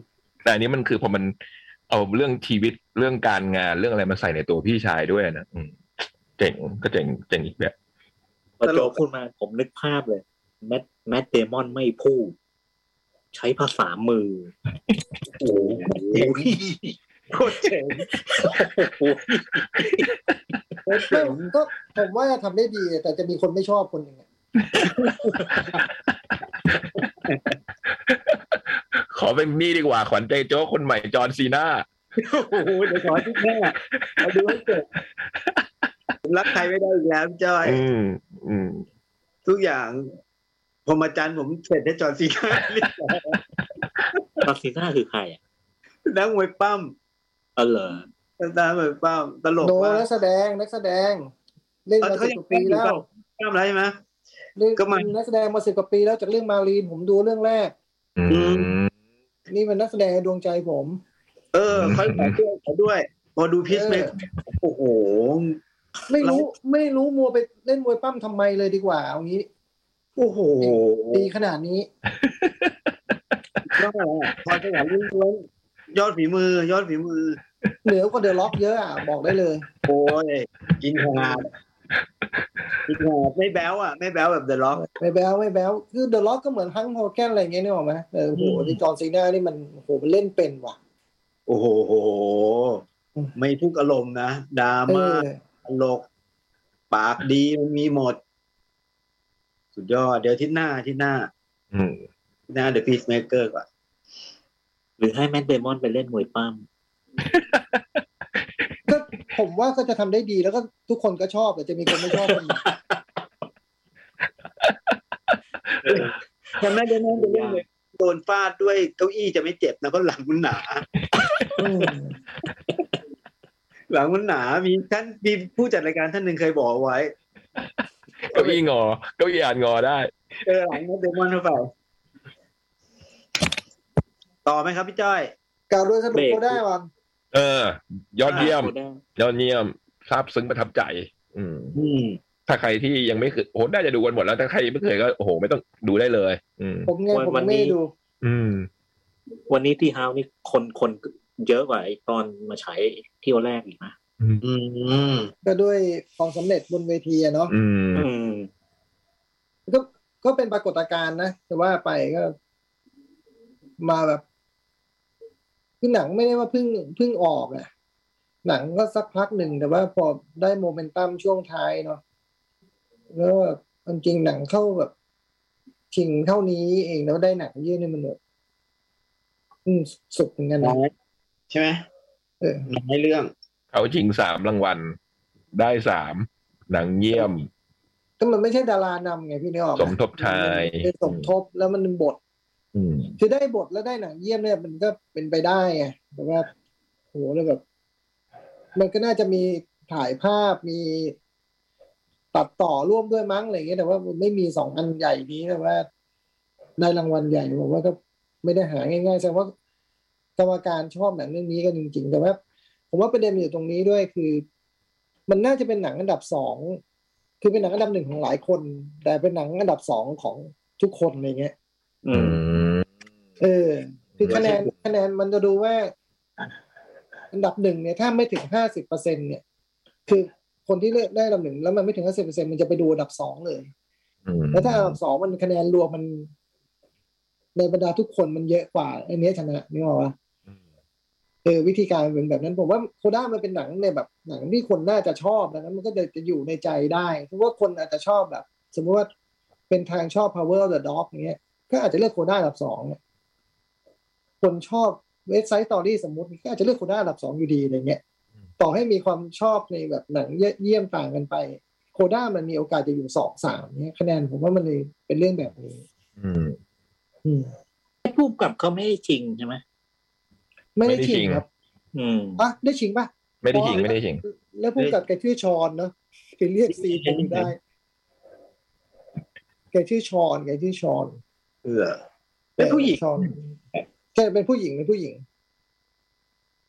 แต่อันนี้มันคือพอมันเอาเรื่องชีวิตเรื่องการงานเรื่องอะไรมาใส่ในตัวพี่ชายด้วยนะอืมเจ๋งก็เจ๋งเจ๋งอีกแบบ
พอโจพูดมาผมนึกภาพเลยแมทแมทเดมอนไม่พูด ใช้ภาษามือ
โอ้โหโคตรเจ๋ง
ไม่ก็ผมว่าทำได้ดี แต่จะมีคนไม่ชอบคนหนึ่งอะ
ขอเป็นนี่ดีกว่า ขวัญใจโจ้คนใหม่จอห์นซีน่า
โอ้โหเดี๋ยวขอที่แม่เอาดูให้เกิดผมรักใครไม่ได้อีกแล้วพี่จอย
อืม อืม
ทุกอย่างผมอาจารย์ผมเสร็จให้จอร์นซีน่าเรียบร้อย
ตอนซีน่าคือใครอ่ะ
นักมวยปั้ม
เออเหรอ
ตามมวยปั้มตลก
โน
มา
นั
ก
กแสดงนักแสดง เล่นมา
เขา
สิบ
ยั
ก
ง
ว่าปีแล้ว
ปั้มอะไรใช่ไหม
เล่น
ก็มา
เป็นนักแสดงมาสิบกว่าปีแล้วจากเรื่องมารีนผมดูเรื่องแรก
อืม
นี่เป็นนักแสดงในดวงใจผม
เออเขาขอด้วยขอด้วยพอดูพีซเมก
เออ
โอ้โห
ไม่รู้
เรา
ไม่รู้มัวไปเล่นมวยปั้มทำไมเลยดีกว่าเอางี้
โอ้โห
ดีขนาดนี้
ยอดอะไรอะพอจะหวะลุ้นล้วนยอดฝีมือ ยอดฝีมือ
เหนือกว่าเดอะล็อกเยอะอ่ะบอกได้เลย
โอ้ยกินหาดกินหาดไม่แบ้วอ่ะ ไม่แบ้วแบบเดอะล็อก
ไม่แบ้วไม่แบ้วคือเดอะล็อกก็เหมือนฮังโฮแกนอะไรอย่างเงี้ยนึกออกไหมเออโอ้โห
อืม
ที่จอห์นซีน่านี่มันโอ้โหมันเล่นเป็นว่ะ
โอ้โห ไม่ทุกอารมณ์นะดรา
เอ
ม่า
อ
ตลก ปากดีมันมีหมด สุดยอด เดี๋ยวอาทิศหน้าอาทิศหน้า
อืม
อาทิศหน้าเดอะพีซเมเกอร์ก่อน
หรือให้แมทเดมอนไปเล่นมวยปั้ม
ก็ผมว่าก็จะทำได้ดีแล้วก็ทุกคนก็ชอบแต่จะมีคนไม่ชอบคนหนึ่ง
ทำได้แน่นอนเป็นเรื่องเลยโดนฟาดด้วยเก้าอี้จะไม่เจ็บนะเพราะหลังมันหนา
อืม
หลังมันหนา มีท่านมีผู้จัดรายการท่านหนึ่งเคยบอกเอาไว้
เก้าอี้งอ เก้าอี้อ่านงอได้
เออหลังนั้นเดมอนเข้าไป ต่อไหมครับพี่จ้อย
กล่าวโดยสรุปก็ได้ว่า
เออ ยอดเยี่ยม
ได้
ยอดเยี่ยมซาบซึ้งประทับใจ อืม
อืม
ถ้าใครที่ยังไม่เคยโอ้โหน่าจะดูกันหมดแล้วถ้าใครยังไม่เคยก็โอ้โหไม่ต้องดูได้เลย อืม
ผมไงผมไม่ได้ดู
อืม
วันนี้ที่ฮาวนี่คนคนเยอะกว่าไอ้ตอนมาใช้เที่ยวแรกอีกนะ
อืม
อืม
ก็ด้วยความสำเร็จบนเวทีอะเนาะ
อืม
อืม
ก็ก็เป็นปรากฏการณ์นะแต่ว่าไปก็ มาแบบคือหนังไม่ได้ว่าเพิ่งเพิ่งออกอะหนังก็สักพักหนึ่งแต่ว่าพอได้โมเมนตัมช่วงท้ายเนาะแล้วก็จริงๆหนังเข้าแบบชิงเท่านี้เองแล้วได้หนังเยอะนี่มันแบบอืมสุดเหมือนกันนะ
น้อยใช่ไหม
เออ
น้อยเรื่อง
เขาชิงสามรางวัล ได้สามหนังเยี่ยม
ก็มันไม่ใช่ดารานำไงพี่นึกออกไห
สมทบชาย
เป็นสมทบแล้วมันเป็นบท
อืม
คือได้บทแล้วได้หนังเยี่ยมเนี่ยมันก็เป็นไปได้ไงแต่ว่าโหแล้วแบบ มันก็น่าจะมีถ่ายภาพมีตัดต่อร่วมด้วยมั้งอะไรเงี้ยแต่ว่ามันไม่มีสองอันใหญ่นี้แต่ว่าได้รางวัลใหญ่ผมว่าก็ไม่ได้หาง่ายๆแสดงว่ากรรมการชอบหนังเรื่องนี้กันจริงๆแต่ว่า ผมว่าประเด็นมันอยู่ตรงนี้ด้วยคือ มันน่าจะเป็นหนังอันดับสองคือเป็นหนังอันดับหนึ่งของหลายคน แต่เป็นหนังอันดับสองของทุกคนอะไรเงี้ย
อื
อื
ม
ม
เออคือคะแนนคะแนนมันจะดูว่า อันดับหนึ่งเนี่ยถ้าไม่ถึงห้าสิบเปอร์เซ็นเนี่ยคือคนที่เลือกได้อันดับหนึ่งแล้วมันไม่ถึงห้าสิบเปอร์เซ็นมันจะไปดูอันดับสองเลย
อืม
แล้วถ้าอันดับสองมันคะแนนรวมมัน ในบรรดาทุกคนมันเยอะกว่าไอ้เนี้ยชนะนึกออกปะเออวิธีการมันเป็นแบบนั้นผมว่าโคด้ามันเป็นหนังในแบบหนังที่คนน่าจะชอบดังนั้นมันก็จะจะอยู่ในใจได้เพราะว่าคนอาจจะชอบแบบ สมมติว่าเป็นทางชอบ power of the dog อย่างเงี้ย ก็อาจจะเลือกโคด้าอันดับสองเนี่ยคนชอบเว็บไซต์ตอรี่สมมติก็อาจจะเลือกโคด้าอันดับสองอยู่ดีอะไรเงี้ยต่อให้มีความชอบในแบบหนังเยี่ยมต่างกันไป โคด้ามันมีโอกาสจะอยู่สองสามเนี่ยคะแนนผมว่ามันเลยเป็นเรื่องแบบนี้
อืม
อืม
ผู้กำกับเขาไม่ได้จริงใช่ไหม
ไม่ได้
ไม่ได้
ชิ
ชิ
ง
ง
ครับ
อืม
อ่ะได้ชิงป่ะ
ไม่ได้ชิงไม่ได้ชิง
แล้วผู้กำกับแกชื่อชอนเนาะไปเรียกซีผมได้ แกชื่อชอนแกชื่อชอน
เออ เป็นผู้หญิง
ชอนใช่เป็นผู้หญิงเป็นผู้หญิง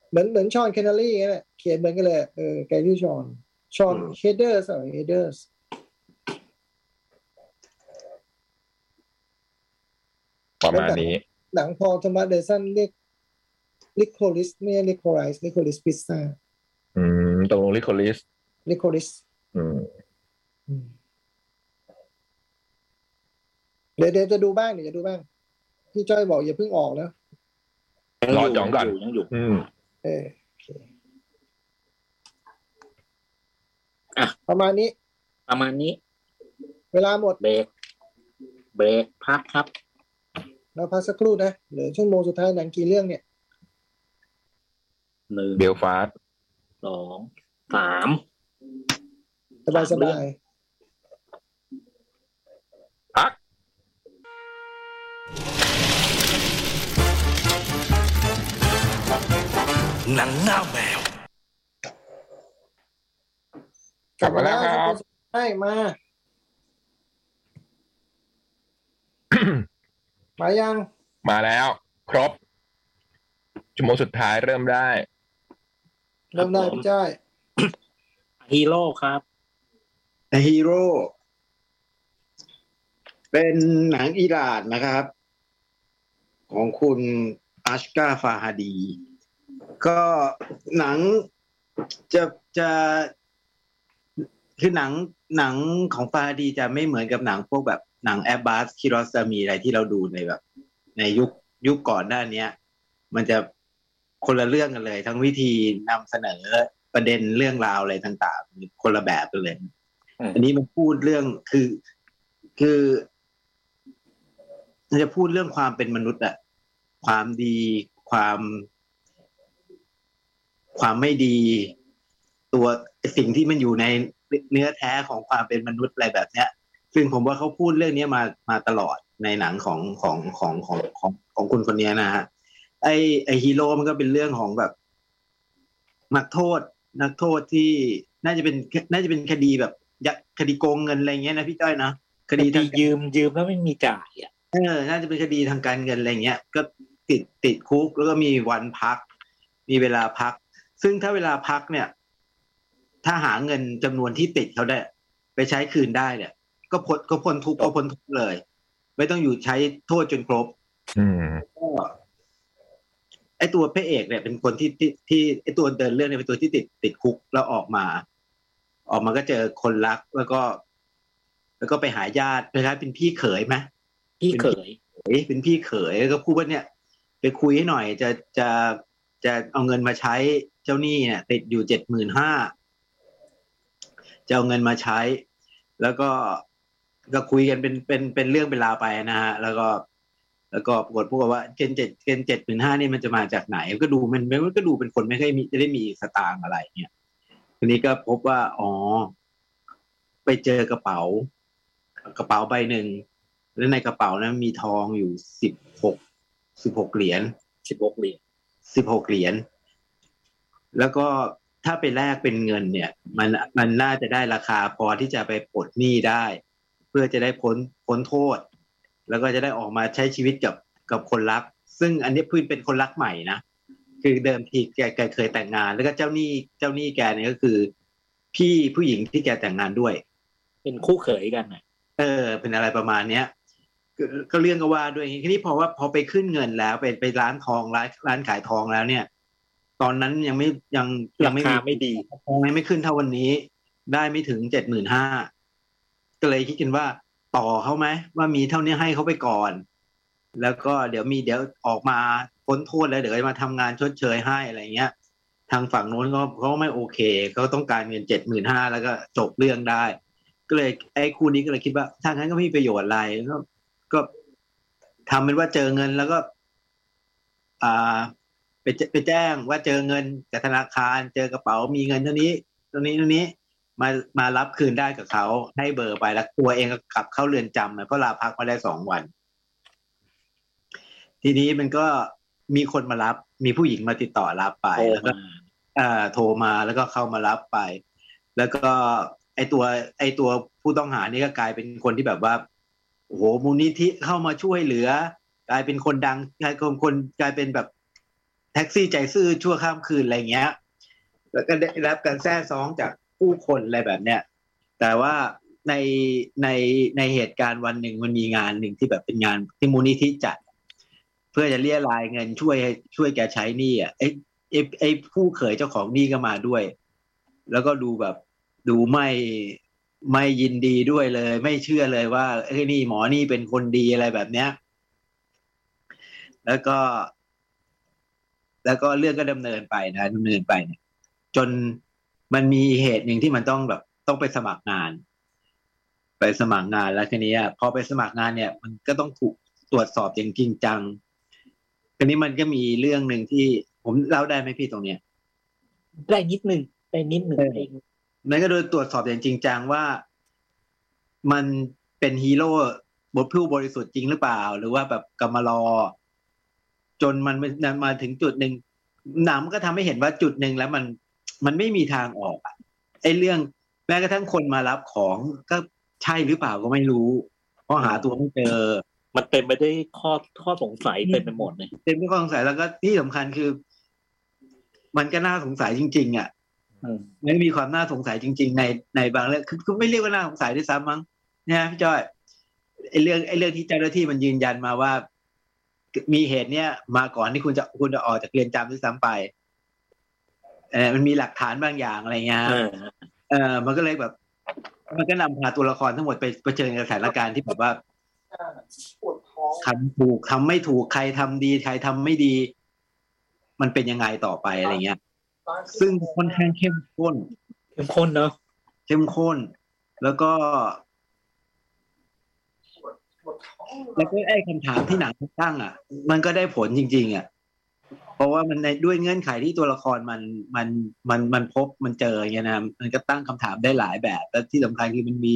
เหมือนเหมือนชอนแคนเนลลี่นั่นแหละเขียนเหมือนกันเลยเออแกชื่อชอนชอนเฮเดอร์สหรือเฮเดอร์ส
ประมาณนี้
หนังพอลทมัสเดสันเรียกลิโคลิสไม่ใช่ลิโคไรส์ลิโคลิสพิซซ่า
อืมตรงลงลิโคลิส
ลิโคลิส
อืม
เดี๋ยวเดี๋ยวจะดูบ้างเดี๋ยวจะดูบ้าง พี่จ้อยบอกอย่าเพิ่งออกแล้ว
ยัง
รอ
อยู่
จ๋องก่อน
ยังอยู่
อืม
เออ
อ่ะ
ประมาณนี้
ประมาณนี้
เวลาหมด
เบรกเบรกพักครับ
เราพักสักครู่นะเหลือชั่วโมงสุดท้ายหนังกี่เรื่องเนี่ย
หนึ่ง
เบลฟาสต์
สองสาม
สบายสบาย
พัก
หนังหน้าแมว
กลับมาแล้วครับ
ใช่วโมงสุดท้ายมา มายัง
มาแล้ว ครบ ชั่วโมงสุดท้ายเริ่มได้
เริ่มได้พี่จ้อย
ฮีโร่ครับ
ฮีโร่เป็นหนังอิหร่านนะครับ ของคุณอัชกาฟาฮาดี ก็หนังจะจะคือหนังหนังของฟาฮาดีจะไม่เหมือนกับหนังพวกแบบหนังแอบบาสคิรอสามีอะไรที่เราดูในแบบ ในยุคยุคก่อนหน้าเนี้ย มันจะคนละเรื่องกันเลย ทั้งวิธีนำเสนอประเด็นเรื่องราวอะไรต่างๆ คนละแบบกันเลย อันนี้มันพูดเรื่องคือคือมันจะพูดเรื่องความเป็นมนุษย์อะความดีความ ความไม่ดี ตัวสิ่งที่มันอยู่ในเนื้อแท้ของความเป็นมนุษย์อะไรแบบเนี้ย ซึ่งผมว่าเขาพูดเรื่องเนี้ยมามาตลอดในหนังของของของของของของคุณคนเนี้ยนะฮะไอไอฮีโร่มันก็เป็นเรื่องของแบบ นักโทษ นักโทษที่น่าจะเป็นน่าจะเป็นคดีแบบยักคดีโกงเงินอะไรเงี้ยนะพี่จ้อยนะ คดีทาง
ยืมยืมแล้วไม่มีจ่ายอ่ะ
เออน่าจะเป็นคดีทางการเงินอะไรเงี้ย ก็ติดติดคุกแล้วก็มีวันพัก มีเวลาพัก ซึ่งถ้าเวลาพักเนี่ย ถ้าหาเงินจำนวนที่ติดเขาได้ ไปใช้คืนได้เนี่ย ก็พ้นก็พ้นทุกข์ก็พ้นทุกข์เลย ไม่ต้องอยู่ใช้โทษจนครบ
อืม
ก็ไอตัวพระเอกเนี่ยเป็นคนที่ที่ที่ไอตัวเดินเรื่องเนี่ยเป็นตัวที่ติดติดคุกแล้วออกมา ออกมาก็เจอคนรักแล้วก็ แล้วก็ไปหาญาติคล้ายๆเป็นพี่เขยไหม
พี่เขย
เอ้ยเป็นพี่เขยก็พูดว่าเนี่ย ไปคุยให้หน่อยจะจะจะเอาเงินมาใช้เจ้าหนี้เนี่ย ติดอยู่เจ็ดหมื่นห้าจะเอาเงินมาใช้ แล้วก็ก็คุยกันเป็นเป็นเป็นเรื่องเป็นราวไปนะฮะ แล้วก็ แล้วก็ปรากฏพูดว่าเกณฑ์เจ็ดเกณฑ์เจ็ดหมื่นห้านี่มันจะมาจากไหน ก็ดูมันมันก็ดูเป็นคนไม่ค่อยมีจะได้มีสตางค์อะไรเนี่ยทีนี้ก็พบว่าอ๋อ ไปเจอกระเป๋า กระเป๋าใบหนึ่ง และในกระเป๋านั้นมีทองอยู่สิบหกสิบหกเหรียญ
สิบหกเหรียญ
สิบหกเหรียญแล้วก็ถ้าไปแลกเป็นเงินเนี่ย มันมันน่าจะได้ราคาพอที่จะไปปลดหนี้ได้ เพื่อจะได้พ้นพ้นโทษ แล้วก็จะได้ออกมาใช้ชีวิตกับกับคนรัก ซึ่งอันนี้พื้นเป็นคนรักใหม่นะ คือเดิมทีแกแกเคยแต่งงาน แล้วก็เจ้าหนี้เจ้าหนี้แกเนี่ยก็คือ พี่ผู้หญิงที่แกแต่งงานด้วย
เป็นคู่เขยกันอ่ะ
เออเป็นอะไรประมาณเนี้ยก็ก็เรื่องก็ว่าด้วยทีนี้พอว่าพอไปขึ้นเงินแล้วไปไปร้านทองร้านร้านขายทองแล้วเนี่ย ตอนนั้นยังไม่ยังยั
ราง
ไม่
คา
มี
ไม่ดี
ทองยังไม่ขึ้นเท่าวันนี้ ได้ไม่ถึงเจ็ดหมื่นห้าก็เลยคิดกันว่าต่อเขาไหมว่ามีเท่านี้ให้เขาไปก่อน แล้วก็เดี๋ยวมีเดี๋ยวออกมาพ้นโทษแล้วเดี๋ยวจะมาทำงานชดเชยให้อะไรเงี้ย ทางฝั่งโน้นก็เขาไม่โอเคเขาต้องการเงินเจ็ดหมื่นห้าแล้วก็จบเรื่องได้ ก็เลยไอ้คู่นี้ก็เลยคิดว่าถ้างั้นก็ไม่มีประโยชน์อะไรก็ก็ทำเป็นว่าเจอเงินแล้วก็ อ่า ไปแจไปแจ้งว่าเจอเงินจากธนาคาร เจอกระเป๋ามีเงินเท่านี้เท่านี้เท่านี้ มามารับคืนได้กับเขาให้เบอร์ไปแล้วตัวเองก็กลับเข้าเรือนจำเลยเพราะลาพักมาได้สองวัน ทีนี้มันก็มีคนมารับ มีผู้หญิงมาติดต่อรับไป
โทร
แล้วก็
มา
อ่าโทรมาแล้วก็เข้ามารับไป แล้วก็ไอตัวไอตัวผู้ต้องหานี่ก็กลายเป็นคนที่แบบว่าโอ้โหมูลนิธิเข้ามาช่วยเหลือ กลายเป็นคนดังกลายเป็นคนกลายเป็นแบบแท็กซี่ใจซื่อชั่วข้ามคืนอะไรเงี้ย แล้วก็ได้รับการแซ่ซ้องจากผู้คนอะไรแบบเนี้ยแต่ว่าในในในเหตุการณ์วันหนึ่งมันมีงานหนึ่งที่แบบเป็นงานที่มูลนิธิจัด เพื่อจะเรียรายเงินช่วยให้ช่วยแกใช้หนี้อ่ะไอ ไอ้ไอ้ผู้เขยเจ้าของหนี้ก็มาด้วย แล้วก็ดูแบบดูไม่ไม่ยินดีด้วยเลย ไม่เชื่อเลยว่าเอ้ยนี่หมอนี่เป็นคนดีอะไรแบบเนี้ย แล้วก็ แล้วก็เรื่องก็ดำเนินไปนะดำเนินไปเนี่ยจนมันมีเหตุหนึ่งที่มันต้องแบบต้องไปสมัครงาน ไปสมัครงานแล้วทีเนี้ยพอไปสมัครงานเนี่ย มันก็ต้องถูกตรวจสอบอย่างจริงจังทีนี้มันก็มีเรื่องหนึ่งที่ผมเล่าได้ไหมพี่ตรงเนี้ย
ได้นิดหนึ่งได้นิดหนึ่ง
เออ
เอง
นั่นก็โดยตรวจสอบอย่างจริงจังว่ามันเป็นฮีโร่บทผู้บริสุทธิ์จริงหรือเปล่า หรือว่าแบบกำมารอ จนมันมันมาถึงจุดหนึ่งหนังมันก็ทำให้เห็นว่าจุดหนึ่งแล้วมันมันไม่มีทางออกอะไอ้เรื่องแม้กระทั่งคนมารับของก็ใช่หรือเปล่าก็ไม่รู้ เพราะหาตัวไม่เจอ
มันเต็มไปด้วยข้อข้อสงสัยเต็มไปหมดเลย
เต็มไปด้วยความสงสัยแล้วก็ที่สำคัญคือ มันก็น่าสงสัยจริง ๆอ่ะ ไม่มีความน่าสงสัยจริง ๆ ในในบางเรื่องคือคือไม่เรียกว่าน่าสงสัยด้วยซ้ำมั้งนะฮะพี่จ้อยไอ้เรื่องไอ้เรื่องที่เจ้าหน้าที่มันยืนยันมาว่า มีเหตุเนี้ยมาก่อนที่คุณจะคุณจะออกจากเรือนจำด้วยซ้ำไปเออมันมีหลักฐานบางอย่างอะไรเงี้ยฮะ เออมันก็เลยแบบ มันก็นำพาตัวละครทั้งหมดไปไปเผชิญกับสถานการณ์ที่แบบว่าทำถูกทำไม่ถูกใครทำดี ใครทำไม่ดี มันเป็นยังไงต่อไปอะไรเงี้ย ซึ่งค่อนข้างเข้มข้น
เข้มข้นเนาะ
เข้มข้น แล้วก็ แล้วก็ไอ้คำถามที่หนังตั้ง อ่ะ มันก็ได้ผลจริง ๆ อ่ะ เพราะว่ามันในด้วยเงื่อนไขที่ตัวละครมันมันมันมันพบมันเจออย่างเงี้ยนะมันก็ตั้งคำถามได้หลายแบบแล้วที่สำคัญคือมันมี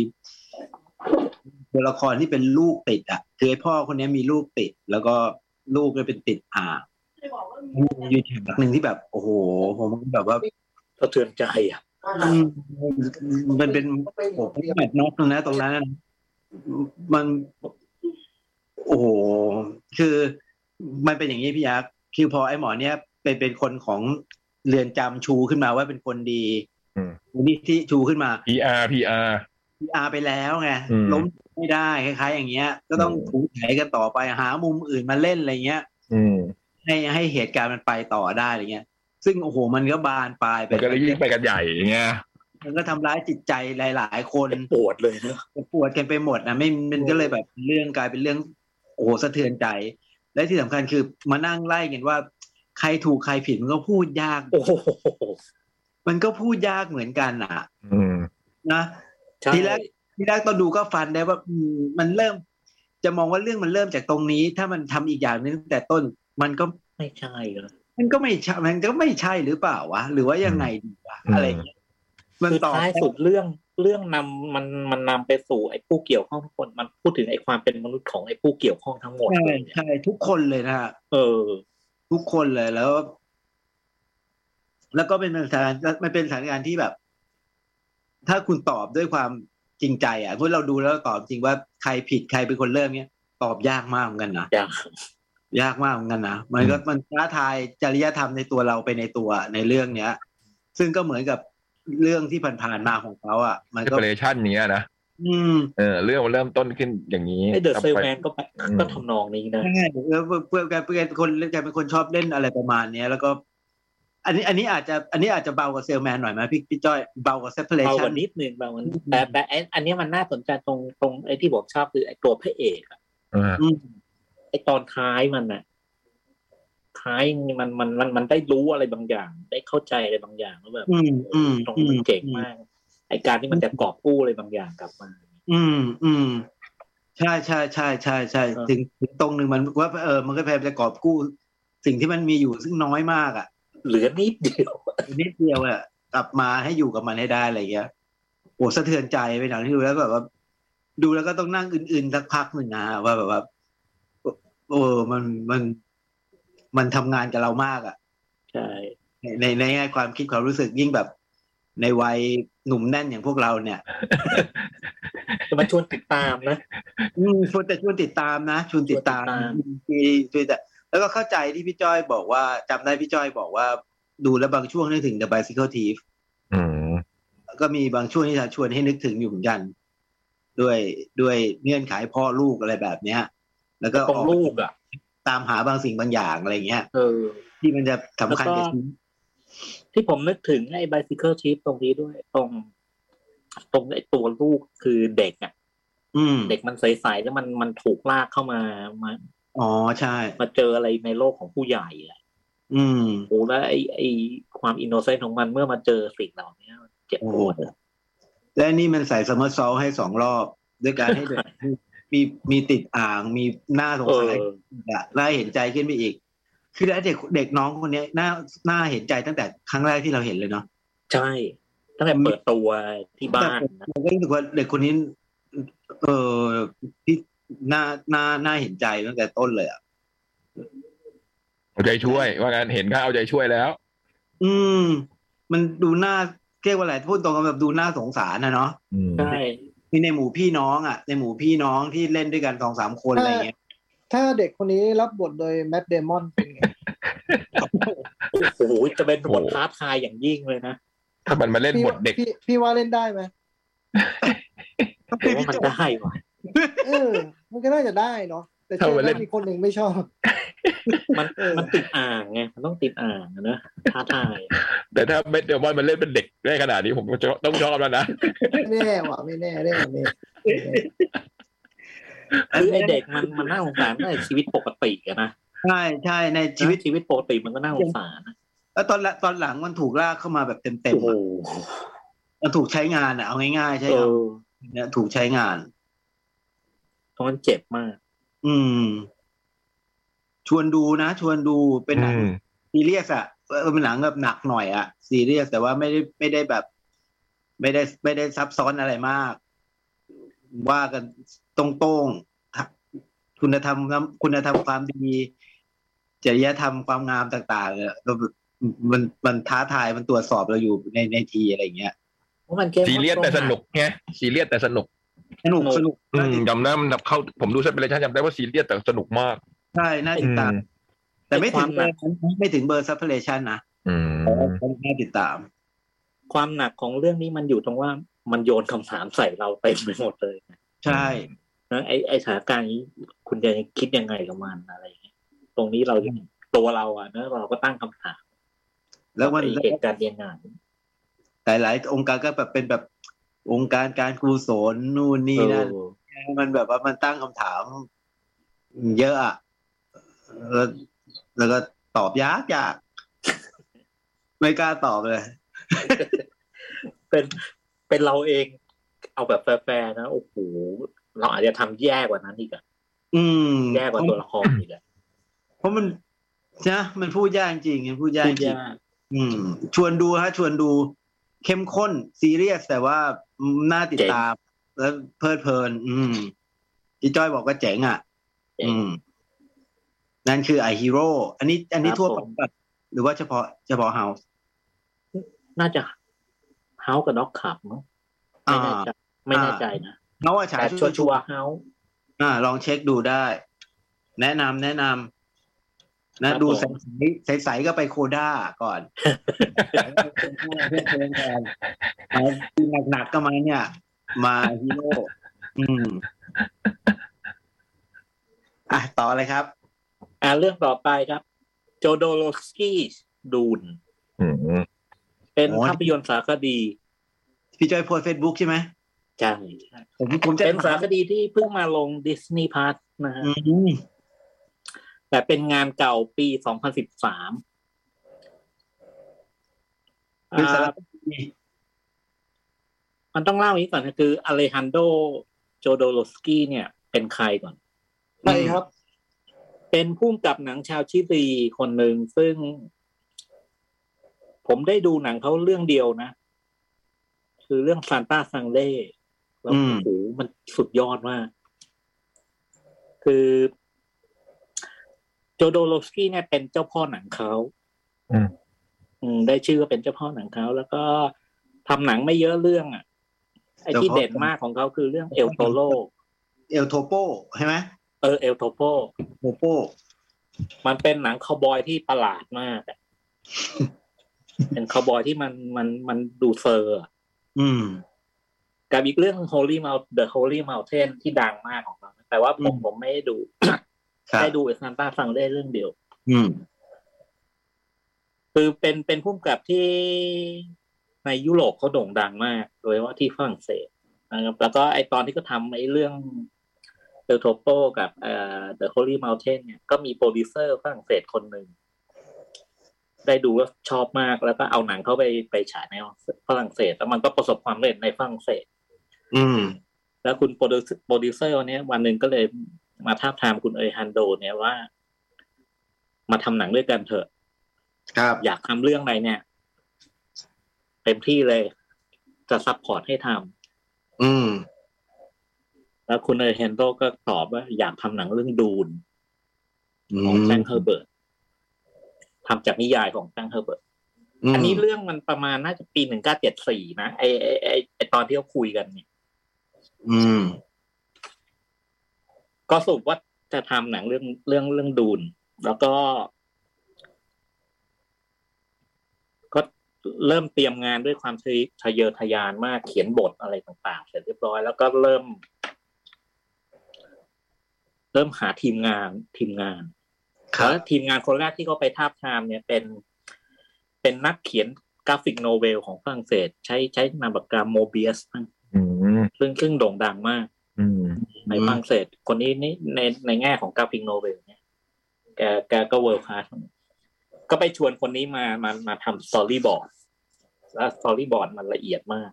ตัวละครที่เป็นลูกติด อ่ะ คือไอ้พ่อคนเนี้ยมีลูกติด แล้วก็ลูกก็เป็นติดอ่างอยู่ฉากหนึ่งที่แบบ โอ้โห ผมก็แบบว่า
สะเทือนใจอ่ะ
อืมมันเป็นผมแมตช์น็อกตรงนั้นตรงนั้นนะ มันโอ้โหคือมันเป็นอย่างนี้พี่ยักษ์คือพอไอ้หมอเนี้ยเป็นเป็นคนของเรือนจำชูขึ้นมาว่าเป็นคนดี
อืม
นี่ที่ชูขึ้นมา
PR PR
พีอาไปแล้วไง
อืม
ล้มไม่ได้คล้ายๆอย่างเงี้ย ก็ต้อง
อืม
ถูไถกันต่อไปหามุมอื่นมาเล่นอะไรเงี้ย
อืม
ให้ให้เหตุการณ์มันไปต่อได้อะไรเงี้ย ซึ่งโอ้โหมันก็บานปลายไป
มันก็เลยยิ่งไปกันใหญ่อย่างเงี้ย
มันก็ทำร้ายจิตใจหลาย ๆ คน
ปวดเลยเนอะ
ปวดกันไปหมดนะไม่มันก็เลยแบบเรื่องกลายเป็นเรื่องโอ้โหสะเทือนใจ และที่สำคัญคือมานั่งไล่กันว่า ใครถูกใครผิดมันก็พูดยาก
โอ้โห
มันก็พูดยากเหมือนกันอ่ะ
อืม
นะ
ใช่
ทีแรก ที่แรกตอนดูก็ฟันได้ว่าอืมมันเริ่ม จะมองว่าเรื่องมันเริ่มจากตรงนี้ ถ้ามันทำอีกอย่างหนึงตั้งแต่ต้น มันก็
ไม่ใช่เหรอ
มันก็ไม่ใช่มันก็ไม่ใช่หรือเปล่าวะหรือว่ายังไงดีวะอะไรอย่างเงี้ยมัน
คือ
ต่อ
ท้ายสุดเรื่องเรื่องนำมันมันนำไปสู่ไอ้ผู้เกี่ยวข้องทุกคนมันพูดถึงไอ้ความเป็นมนุษย์ของไอ้ผู้เกี่ยวข้องทั้งหมด
ใช่
เลยเนี่ย
ใช่ทุกคนเลยนะฮะ
เออ
ทุกคนเลยแล้ว แล้วก็เป็นสถานการณ์มันเป็นสถานการณ์ที่แบบ ถ้าคุณตอบด้วยความจริงใจ อ่ะพวกเราดูแล้วตอบจริงว่าใครผิดใครเป็นคนเริ่มเนี้ยตอบยากมากเหมือนกันนะ
ยาก
ยากมากเหมือนกันนะมันก็มันท้าทายจริยธรรมในตัวเราไปในตัวในเรื่องเนี้ย ซึ่งก็เหมือนกับเรื่องที่ผ่านๆมาของเขาอ่ะ มันก็
separation อย่างเงี้ยนะ
อืม
เออเรื่องมันเริ่มต้นขึ้นอย่างนี้
ไอ้เดอะเซลแมนก็ไป
อืม
ก็ทำนองนี้นะ
ง่ายๆแล้วเพื่อนแกเป็นคนแกเป็นคนชอบเล่นอะไรประมาณเนี้ย แล้วก็ อันนี้ อันนี้อาจจะอันนี้อาจจะเบากว่าเซลแมนหน่อยไหมพี่พี่จ้อยเบากว่าเซปเปอร์เล
เบาก
ชัน
ว่านิดนึงเบากว่านิด
อืม
แต่แต่ไอ้อันเนี้ยมันน่าสนใจตรงตรงไอ้ที่ผมชอบคือไอ้ตัวพระเอกอะ
อืม
ไอ้ตอนท้ายมันน่ะ ท้ายมันมันมันมันได้รู้อะไรบางอย่าง ได้เข้าใจอะไรบางอย่างแล้วแบบ
อืมอืม
ตรง
อื
นี้
ม
มันเจ๋งมาก ไอ้การที่มันจะกอบกู้อะไรบางอย่างกลับมา
อืมอืมใช่ใช่ใช่ใช่ใช่ถึงถึงตรงหนึ่งมันว่าเออมันก็พยายามจะกอบกู้ สิ่งที่มันมีอยู่ซึ่งน้อยมากอ่ะ
เหลือนิดเดียว
นิดเดียวอ่ะกลับมาให้อยู่กับมันให้ได้อะไรอย่างเงี้ยโอ้สะเทือนใจไปหนังที่ดูแล้วแบบว่า ดูแล้วก็ต้องนั่งอื่นๆสักพักหนึ่งนะว่าแบบว่า เออมันมัน มันทำงานกับเรามากอ่ะ
ใช่
ในในในแง่ความคิดความรู้สึกยิ่งแบบ ในวัยหนุ่มแน่นอย่างพวกเราเนี่ย
แต่มันชวนติดตามนะ
อืมชวนแต่ชวนติดตามนะชวนติดตาม
ชวนติดตาม
ทีชวนแต่แล้วก็เข้าใจที่พี่จ้อยบอกว่าจำได้พี่จ้อยบอกว่า ดูแล้วบางช่วงนึกถึง The Bicycle Thief
อืม
แล้วก็มีบางช่วงที่จะชวนให้นึกถึงอยู่เหมือนกัน ด้วยด้วยเงื่อนไขพ่อลูกอะไรแบบเนี้ย แล้วก็
ต
อ
รง
อก
ลูกอ่ะ
ตามหาบางสิ่งบางอย่างอะไรเงี้ย
เออ
ที่มันจะสำคัญ
แล้วก็
กับชีวิต
ที่ผมนึกถึงไอ้ bicycle chief ตรงนี้ด้วย ตรง ตรงไอ้ตัวลูกคือเด็กอ่ะ
อืม
เด็กมันใสๆแล้วมันมันถูกลากเข้ามามา
อ๋อใช่
มาเจออะไรในโลกของผู้ใหญ่อะ
อืม
โอ้แล้วไอ้ไอ้ความอินโนเซนต์ของมันเมื่อมาเจอสิ่งเหล่านี้มันเจ็บปวดอะ
และนี่มันใส่สมอร์ซอลให้สองรอบ ด้วยการ ให้เด็ก มีมีติดอ่างมีหน้าสง
เอ
สัย
อ
อ่ะน่าเห็นใจขึ้นไปอีก คือแล้วเด็กเด็กน้องคนเนี้ยน่าน่าเห็นใจตั้งแต่ครั้งแรกที่เราเห็นเลยเนาะ
ใช่ตั้งแต่เปิดตัวที่บ้านนะ
ผมก็รู้สึกว่าเด็กคนนี้ เออที่น่าน่าน่าเห็นใจตั้งแต่ต้นเลยอ่ะ
เอาใจช่วย ว่างานเห็นก็เอาใจช่วยแล้ว
อืม มันดูน่าเรียกว่าอะไรพูดตรงกันแบบดูน่าสงสารนะเนาะ
อืม
ใช่
มีในหมู่พี่น้องอ่ะ ในหมู่พี่น้องที่เล่นด้วยกันสองสามคนอะไรอย่างเงี้ย
ถ้าเด็กคนนี้รับบทโดยแม t เดมอนเป็นไง
โอ้โหจะเป็นบทท้าทายอย่างยิ่งเลยนะ
ถ้ามันมาเล่น
พี่
บทเด็ก
พี่พี่ว่าเล่นได้ไหม
แต่ว่ามันได้ว่ะ
เออ มันก็น่าจะได้เนาะแต่
ถ้า
เชื่อ
มาเล่น
ว่ามีคนหนึ่งไม่ชอบ
มัน
เออ
มันติดอ่างไงมันต้องติดอ่างอะนะท้าทาย
แต่ถ้าเม็ดเดมอนมันเล่นเป็นเด็กได้ขนาดนี้ผมก็จะต้องชอบแล้วนะ
ไม่แน่ว่ะไม่แน่ได้แบบนี้
คือไอเด็กมันมันน่าสงสารตั้งแต่ชีวิตปกติอะนะ
ใช่ใช่ในชี
ชีวิตชี
วิต
วิตปกติมันก็น่าสงสารนะ
แล้วตอนหลังตอนหลังมันถูกลากเข้ามาแบบเต็ม
โอ้
ๆ
โห
อะมันถูกใช้งานอะเอาง่ายๆใช่
เอ
ครับ
อ
เนี่ยถูกใช้งาน
ตรงนั้นเจ็บมาก
อืม ชวนดูนะ ชวนดูเป็นหนัง
อืม
ซีเรียสอะเออเป็นหนังแบบหนักหน่อยอะซีเรียสแต่ว่าไม่ได้ไม่ได้แบบ ไม่ได้ไม่ได้ซับซ้อนอะไรมาก ว่ากันตรงๆคุณธรรมคุณธรรมความดีจริยธรรมความงามต่างๆเนี่ยเรามันมันท้าทายมันตรวจสอบเราอยู่ในในทีอะไรอย่างเงี้ย
เพราะมันแค่
ซีเรียสแต่สนุกไงซีเรียสแต่สนุก
สนุกสนุก
อื
น่าม ติด
จำได้มันแบบเข้าผมดูเซเปเรชั่นจำได้ว่าซีเรียสแต่สนุกมาก
ใช่น่าติดตาม
อืม
แต่ไม่ถึง
ไอ้ความหนัก
ไม่ถึงเบอร์ซัพเพลชันนะ
อื
แต่ว่าม น่าติดตาม
ความหนักของเรื่องนี้มันอยู่ตรงว่ามันโยนคำถามใส่เราเต็มไปหมดเลยนะ
ใช่
นะไอไอสถานการณ์นี้คุณจะคิดยังไงกับมันอะไรอย่างเงี้ยตรงนี้เราตัวเราอะเนอะเราก็ตั้งคำถาม
แล้วมัน
ไอ้เหตุการณ์เรียนงาน
หลายๆองค์การก็แบบเป็นแบบองค์การการกุศลนู่นนี่นั่น
เออ
มันแบบว่ามันตั้งคำถาม เยอะอะแล้วแล้วก็ตอบยากยาก ไม่กล้าตอบเลย
เป็นเป็นเราเอง เอาแบบแฟร์ๆนะโอ้โหเราอาจจะทำแย่กว่านั้นอีกอะ
อืม
แย่กว่าตัวละครอีกอะ
เพราะมันนะมันพูดยากจริงมันพูดยากจริง
ยาก
อืม ชวนดูฮะ ชวนดู เข้มข้นซีเรียส แต่ว่าน่าติดตาม แล้วเพลิดเพลิน อืมที่จ้อยบอกว่าเจ๋งอ่ะ อืม นั่นคือไอฮีโร่อันนี้ อันนี้ทั่วไปปะหรือว่าเฉพาะเฉพาะเฮาส์
น่าจะเฮากับด็อกขับมั้งไม่
อ่า
แน่ใจไม่แน่ใจนะ
เฮาว่าฉาย
แต่ชัวชัวเฮา
อ่า ลองเช็คดูได้ แนะนำแนะนำ
ครั
นะ
บ
ดู
ผ
ใส
ม
ใสใสๆก็ไปโคด้าก่อนเพื่อนเพลงก่อนเอาหนักหนักๆก็มาเนี่ย มาฮีโร่อืม อ่ะต่อเลยครับ
อ่าเรื่องต่อไปครับ โจโดโลสกี้ดูน
อืม
เป็น
โอ้ย
ภาพยนตร์สารคดี
พี่จอยโพสเฟซบุ๊กใช่ไหม
ใช่
ผมผมจะ
เป็นสารคดีที่เพิ่งมาลงดิสนีย์พาร์ทนะฮะ
อืม
แต่เป็นงานเก่าปี 2013
เป็นสาร
อ่า
คดี
มันต้องเล่าอย่างนี้ก่อนนะคืออเลฮันโดโจโดโลสกี้เนี่ย เป็นใครก่อน
ใช่ครับ
เป็นผู้กำกับหนังชาวชิลีคนหนึ่งซึ่ง ผมได้ดูหนังเขาเรื่องเดียวนะ คือเรื่องซานต้าซังเล่แล้ว
อืม
โอ้โหมันสุดยอดมาก คือโจโดโลฟสกี้เนี่ยเป็นเจ้าพ่อหนังเขา
อืม
อืม ได้ชื่อว่าเป็นเจ้าพ่อหนังเขา แล้วก็ทำหนังไม่เยอะเรื่องอ่ะ ไอ้ที่เด่นมากของเขาคือเรื่องเอลโตโล
เอลโทโปใช่ไหม
เออเอลโตโป
โทโป
มันเป็นหนังคาวบอยที่ประหลาดมาก อะ เป็นคาวบอยที่มันมันมันดูเซอร์อะ
อืม
กับอีกเรื่อง Holy Mount The Holy Mountain ที่ดังมากของเรานะแต่ว่าผม
อืม
ผมไม่ได้ดู
ครับ
ได้ดูไอ้ซานต้าฟังได้เรื่องเดียว
อืม
คือเป็นเป็นผู้กำกับที่ในยุโรปเขาโด่งดังมาก โดยเฉพาะที่ฝรั่งเศสนะครับแล้วก็ไอตอนที่เขาทำไอเรื่องเดลโทโปกับเอ่อ The Holy Mountain เนี่ยก็มีโปรดิวเซอร์ฝรั่งเศสคนหนึ่ง ได้ดูแล้วชอบมากแล้วก็เอาหนังเขาไปไปฉายในฝรั่งเศส แล้วมันก็ประสบความสำเร็จในฝรั่งเศส
อืม
แล้วคุณโปรดิวเซอร์โปรดิวเซอร์คนเนี้ยวันหนึ่งก็เลยมาท้าบทามคุณเอฮันโด เนี่ยว่า มาทำหนังด้วยกันเถอะ
ครับ
อยากทำเรื่องอะไรเนี่ยเต็มที่เลย จะซัพพอร์ตให้ทำ
อืม
แล้วคุณเอเฮนโตก็ตอบว่าอยากทำหนังเรื่องดูน
อื
ของ
ม
แซงเฮอร์เบิร์ตทำจากนิยายของแซงเฮอร์เบิร์ตอันนี้เรื่องมันประมาณน่าจะปีหนึ่งเก้าเจ็ดสี่นะไอไอไอไอตอนที่เขาคุยกันเนี่ย
อืม
ก็สรุปว่าจะทำหนังเรื่องเรื่องเรื่องดูน แล้วก็ ก็เริ่มเตรียมงานด้วยความทะทะเยอทะยานมากเขียนบทอะไรต่างๆ เสร็จเรียบร้อยแล้วก็เริ่ม เริ่มหาทีมงานทีมงาน
ครั
แล้
บ
วทีมงานคนแรกที่เขาไปทาบทามเนี่ยเป็น เป็นนักเขียนกราฟิกโนเวลของฝรั่งเศส ใช้ใช้นามปากกาโมเบียส
อืม
ซึ่งซึ่งโด่งดังมาก
อืม
ใน
อืม
ฝรั่งเศสคนนี้นี่ในในแง่ของกราฟิกโนเวลเนี่ยแกแกก็เวิร์คคลาสก็ไปชวนคนนี้มามามาทำสตอรี่บอร์ดแล้วสตอรี่บอร์ดมันละเอียดมาก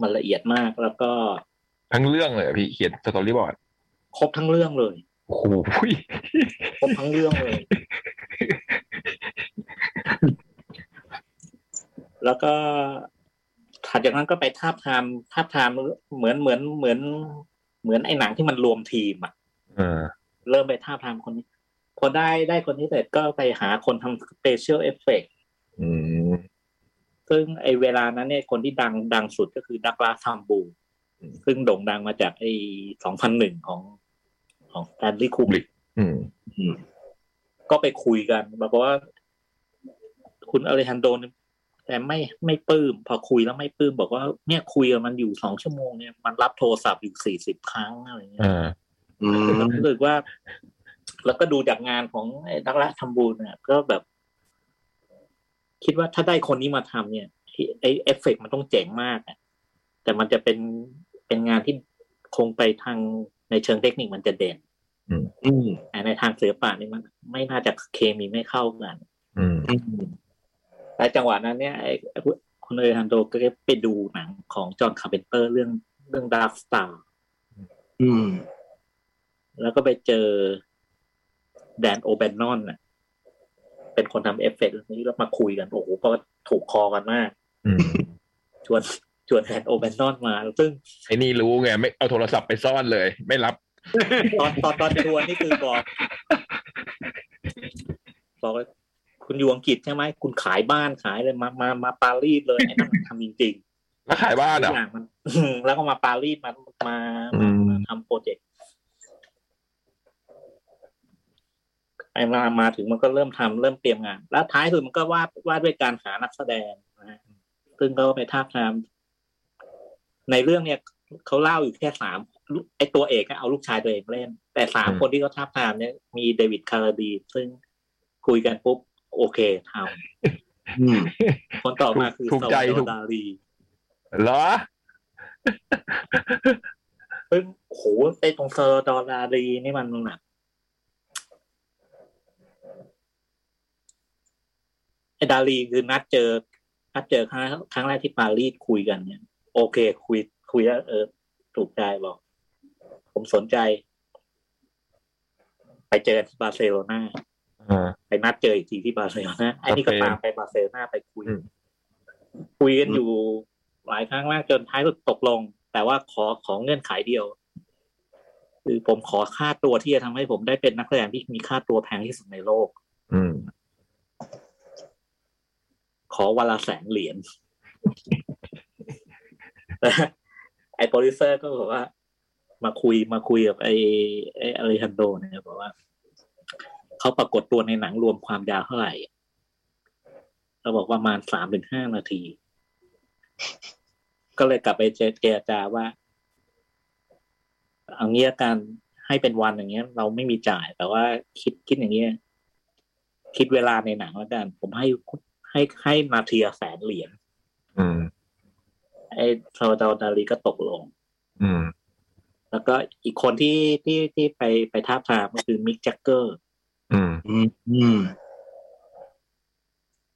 มันละเอียดมากแล้วก็
ทั้งเรื่องเลยอะพี่เขียนสตอรี่บอร์ด
ครบทั้งเรื่องเลย
โอ้โห
ครบทั้งเรื่องเลย แล้วก็ถัดจากนั้นก็ไปทาบทามทาบทามเหมือนเหมือนเหมือน เหมือนไอ้หนังที่มันรวมทีมอะ
เออ
เริ่มไปท่าบทามคนนี้ พอได้ได้คนนี้เสร็จก็ไปหาคนทำ Special Effect
อืม
ซึ่งไอเวลานั้นเนี่ยคนที่ดังดังสุดก็คือดักลาซัมบู ซึ่งโด่งดังมาจากไอ้สองพันหนึ่งของของแตนลีคูบิก
อืม
ก็ไปคุยกันบอกว่า คุณอเลฮันโดเนี่ยแต่ไม่ไม่ปลื้มพอคุยแล้วไม่ปลื้มบอกว่าเนี่ยคุยกับมันอยู่สองชั่วโมงเนี่ยมันรับโทรศัพท์อยู่สี่สิบครั้งอะไรเงี้ย
อ่า
อืม
แล้วรู้สึกว่า แล้วก็ดูจากงานของไอ้นักละทำบุญเนี่ยก็แบบ คิดว่าถ้าได้คนนี้มาทำเนี่ยไอเอฟเฟกต์มันต้องเจ๋งมากอะแต่มันจะเป็นเป็นงานที่คงไปทางในเชิงเทคนิคมันจะเด่น
อืม
แต่ในทางศิลปะนี่มันไม่น่าจะเคมีไม่เข้ากัน
อืม
อืม
แต่จังหวะนั้นเนี่ยไอ้คุณเอฮันโดก็ไปดูหนังของจอห์นคาร์เพนเตอร์เรื่องเรื่องดาร์ฟสตาร์
อืม
แล้วก็ไปเจอแดนโอเบนนอนน่ะ เป็นคนทำเอฟเฟกต์เรื่องนี้แล้วมาคุยกัน โอ้โหก็ถูกคอกันมาก
อืม
ชวนชวนแดนโอเบนนอนมา ซึ่ง
ไอ้นี่รู้ไง ไม่เอาโทรศัพท์ไปซ่อนเลย ไม่รับ
ตอนตอนตอนชวนนี่คือบอกบอกว่าคุณอยู่อังกฤษใช่ไหมคุณขายบ้านขายเลยมามามาปารีสเลยไอ้นั่นมันทำจริง ๆ
แล้วขายบ้าน
ทุ
อ่ะ
กอย่างมัน แล้วก็มาปารีสมามา
อืม
มาทำโปรเจกต์ไอ้มามาถึงมันก็เริ่มทำเริ่มเตรียมงาน แล้วท้ายสุดมันก็วาดวาดด้วยการหานักแสดงนะฮะซึ่งก็ไปทาบทามในเรื่องเนี่ยเขาเล่าอยู่แค่สามลูกไอ้ตัวเอกก็เอาลูกชายตัวเองเล่น แต่สามคนที่เขาทาบทามเนี่ยมีเดวิดคาราดีนซึ่งคุยกันปุ๊บ โอเคท
อืม
ำคนต่อมาคือ
ถูกใจ
ซาวาดอร์
ถูก
ดาลี
เหรอ
เฮ้ยโหไอ้ตรงเซอร์ดอลลารีนี่มันหนักไอ้ดาลีคือนัดเจอ นัดเจอครั้งครั้งแรกที่ปารีสคุยกันเนี่ย โอเค คุย คุยแล้วเออ ถูกใจบอก ผมสนใจ ไปเจอกันที่บาร์เซโลนา
อ่า
ไปนัดเจออีกทีที่บาร์เซโลนาไอ้นี่ก็ตามไปบาร์เซโลนาไปคุย
อืม
คุยกันอยู่หลายครั้งมากจนท้ายสุดตกลง แต่ว่าขอของเงื่อนไขเดียว คือผมขอค่าตัวที่จะทำให้ผมได้เป็นนักแสดงที่มีค่าตัวแพงที่สุดในโลก
อืม
ขอวันละแสนเหรียญ แต่ไอ้โปรดิวเซอร์ก็บอกว่า มาคุยมาคุยกับไอ้ไอ้อเลฮันโดเนี่ยบอกว่า เขาปรากฏตัวในหนังรวมความยาวเท่าไหร่เราบอกว่าประมาณสามถึงห้านาที ก็เลยกลับไปเจเจรจาว่า เอางี้ละกันให้เป็นวันอย่างเงี้ย เราไม่มีจ่าย แต่ว่าคิดคิดอย่างเงี้ย คิดเวลาในหนังแล้วกัน ผมให้คุณ ให้ให้นาทีละแสนเหรียญ
อืม
ไอ้ซาวดาวดาลีก็ตกลง
อืม
แล้วก็อีกคนที่ที่ที่ไปไปท้าบทามก็คือมิกแจ็คเกอร์
อืม
อืมอืม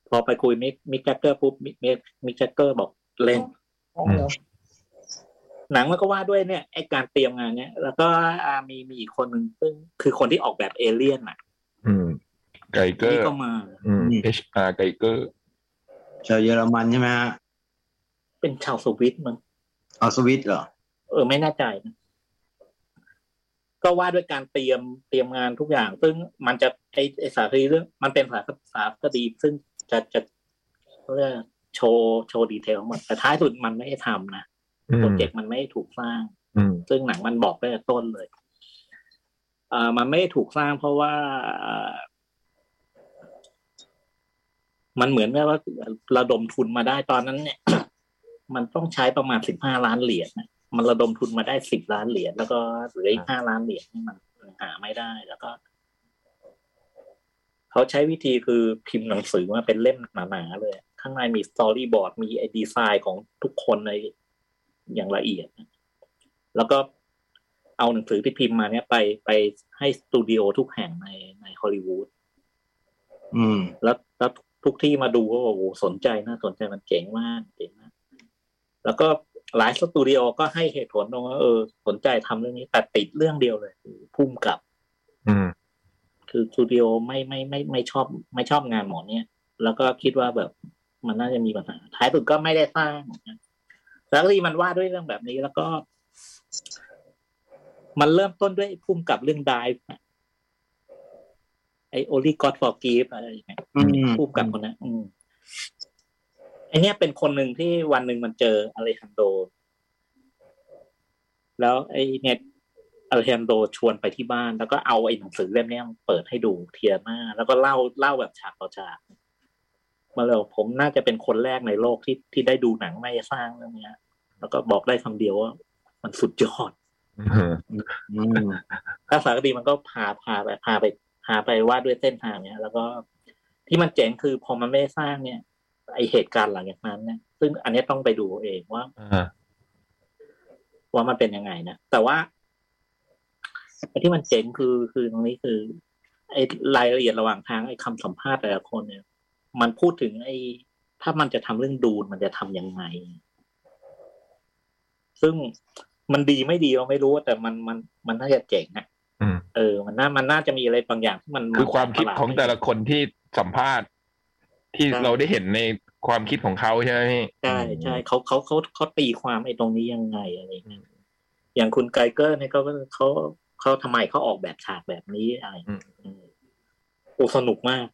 พอไปคุยมิกมิกแจ็คเกอร์ปุ๊บมิกมิกมิกแจ็คเกอร์บอกเล่น
อ๋อเหรอ
หนังมันก็ว่าด้วยเนี่ยไอ้การเตรียมงานเนี่ย แล้วก็อ่ามีมีอีกคนหนึ่งซึ่งคือคนที่ออกแบบเอเลี่ยนอ่ะ
อืม ไก่เกอ
นี่
ร์
ก็มา
อืม HR ไก่เกอร์
ชาวเยอรมันใช่ไหมฮะ
เป็นชาวสวิตมัน
เอาสวิตเหรอ
เออไม่แน่ใจนะก็ว่าด้วยการเตรียมเตรียมงานทุกอย่าง ซึ่งมันจะไอไอสารคดีเรื่องมันเป็นสารสารคดีซึ่งจะจะเรื่องโชว์โชว์ดีเทลหมดแต่ท้ายสุดมันไม่ได้ทำนะ
อื
โปร
ม
เจกต์มันไม่ได้ถูกสร้าง
อืม
ซึ่งหนังมันบอกตั้งแต่ต้นเลยเอ่อมันไม่ได้ถูกสร้างเพราะว่าเอ่อมันเหมือนกับว่าระดมทุนมาได้ตอนนั้น เนี่ย มันต้องใช้ประมาณสิบห้าล้านเหรียญนะมันระดมทุนมาได้สิบล้านเหรียญแล้วก็เหลืออีกห้าล้านเหรียญที่มันหาไม่ได้แล้วก็เขาใช้วิธีคือพิมพ์หนังสือมาเป็นเล่มหนาๆเลย ข้างในมีสตอรี่บอร์ดมีไอดีไซน์ของทุกคนในอย่างละเอียด แล้วก็เอาหนังสือที่พิมพ์มาเนี่ยไปไปให้สตูดิโอทุกแห่งในในฮอลลีวูด
อืม
แล้วแล้วทุกที่มาดูก็บอกโอ้โหสนใจน่าสนใจมันเจ๋งมากเจ๋งมากแล้วก็หลายสตูดิโอก็ให้เหตุผลตรงว่าเออ สนใจทำเรื่องนี้แต่ติดเรื่องเดียวเลยคือพุ่มกับ
อืม
คือสตูดิโอไม่ไม่ไม่ไม่ชอบ ไม่ชอบงานหมอเนี่ย แล้วก็คิดว่าแบบมันน่าจะมีปัญหาท้ายสุดก็ไม่ได้สร้างนะแล้วก็ที่มันว่าด้วยเรื่องแบบนี้แล้วก็ มันเริ่มต้นด้วยพุ่มกับเรื่องดายไอโอลีกอดฟอร์กีฟอะไรอย่างเงี้ย
อืม
พุ่มกับคนนั้นอืมไอเนี้ยเป็นคนหนึ่งที่วันหนึ่งมันเจออเลฮันโด แล้วไอ้เนี่ยอเลแฮนโดชวนไปที่บ้าน แล้วก็เอาไอ้หนังสือเล่มเนี้ยมาเปิดให้ดูเทียมาแล้วก็เล่าเล่าแบบฉากต่อฉากมาเลยบอกผมน่าจะเป็นคนแรกในโลกที่ที่ได้ดูหนังไม่สร้างเรื่องเนี้ย แล้วก็บอกได้คำเดียวว่า มันสุดยอด
อืม
ถ้าสารคดีมันก็พาพาไปพาไปพาไปวาดด้วยเส้นทางเนี้ยแล้วก็ที่มันเจ๋งคือพอมันไม่ได้สร้างเนี่ย ไอเหตุการณ์หลังจากนั้นเนี่ยซึ่งอันเนี้ยต้องไปดูเองว่า ว่ามันเป็นยังไงนะแต่ว่าไอ้ที่มันเจ๋งคือคือตรงนี้คือ ไอ้รายละเอียดระหว่างทางไอ้คำสัมภาษณ์แต่ละคนเนี่ย มันพูดถึงไอ้ถ้ามันจะทำเรื่องดูนมันจะทำยังไง ซึ่งมันดีไม่ดีเราไม่รู้แต่มันมันมันน่าจะเจ๋งอะ
อืม
เออ มันน่ามันน่าจะมีอะไรบางอย่างที่มัน
คือความคิดของแต่ละ
ปรหาด
คนที่สัมภาษณ์ ที่
ใช่
เราได้เห็นในความคิดของเขาใช่ไหมพี่
ใช่ใช่เขาเขาเขาเขาตีความไอ้ตรงนี้ยังไงอะไรอย่างเงี้ยอย่างคุณไกเกอร์เนี่ยเขาเขาเขาทำไมเขาออกแบบฉากแบบนี้อะไรอย่างเงี้ยอืมโอ้สนุกมาก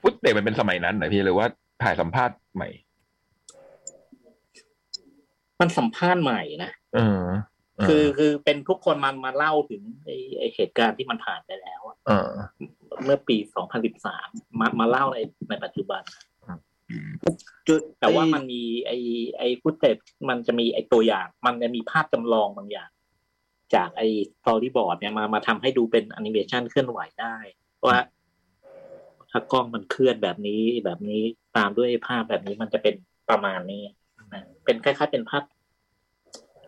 ฟุตเตะมันเป็นสมัยนั้นเหรอพี่หรือว่าถ่ายสัมภาษณ์ใหม่
มันสัมภาษณ์ใหม่นะ
เออเ
คือคือเป็นทุกคนมันมาเล่าถึงไอ้ไอ้เหตุการณ์ที่มันผ่านไปแล้วอะ
เออ
เมื่อปี 2013 มามาเล่าในในปัจจุบัน
จุด
แต่ว่า
ไอ้
มันมีไอ้ไอ้ฟุตเต็มันจะมีไอ้ตัวอย่าง มันจะมีภาพจำลองบางอย่าง จากไอ้ตอรี่บอร์ดเนี่ยมามาทำให้ดูเป็นแอนิเมชันเคลื่อนไหวได้ ว่า ถ้ากล้องมันเคลื่อนแบบนี้แบบนี้ตามด้วยภาพแบบนี้มันจะเป็นประมาณนี้นะเป็นคล้ายๆเป็นภาพ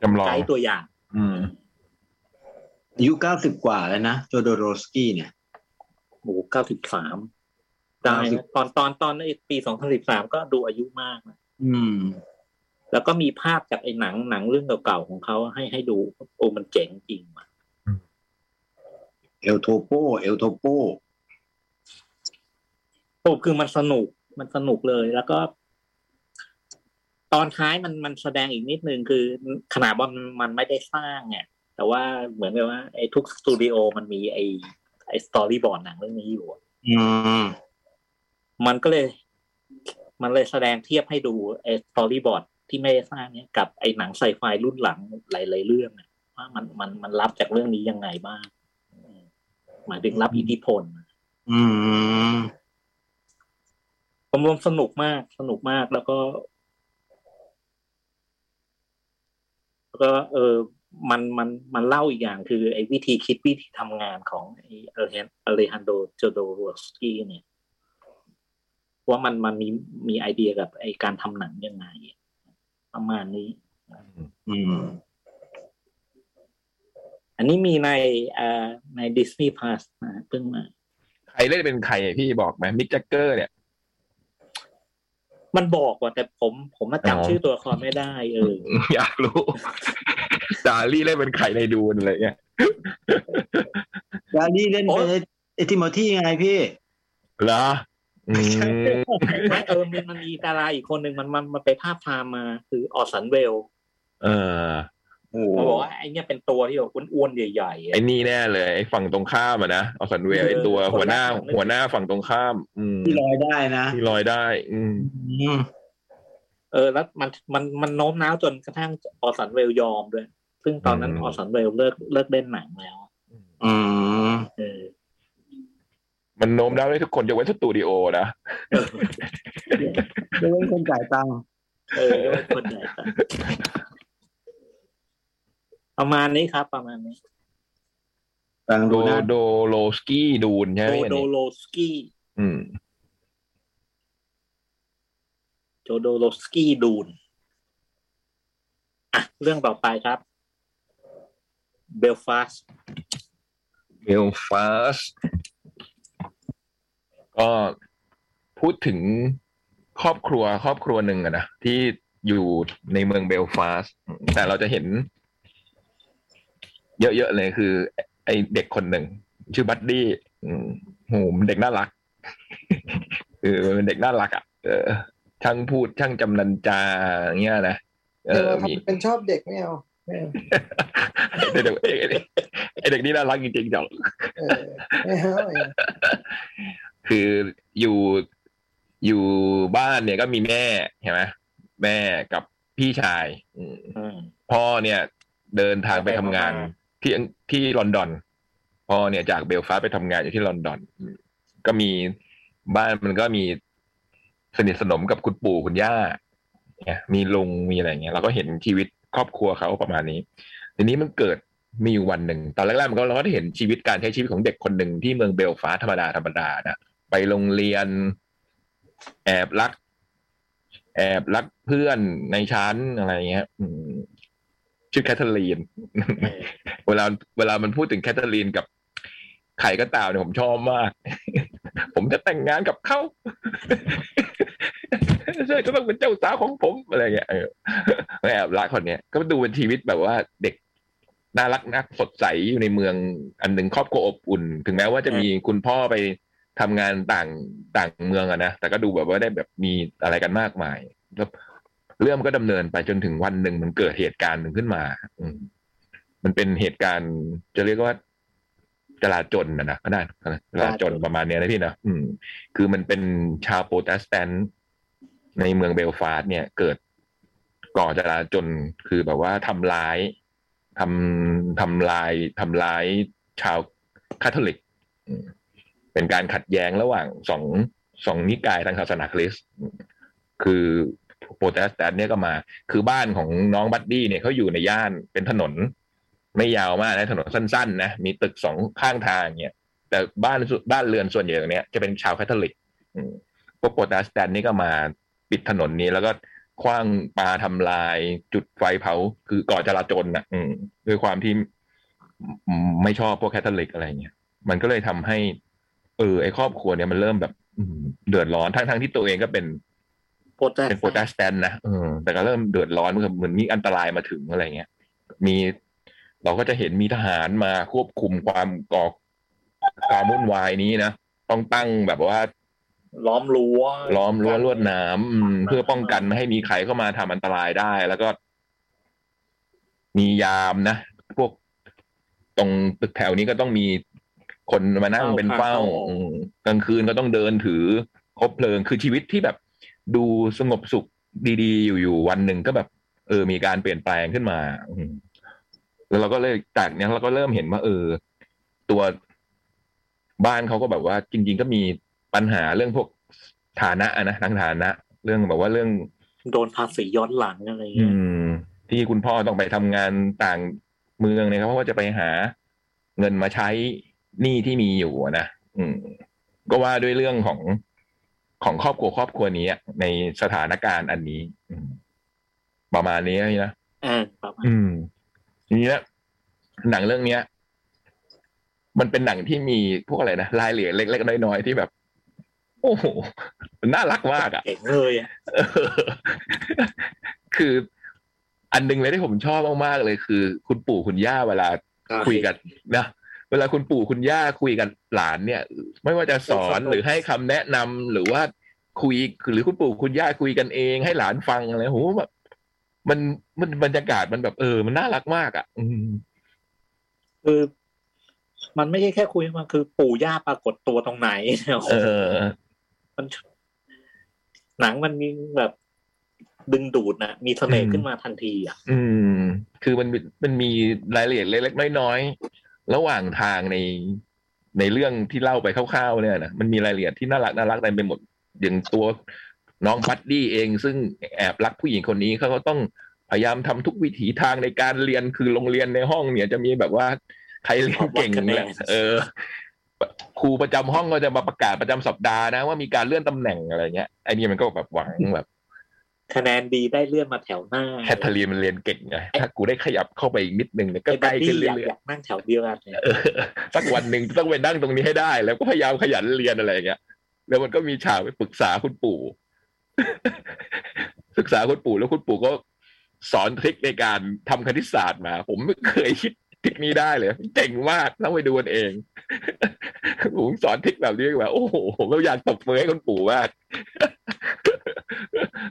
จำลอง
ไกด์ตัวอย่าง
อืม
อายุเก้าสิบกว่าแล้วนะโจโดโรสกี้เนี่ย
โอ้เก้าสิบสามได้นะตอนตอนตอนไอ้ปีสองพันสิบสามก็ดูอายุมากนะ
อืม
แล้วก็มีภาพจากไอ้หนังหนังเรื่องเก่าๆของเขาให้ให้ดูโอ้มันเจ๋งจริงว่ะ
เอลโทโป เอลโทโป
สรุปคือมันสนุกมันสนุกเลยแล้วก็ ตอนท้ายมันมันแสดงอีกนิดนึงคือขนาดว่ามันมันไม่ได้สร้างเนี่ย แต่ว่าเหมือนกับว่าไอ้ทุกสตูดิโอมันมีไอ้ไอ้สตอรี่บอร์ดหนังเรื่องนี้อยู่อะ
อืม
มันก็เลย มันเลยแสดงเทียบให้ดูไอ้สตอรี่บอร์ดที่ไม่ได้สร้างเนี่ยกับไอ้หนังไซไฟรุ่นหลังหลายๆเรื่องเนี่ยว่ามันมันมันรับจากเรื่องนี้ยังไงบ้างอืมหมายถึงรับอิทธิพล
อืม
ผมรวมสนุกมากสนุกมากแล้วก็ แล้วก็เออมันมันมันเล่าอีกอย่างคือไอ้วิธีคิดวิธีทำงานของไอ้อเลฮันโดโจโดโรสกี้เนี่ย ว่ามันมันมีมีไอเดียกับไอ้การทำหนังยังไงประมาณนี้
อืม
อันนี้มีในเอ่อใน Disney Plus นะเพิ่งมา
ใครเล่นเป็นใครอ่ะพี่บอกไหมมิกแจ็คเกอร์เนี่ย
มันบอกว่าแต่ผมผมมา
อ๋อ
จำชื่อตัวละครไม่ได้เออ
อยากรู้ ดารี่เล่นเป็นใครในดูนอะไรเงี้ย
ดาลี่เล่น
โอ๊
เป็น
ย
ไอทิโมที่ไงพี่
เหรออืม
ไม่เออมันมันมีดาราอีกคนหนึ่งมันมันมันไปภาพพามมาคือออสันเวล
เออ
โอ้
เขาบอกว่าไอเนี่ยเป็นตัวที่แบบอ้วนๆใหญ่ๆ
ไอ้
อะ
นี่แน่เลยไอ้ฝั่งตรงข้ามอ่ะนะเอาสันเวลไอ้ตัว
เออ
หัวหน้า
คนละฝั่ง
หัวหน้าฝั่งตรงข้าม อืม
ที่ลอยได้นะ
ที่ลอยได้ อืม
อืม
เออแล้วมันมันมันโน้มน้าวจนกระทั่งออสันเวลยอมด้วย ซึ่งตอนนั้นออสันเวลเลิกเลิกเล่นหนังแล้ว
อืม
เออ
มันโน้มน้าวให้ทุกคนยกเว้นสตูดิโอนะ
ไม่เป็นคนจ่ายตังค์
เออคนใหญ่ไปประมาณนี้ครับ ประมาณนี้
ตังค์
โด
ดูนะ
โดโลสกี้ดูนใช่ไห
โด
มอัน
โด
นี้
โลสกี้
อืม
โจโดโลสกี้ดูนอ่ะเรื่องต่อไปครับเบลฟาส
เบลฟาสต์ก็พูดถึงครอบครัวครอบครัวหนึ่งอะนะ ที่อยู่ในเมืองเบลฟาสต์แต่เราจะเห็น เยอะๆเลยคือ ไอเด็กคนหนึ่ง ชื่อบัดดี้อืมโหมันเด็กน่ารัก คือมันเป็นเด็กน่ารักอะ่ะเออ ช่างพูดช่างจำนันจาอย่างเงี้ยนะเอ
แต่
อ
ว่า
มี
ทำเป็นชอบเด็กไม่เอาไม่เอา
ไอ้เด็ก ไอ้เด็กไอเด็กนี่น่ารักจริงๆเดี๋ยว
เออไม่เอาไม่เอา
คืออยู่อยู่บ้านเนี่ยก็มีแม่ใช่ไหมแม่กับพี่ชายอืมพ่อเนี่ย เดินทางไปทำงานที่ที่ลอนดอนพอเนี่ยจากเบลฟาสต์ไปทำงานอยู่ที่ลอนดอนอืมก็มีบ้านมันก็มีสนิทสนมกับคุณปู่คุณย่าเนี่ยมีลุงมีอะไรเงี้ยเราก็เห็นชีวิตครอบครัวเขาประมาณนี้ ทีนี้มันเกิดมีอยู่วันหนึ่งตอนแรกๆมันก็เราก็ได้เห็นชีวิตการใช้ชีวิตของเด็กคนหนึ่งที่เมืองเบลฟาสต์ธรรมดาธรรมดานะไปโรงเรียน แอบรัก แอบรักเพื่อนในชั้นอะไรเงี้ยอืมชื่อแคทเธอรีน เวลาเวลามันพูดถึงแคทเธอรีนกับไข่ก็ตามเนี่ยผมชอบมาก ผมจะแต่งงานกับเขา ใช่ก็ต้องเป็นเจ้าสาวของผมอะไรเงี้ยเออแอบรักคนเนี้ยก็ดูเป็นชีวิตแบบว่าเด็กน่ารักนักสดใสอยู่ในเมืองอันหนึ่งครอบครัวอบอุ่น ถึงแม้ว่าจะมีคุณพ่อไปทำงานต่างต่างเมืองอะนะแต่ก็ดูแบบว่าได้แบบมีอะไรกันมากมายแล้วเรื่องมันก็ดำเนินไปจนถึงวันหนึ่งมันเกิดเหตุการณ์หนึ่งขึ้นมา อืม มันเป็นเหตุการณ์จะเรียกว่าจลาจลนะนะก็ได้นะจลาจลประมาณเนี้ยนะพี่นะอืม คือมันเป็นชาวโปรเตสแตนต์ในเมืองเบลฟาสต์เนี่ย เกิดก่อจลาจลคือแบบว่าทำร้ายทำทำลายทำร้ายชาวคาทอลิกอืมเป็นการขัดแย้งระหว่างสองสองนิกายทางศาสนาคริสต์อืมคือโปรเตสแตนต์เนี่ยก็มา คือบ้านของน้องบัดดี้เนี่ยเขาอยู่ในย่านเป็นถนน ไม่ยาวมากนะถนนสั้นๆนะมีตึกสองข้างทางเนี่ย แต่บ้านส่วนบ้านเรือนส่วนใหญ่ตรงเนี้ยจะเป็นชาวแคทอลิกอืมพวกโปรเตสแตนต์นี่ก็มาปิดถนนนี้แล้วก็คว้างปลาทำลายจุดไฟเผาคือก่อจราจลนะอืมด้วยความที่อืมไม่ชอบพวกแคทอลิกอะไรเงี้ยมันก็เลยทำให้ เออไอครอบครัวเนี่ยมันเริ่มแบบ อืมเดือดร้อนทั้งๆที่ตัวเองก็เป็น
โปรเตส
เป็นโปรเตสแตนต์นะเออแต่ก็เริ่มเดือดร้อนเหมือนกับเหมือนมีอันตรายมาถึงอะไรเงี้ย มีเราก็จะเห็นมีทหารมาควบคุมความก่อความวุ่นวายนี้นะ ต้องตั้งแบบว่า
ล้อมรั้ว
ล้อมรั้วลวดหน้ำอืมเพื่อป้องกันไม่ให้มีใครเข้ามาทำอันตรายได้ แล้วก็ มียามนะ พวกตรงตึกแถวนี้ก็ต้องมีคนมานั่ง
เฝ้า
เป็นเฝ้า
ทางเข้า
อืมกลางคืนก็ต้องเดินถือคบเพลิงคือชีวิตที่แบบ ดูสงบสุขดีๆ อยู่ๆวันหนึ่งก็แบบ เออ มีการเปลี่ยนแปลงขึ้นมา อืมแล้วเราก็เลยจากเนี้ยเราก็เริ่มเห็นว่า เออ ตัวบ้านเขาก็แบบว่า จริง ๆ ก็มีปัญหาเรื่องพวกฐานะอะนะทางฐานะ เรื่องแบบว่าเรื่อง
โดนภาษีย้อนหลังอะไร
อื
เงี้ย
ม ที่คุณพ่อต้องไปทำงานต่างเมืองเนี่ยครับเพราะว่าจะไปหาเงินมาใช้หนี้ที่มีอยู่อะนะอืม ก็ว่าด้วยเรื่องของของครอบครัวครอบครัวนี้อะในสถานการณ์อันนี้ อืม ประมาณนี้นะ
อ่าประมาณ
อืมทีนี้นะหนังเรื่องเนี้ย มันเป็นหนังที่มีพวกอะไรนะรายละเอียดเล็กๆน้อยๆที่แบบ โอ้โหมันน่ารักมากอ่ะ
เก่งเลยอะ
เออ คืออันหนึงเลยที่ผมชอบมากๆเลยคือ คุณปู่คุณย่าเวลาคุยกันนะเวลาคุณปู่คุณย่าคุยกันหลานเนี่ย ไม่ว่าจะสอนหรือให้คำแนะนำหรือว่าคุยหรือคุณปู่คุณย่าคุยกันเอง ให้หลานฟังอะไรโหแบบมันมันบรรยากาศมันแบบเออ มันน่ารักมากอ่ะ อืม
คือ มันไม่ใช่แค่คุยมาคือปู่ย่าปรากฏตัวตรงไหน เนี่ยโอ้โห
เออ
มันหนังมันมีแบบดึงดูดนะมีเสน่
อื
ห์
ม
ขึ้นมาทันทีอ่ะ
อืม คือมันมีมันมีรายละเอียดเล็กๆน้อยๆระหว่างทางในในเรื่องที่เล่าไปคร่าวๆเนี่ยนะมันมีรายละเอียดที่น่ารักน่ารักเต็มไปหมดอย่างตัวน้องพัดดี้เอง ซึ่งแอบรักผู้หญิงคนนี้เขาก็ต้องพยายามทำทุกวิถีทางในการเรียนคือโรงเรียนในห้องเนี่ยจะมีแบบว่าใครเรียนเก่งแหละเออ ครูประจำห้องก็จะมาประกาศประจำสัปดาห์นะ ว่ามีการเลื่อนตำแหน่งอะไรเงี้ยไอ้นี่มันก็แบบหวังแบบ
คะแนนดีได้เลื่อนมาแถวหน้า
แคทเธอรีนมันเรียนเก่งไง ถ้ากูได้ขยับเข้าไปอีกนิดนึงเนี่ยก็
ไอ้
ใก
บัด
ล้
ดี้
ขึ้น
อยาก
เรื่อ
อยยากนั่งแถวเดียวกันเนี่ย
ๆเอ อสักวันหนึ่งต้องไปนั่งตรงนี้ให้ได้ แล้วก็พยายามขยันเรียนอะไรอย่างเงี้ย แล้วมันก็มีฉากไปปรึกษาคุณปู่ ศึกษาคุณปู่แล้วคุณปู่ก็สอนทริคในการทำคณิตศาสตร์มา ผมไม่เคยคิดทริคนี้ได้เลยเจ๋งมากต้องไปดูกันเอง ผมสอนทริคแบบนี้แบบโอ้โหผมอยากตบมือให้คุณปู่มาก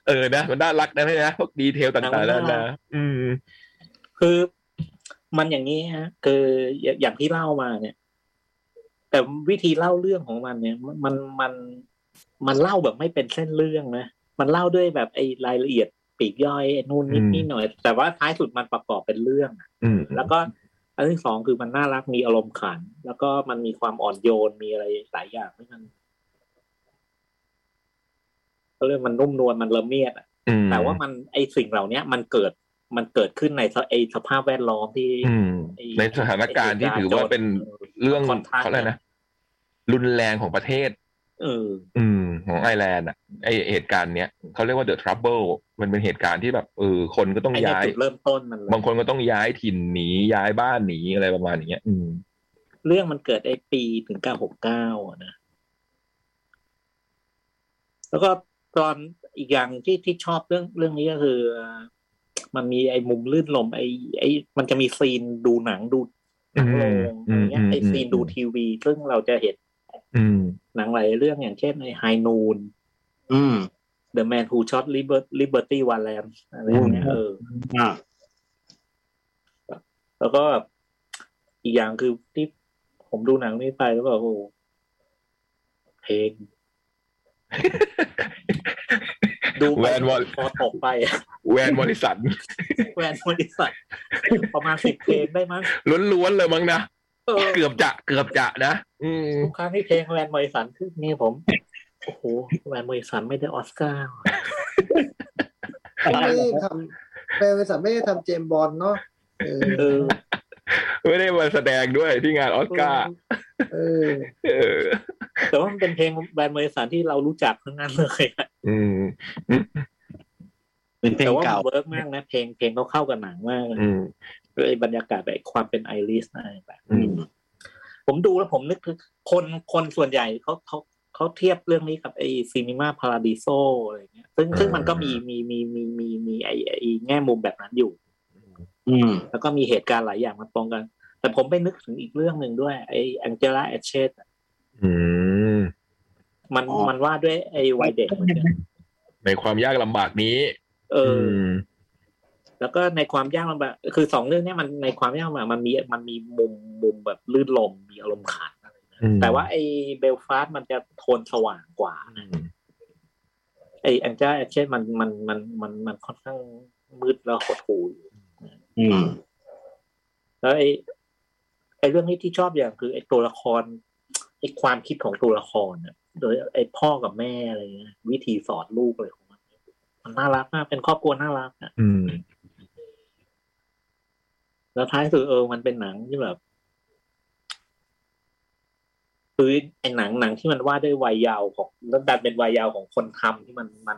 เออนะมันน่ารักนะพี่นะพวกดีเทลต่างๆนั่นนะอืม
คือมันอย่างนี้ฮะคืออย่างที่เล่ามาเนี่ย แต่วิธีเล่าเรื่องของมันเนี่ย มันมันมันเล่าแบบไม่เป็นเส้นเรื่องนะมันเล่าด้วยแบบไอ้รายละเอียด ปลีกย่อยนู่นนิด
อืม
นี่หน่อย แต่ว่าท้ายสุดมันประกอบเป็นเรื่องอะ
อืม
แล้วก็อันที่สองคือมันน่ารักมีอารมณ์ขัน แล้วก็มันมีความอ่อนโยนมีอะไรหลายอย่างที่มันเขาเรียกมันนุ่มนวลมันละเมียดอะ
อืม
แต่ว่ามันไอสิ่งเหล่าเนี้ยมันเกิดมันเกิดขึ้นในสไอสภาพแวดล้อมที่
อืม
ไอ้
ในสถานการณ์ที่ถือว่าเป็นเรื่อง
คอนทราสต์
เขาอะไรยกนะรุนแรงของประเทศ
เออ
อืมของไอร์แลนด์อ่ะไอเหตุการณ์เนี้ยเขาเรียกว่า the trouble มันเป็นเหตุการณ์ที่แบบเออคนก็ต้อง
ไอเนี่ย
ย้าย
จุดเริ่มต้นมันเลย
บางคนก็ต้องย้ายถิ่นหนีย้ายบ้านหนีอะไรประมาณอย่างเงี้ย อืม
เรื่องมันเกิดไอปีถึงเก้าหกเก้านะ แล้วก็ตอนอีกอย่างที่ที่ชอบเรื่องเรื่องนี้ก็คือ มันมีไอมุมลื่นลมไอไอมันจะมีซีนดูหนังดูหนังโรงอะไรเงี้ยไอซีนดูทีวี ซึ่งเราจะเห็น
อืม
หนังหลายเรื่องอย่างเช่นไอไฮนูน
อืม
The Man Who Shot Liber- Liberty Valance อะไรอย่างเงี้ย
อืม
เออ
อ่า
แล้วก็อีกอย่างคือที่ผมดูหนังนี้ไปแล้วแบบโอ้โหเพ ลง ดูไป
แวนวอล
พอตกไป
แวนมอริสัน
แวนบริษัทประมาณสิบเพลงได้มั้ง
ล้วนๆเลยมั้งนะ
เออ
เกือบจะเกือบจะนะ อืม
ทุกครั้งที่เพลงแวนบริษัทขึ้นนี่ผม โอ้โหแวนบริษัทไม่ได้ออสการ์ว่ะ
ไม่ได้ทำบริษัทไม่ได้ทำเจมส์บอลเนาะเออ
เออ
ไม่ได้มาแสดงด้วยที่งานออสการ์
เออ
เออ
แต่ว่ามันเป็นเพลงแวนบริษัทที่เรารู้จักทั้งนั้นเลย
อืม
เป็นเพล
แต่
ง
ว่ามั
เก่า
นเวิร์กมากนะ เพลงเพลงเขาเข้ากับหนังมาก
อืม
เลยบรรยากาศแบบความเป็นไอริสอะไรแบบ
อืม
ผมดูแล้วผมนึกถึงคนคนส่วนใหญ่เขาเขาเขาเทียบเรื่องนี้กับไอซีนีมาพาราดิโซอะไรเงี้ยซึ่งซึ่งมันก็มีมีมีมีมีมีไอไอแง่มุมแบบนั้นอยู่
อืม
แล้วก็มีเหตุการณ์หลายอย่างมันตรงกัน แต่ผมไปนึกถึงอีกเรื่องหนึ่งด้วย ไอแองเจล่าแอชเชต
อืม
มัน
อ๋อ
มันว่าด้วยไอวัยเด็กเหมือนกัน
ในความยากลำบากนี้
เอออ
ม
แล้วก็ในความยากลำบากคือสองเรื่องเนี้ยมันในความยากลำบากมันมีมันมีมุมมุมแบบลื่นลมมีอารมณ์ขันอะไรอย่างเงี้ย
อืม
แต่ว่าไอ้เบลฟาสต์มันจะโทนสว่างกว่า
อืม
ไอ้แองเจ้าแอชเช่มันมันมันมันมันค่อนข้างมืดแล้วหดหู่อยู่
อืม
แล้วไอ้ไอ้เรื่องนี้ที่ชอบอย่างคือไอ้ตัวละครไอ้ความคิดของตัวละครน่ะโดยไอ้พ่อกับแม่อะไรเงี้ยวิธีสอนลูกอะไรของมันมันน่ารักมากเป็นครอบครัวน่ารักอะ
อืม
แล้วท้ายสุดเออมันเป็นหนังที่แบบคือไอ้หนังหนังที่มันว่าด้วยวัยเยาว์ของแล้วดันเป็นวัยเยาว์ของคนทำที่มันมัน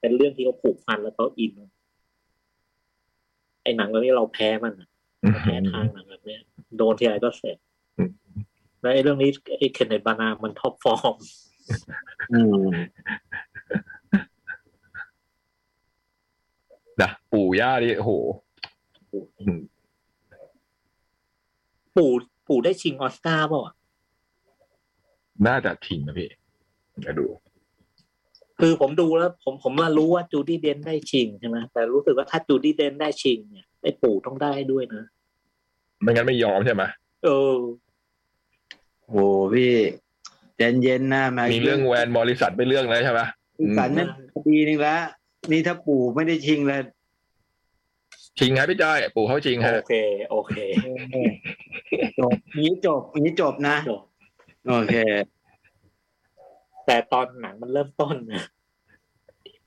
เป็นเรื่องที่เขาผูกพันแล้วเขาอิน ไอ้หนังเรื่องนี้เราแพ้มันอะแพ้ทางหนังแบบเนี้ยโดนทีไรก็เสร็จ
อืม
แล้วไอ้เรื่องนี้ไอ้เคนเนตบานามันท็อปฟอร์ม
อืม
นะปู่ย่านี่โอ้โห อืม
ปู่ปู่ได้ชิงออสการ์เปล่าวะ
น่าจะทิ้งนะพี่จะดู
คือผมดูแล้ว ผมผมว่ารู้ว่าจูดี้เดนได้ชิงใช่ไหมแต่รู้สึกว่าถ้าจูดี้เดนได้ชิงเนี่ยไอ้ปู่ต้องได้ด้วยนะ
ไม่งั้นไม่ยอมใช่ไหม
เออ
โหพี่เย็นเย็นๆนะมา
มีเรื่องแวนมอริสันไปเรื่องแล้วใช่ไหม
สันนั่นคดีหนึงแล้ว นี่ถ้าปู่ไม่ได้ชิงเลย
ชิงฮะพี่จ้อยปู่เขาชิงฮะ
โอเค โอเค
จบนี้จบนี้จบนะ
จบ
โอเค
แต่ตอนหนังมันเริ่มต้นนะ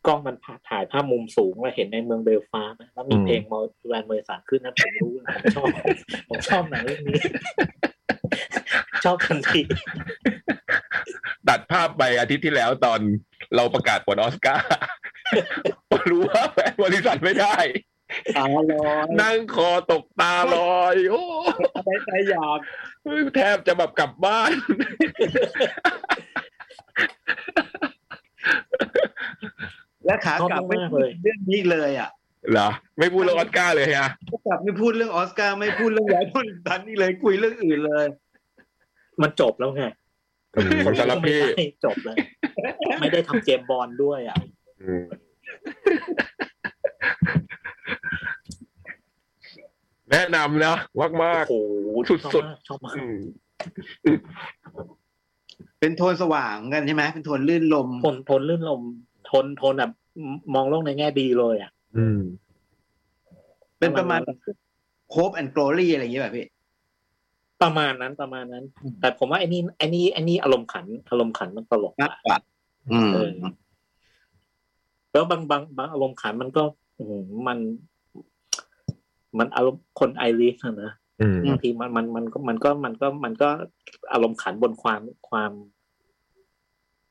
กล้องมันถ่ายภาพมุมสูงเราเห็นในเมืองเบลฟาสต์นะแล้วมีเพลงมอแวนเมอร์สานขึ้นนะผมรู้นะผมชอบผมชอบหนังเรื่องนี้ ชอบทันที
ตัดภาพไปอาทิตย์ที่แล้วตอนเราประกาศผลออส การ์ พอรู้ว่าแวนมอริสันไม่ได้
เอาลอย
นั่งคอตกตาลอย โอ้
อะไรใจหยาบ
แทบจะแบบกลับบ้าน
และขา
ชอบ
กลับไม่
มาก
พู
ๆเลย
ดเรื่องนี้เลยอ่ะ
เหรอ ไม่พูดเรื่องออสการ์เลยฮะ
กลับไม่พูดเรื่องออสการ์ไม่พูดเรื่องไรพูดสันนี่เลยคุยเรื่องอื่นเลย
มันจบแล้วไง
สำหรับพี่
ไม่ได้จบเลย ไม่ได้ทำเกมบอลด้วยอ่ะ
อืม แนะนำนะมาก
โอ้โห
สุดๆ
ชอบมากชอบมาก
ๆอืม
เป็นโทนสว่างเหมือนกันใช่ไหมเป็นโทนลื่นลม
ทนทนลื่นลมทนทนแบบมองโลกในแง่ดีเลยอ่ะ
อืม
เป็นประมาณโคบแอนด์โกลลี่อะไรอย่างเงี้ยแบบพี่
ประมาณนั้นประมาณนั้น แต่ผมว่าไอ้นี่ไอ้นี่ไอ้นี่อารมณ์ขันอารมณ์ขันมันตลก
มาก
กว่า
กว่าอืม
เออ แล้วบางบางบางอารมณ์ขันมันก็อื้อหือมัน มันอารมณ์คนไอริสนะ
อืม
บางทีมันมันมันก็มันก็มันก็มันก็อารมณ์ขันบนความความ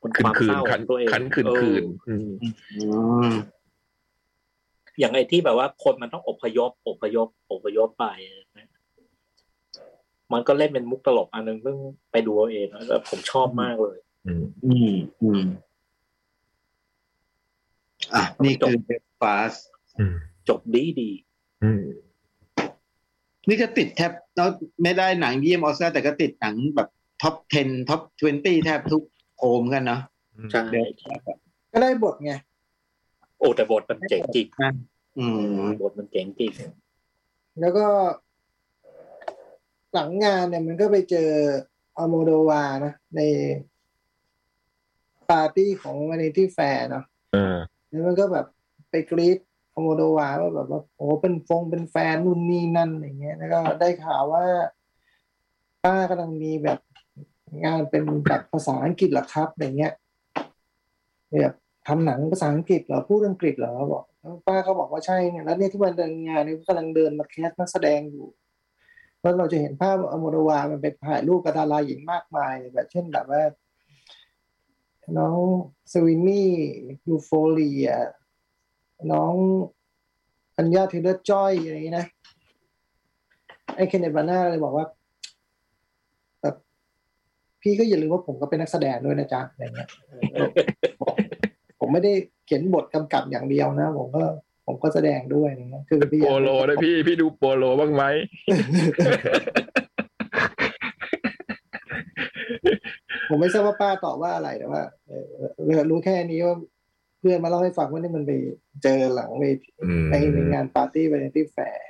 บน
คื
คน วาม
คื
เศ
น
ร้า
ขัน
ของตัวเอง
ขันคืน
เออ
คืนอืม
อืม
อย่างไอ้ที่แบบว่าคนมันต้องอพยพอพยพอพยพไปนะมันก็เล่นเป็นมุกตลกอันหนึงเพิ่งไปดูเอาเองแล้วผมชอบมากเลย
อืม
อืมอืมอ่ะ นี่
จบ
คือเบรกฟาส
อืม
จบดีดี
อืม
นี่ก็ติดแทบแล้วไม่ได้หนังเยี่ยมออสการ์แต่ก็ติดหนังแบบท็อป 10 ท็อป 20 แทบทุกโอมกันเนาะ
ใช่
ก็ได้บทไง
โอ้แต่บทมันเจ๋งจริง
อืม
บทมันเจ๋งจริง
แล้วก็ หลังงานเนี่ยมันก็ไปเจออาโมโดวานะ ในปาร์ตี้ของวันนี้ที่แฟร์เนาะ
เออ
แล้วมันก็แบบไปกรีดอาโมโดวาว่าแบบว่าโอ้เป็นฟงเป็นแฟนนู่นนี่นั่นอย่างเงี้ย แล้วก็ได้ข่าวว่า ป้ากำลังมีแบบงานเป็นแบบภาษาอังกฤษเหรอครับอย่างเงี้ยแบบทำหนังภาษาอังกฤษเหรอพูดอังกฤษเหรอบอกแล้วป้าเขาบอกว่าใช่เนี่ยแล้วเนี่ยที่มันเดินงานเนี่ยก็กำลังเดินมาแคสนักแสดงอยู่แล้วเราจะเห็นภาพอโมโดวามันไปถ่ายรูปกับดาราหญิงมากมายแบบ เช่นแบบว่า น้องสวินนี่ยูโฟเรียน้องอัญญาเทเลอร์จอยอะไรอย่างนี้นะไอเคนเนตบาน่าเลยบอกว่า แบบพี่ก็อย่าลืมว่าผมก็เป็นนักแสดงด้วยนะจ๊ะอะไรเงี้ยเออผมไม่ได้เขียนบทกำกับอย่างเดียวนะ ผมก็ ผมก็แสดงด้วยอะไรเงี้ยคือพี่
โปโลนะพี่ พี่ดูโปโลบ้างไหม
ผมไม่ทราบว่าป้าตอบว่าอะไรแต่ว่าเออเออเออรู้แค่นี้ว่าเพื่อนมาเล่าให้ฟังว่านี่มันไปเจอหลังเวที
อืม
ในในงานปาร์ตี้วันที่แฟร์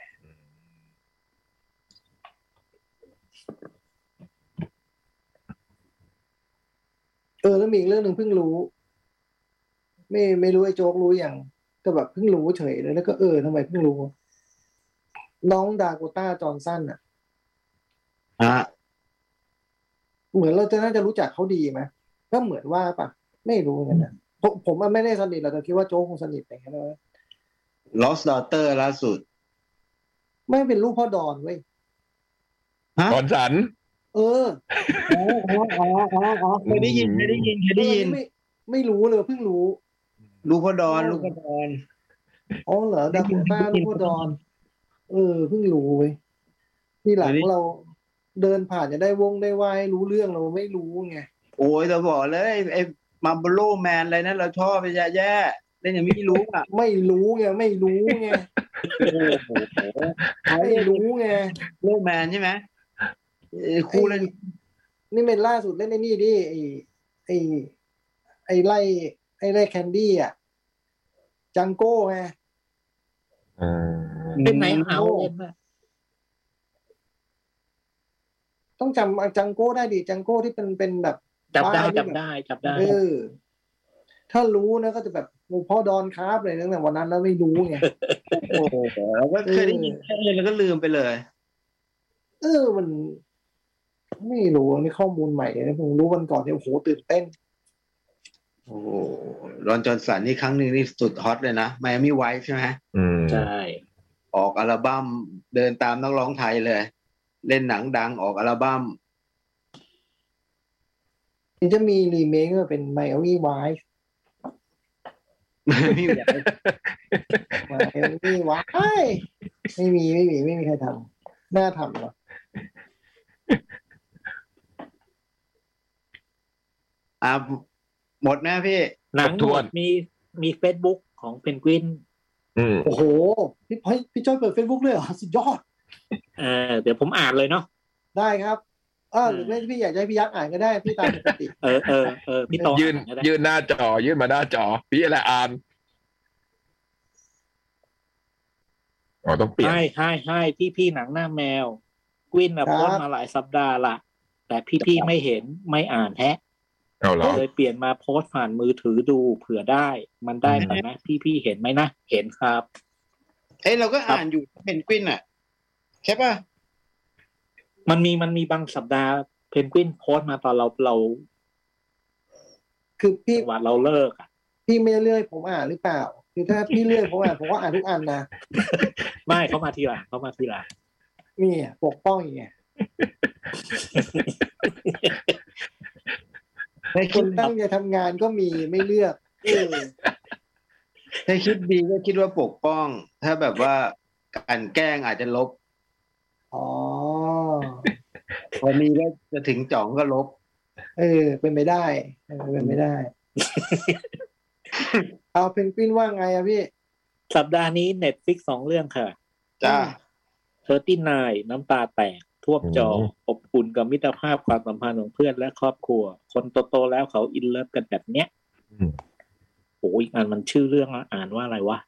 เออแล้วมีอีกเรื่องหนึ่งเพิ่งรู้ ไม่ไม่รู้ไอ้โจ๊กรู้อย่างก็แบบเพิ่งรู้เฉยเลยแล้วก็เออทำไมเพิ่งรู้ น้องดาโกต้าจอห์นสันอ่ะ
ฮะ
เหมือนเราจะน่าจะรู้จักเขาดีไหมก็เหมือนว่าปะไม่รู้เหมือนกันนะผมผมอะไม่ได้สนิทเราจะคิดว่าโจ๊กคงสนิทอะไรอย่างเงี้ยนะ
Lost Daughter ล่าสุด
ไม่เป็นลูกพ่อดอนเว้ย
ตอนสัน
เออ
อ๋ออ๋ออ๋ออ๋อเคยได้ยินเคยได้ยินเคยได้ยิน
ไม่ไม่รู้เลยเพิ่งรู้
ลูกพ่อดอนลูกพ่อดอน
อ๋อเหรอดาโกต้าลูกพ่อดอนเออเพิ่งรู้เว้ยที่หลัง
เดี๋ยวนี้
เราเดินผ่านจะได้วงได้ไหวายรู้เรื่องเราไม่รู้ไง
โอ้ยเราบอกเลยไอ้มาร์โลแมนอะไรนั้นเราชอบไปแย่แย่ๆเล่นอย่างไม่รู้อ่ะ
ไม่รู้ไงไม่รู้ไง
โอ้โห
ไม่รู้ไง
โลแมนใช่ไหมเอ่อคู่เล่น
นี่เป็นล่าสุดเล่นในนี่ดิไอไอไอไล่ไอไล่แคนดี้อ่ะจังโก้ไง
อืม
ๆเป็นไหนเอา
โอ้
เล่นมาก
ต้องจำจังโก้ได้ดิจังโก้ที่เป็นเป็นแบบ
จับได้
บ้า
จับได้จับได้
เออ ถ้ารู้นะก็จะแบบโอ้พ่อดอนครับเลยตั้งแต่วันนั้นแล้วไม่รู้ ไง
โอ้โหเราก็เคยได้ยินแค่นี้แล้วก็ลืมไปเลย
เออมัน ไม่รู้นี่ข้อมูลใหม่นะผมรู้วันก่อนเนี่ยโอ้โหตื่นเต้น
โอ้โหรอนจอห์นสันนี่ครั้งหนึ่งนี่สุดฮอตเลยนะไมอามี่ไวท์ใช่ไหม
อืม
ใช่
ออกอัลบั้มเดินตามนักร้องไทยเลย เล่นหนังดังออกอัลบั้ม
นี่จะมีรีเมคก็เป็นไมอามี่ไว ส์
ไมอามี่ไวท์
ไมอามี่ไวส์ไม่มีไม่มีไม่มีใครทำน่าทำหรอ
อ่ะหมดไหมพี่
หนัง
ครบ
ห
ถ้
ม
วน
ดมีมีเฟซบุ๊กของเพนกวิน
อืม
โอ้โห พี่เฮ้ยพี่จ้อยเปิดเฟซบุ๊กเลยเหรอ สุดยอด
เออเดี๋ยวผมอ่านเลยเนาะ
ได้ครับเออหรือ
อืม
ไม่พี่อยากจะให้พี่ยักษ์อ่านก็ได้ พี่ตามปกติ
เออเออ เออพี่โต
ยื่น
อ่าก็ได้
ยื่นหน้าจอ ยื่นมาหน้าจอ พี่อะไรอ่านอ๋อต้องเปลี่ยน
ให้ให้ให้พี่พี่หนังหน้าแมวกวินอะ
ครับ
โพ้นมาหลายสัปดาห์ละแต่พี่พี่ไม่เห็นไม่อ่านแฮะ
เอาเหรอ
เลยเปลี่ยนมาโพสต์ผ่านมือถือดูเผื่อได้ มันได้ไหมนะพี่พี่เห็นไหมนะเห็นครับ
เอ้ยเราก็อ่านอยู่เพนกวินอ่ะ ใช่ป่ะ
มันมีมันมีบางสัปดาห์เพนกวินโพสต์มาตอนเราเรา
คือพี่
วันเราเลิกอ่ะ
พี่ไม่ได้เลื่อยผมอ่านหรือเปล่า คือถ้าพี่เลื่อยผมอ่านผมก็อ่านทุกอันนะ
ไม่เขามาทีหลังเขามาทีหลัง
นี่ไงปกป้องอย่างเงี้ย
ใน
ค
คิด
นตั้งใจทำงานก็มีไม่เลือกเออ
ในคิดดีก็คิดว่าปกป้อง ถ้าแบบว่าการแกล้งอาจจะลบ
อ๋อ
วันนี้ก็จะถึงจ่องก็ลบ
เออ เป็นไม่ได้เออเป็นไม่ได้ เอาเพนกวินว่าไงอะพี่
สัปดาห์นี้เน็ตฟิกสองเรื่องค่ะ
จ้า
เธอตี้นายน้ำตาแตก ท่วมจอ
โอ้โห
อบอุ่นกับมิตรภาพความสัมพันธ์ของเพื่อนและครอบครัว คนโตๆแล้วเขาอินเลิฟกันแบบเนี้ย
อืม
โอ้ยอีกอันมันชื่อเรื่องอะอ่านว่าอะไร วะ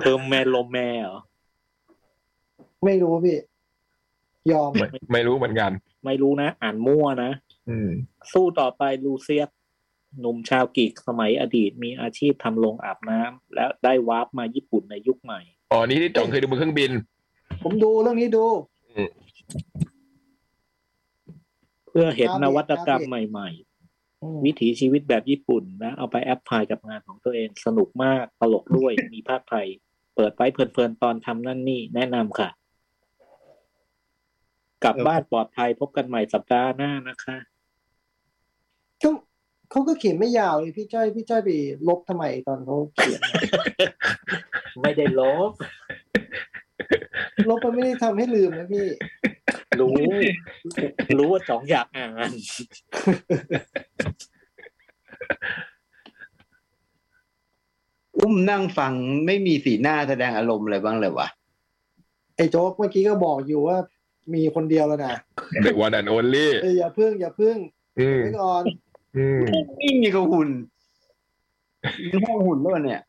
เธอแมนโลแมเหรอ
ไม่รู้พี่ ยอม
ไม่ไม่รู้เหมือนกัน
ไม่รู้นะ อ่านมั่วนะ
อืม
สู้ต่อไปลูเซียสหนุ่มชาวกรีกสมัยอดีตมีอาชีพทำโรงอาบน้ำแล้วได้วาร์ปมาญี่ปุ่นในยุคใหม่
อ๋อ นี่ที่จ่องเคยดูบนเครื่องบิน
ผมดูเรื่องนี้ดู
เพื่อเห็น
ครับ
นวัตกรรมใหม่
อืม
ๆ วิถีชีวิตแบบญี่ปุ่นนะเอาไปแอปพลายกับงานของตัวเองสนุกมากตลก ด้วย มีภาคไทย เปิดไว้เพลินๆ ตอนทำนั่นนี่แนะนำค่ะ กลับบ้านปลอดภัยพบกันใหม่สัปดาห์หน้านะคะ
เขาเขาก็เขียนไม่ยาวเลยพี่จ้อยพี่จ้อยไปลบทำไมตอนเขา เขียน
ไม่ได้ล บ
ลบมันไม่ได้ทำให้ลืมนะพี่
รู้ รู้ว่าสองอยากอ่าน
อุ้มนั่งฟังไม่มีสีหน้าแสดงอารมณ์อะไรบ้างเลยวะ
ไอ้โจ๊กเมื่อกี้ก็บอกอยู่ว่า มีคนเดียวแล้วนะ
The One and Only
เอออย่าพึ่งอย่าพึ่ง
อืม
ไว้ก่อน
อืม
นิ่งอย่างกับหุ่นมันห้องหุ่นด้วยเนี่ย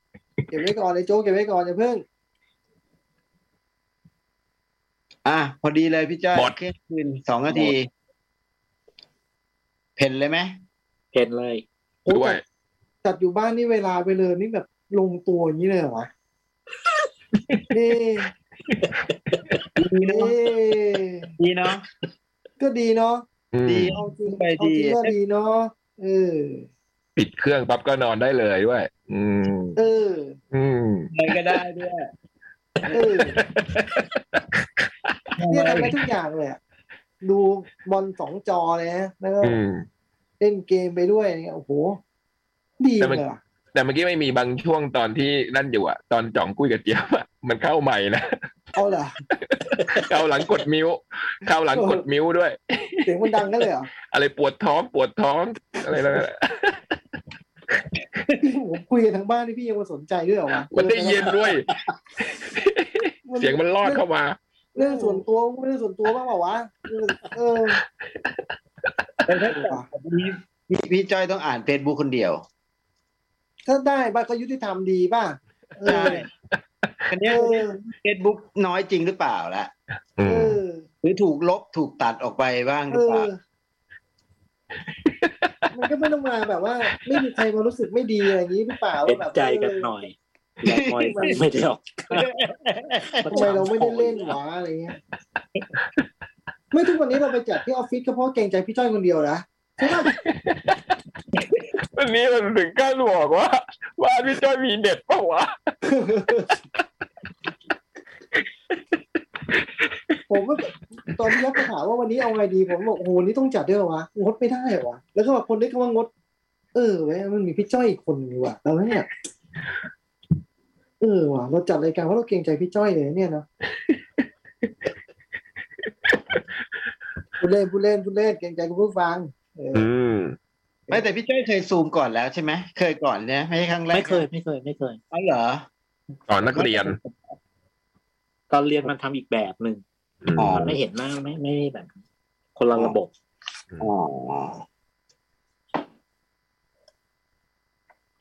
เก็บไว้ก่อนไอ้โจ๊กเก็บไว้ก่อนอย่าพึ่ง
อ่ะ พอดีเลยพี่จ้อย
หมด
เที่ยงคืนสองนาที เพ่นเลยไหม
เห็นเลย
โอ้
ด้วย
จัดจัดอยู่บ้านนี่เวลาไปเลยนี่แบบลงตัวอย่างนี้เลยเหรอวะ เอ๊ะ
ดี
เอะ
เนาะดีเนาะ
ก็ดีเนาะ
อืม
ดี
เอาจริง
ไป
เอา
ดี
จริงก็ดีเนาะเออ
ปิดเครื่องปั๊บก็นอนได้เลยด้วย อืม
เออ
อืม
อะไรก็ได้ด้วย
เออเนี่ยทำได้ทุกอย่างเลยอะดูบอลสองจอเลยนะแล้วก็
อืม
เล่นเกมไปด้วยอะไรเงี้ยโอ้โห ดี
แต่
เล
มัน
ยอะ
แต่เมื่อกี้ไม่มีบางช่วงตอนที่นั่นอยู่อะตอนจ่องกุ้ยกับเจี๊ยบอะ มันเข้าใหม่นะ
เอาเหรอ
เข้าหลังกดมิวเข้าหลังกดมิวด้วย
เสียงมันดังกันเลยเหรอ
อะไรปวดท้องปวดท้องอะไรแล้วนะ
พี่ผมคุยกันทางบ้านนี่พี่ยังมาสนใจด้วยเหรอวะ
มันได้ยินด้วย
มัน
เสียงมันลอดเข้ามา
เรื่องส่วนตัวเรื่องส่วนตัวบ้างเปล่าวะเออ
แต่ถ้าจัดแบบนี้พี่พี่จ้อยต้องอ่านเฟซบุ๊กคนเดียว
ถ้าได้บ้างก็ยุติธรรมดีป่ะเอ
ใช่
อ
คัน
เอ
นี้
อ
เฟซบุ๊กน้อยจริงหรือเปล่าล่ะ
อื
เอ
ม
อ
หรือถูกลบถูกตัดออกไปบ้างห
เอ
รือเปล่า
อ มันก็ไม่ต้องมาแบบว่า ไม่มีใครมารู้สึกไม่ดีอะไรอย่างนี้หรือเปล่า
เห็น
แบบ
ใจกันหน่อย อย่าปล่อยกันไม่ได้ หรอก
เออทำไมเราไม่ได้เล่นวะอะไรเงี้ยไม่ทุกวันนี้เราไปจัดที่ออฟฟิศก็เพราะเกรงใจพี่จ้อยคนเดียวนะใช่ป่ะ
วันนี้มันถึงกล้าบอกว่า ว่าพี่จ้อยมีเด็ดปะวะ
ผมว่าตอนนี้ยับกระถามว่าวันนี้เอาไงดีผมบอกโอ้โหนี่ต้องจัดด้วยเหรอวะงดไม่ได้เหรอวะแล้วก็แบบคนนึกว่างด เออเว้ยมันมีพี่จ้อยอีกคนอยู่งว่ะแล้วเนี่ยเออว่ะเราจัดรายการเพราะเราเกรงใจพี่จ้อยเลยเนี่ยเนาะผู้เล่นผู้เล่นผู้เล่นเกรงใจคุณผู้ฟังเออ
อืม
ไม่แต่พี่จ้อยเคยซูมก่อนแล้วใช่ไหมเคยก่อนเนี่ยไม่ใช่ครั้งแรก
ไม่เคยไม่เคยไม่เคย
อ๋อเหรอ
ตอนนักเรียน
ตอนเรียนมันทำอีกแบบหนึ่ง
อ๋อ
มันไม่เห็นหน้าไม่ไม่ได้แบบ คนละระบบ
อ๋อ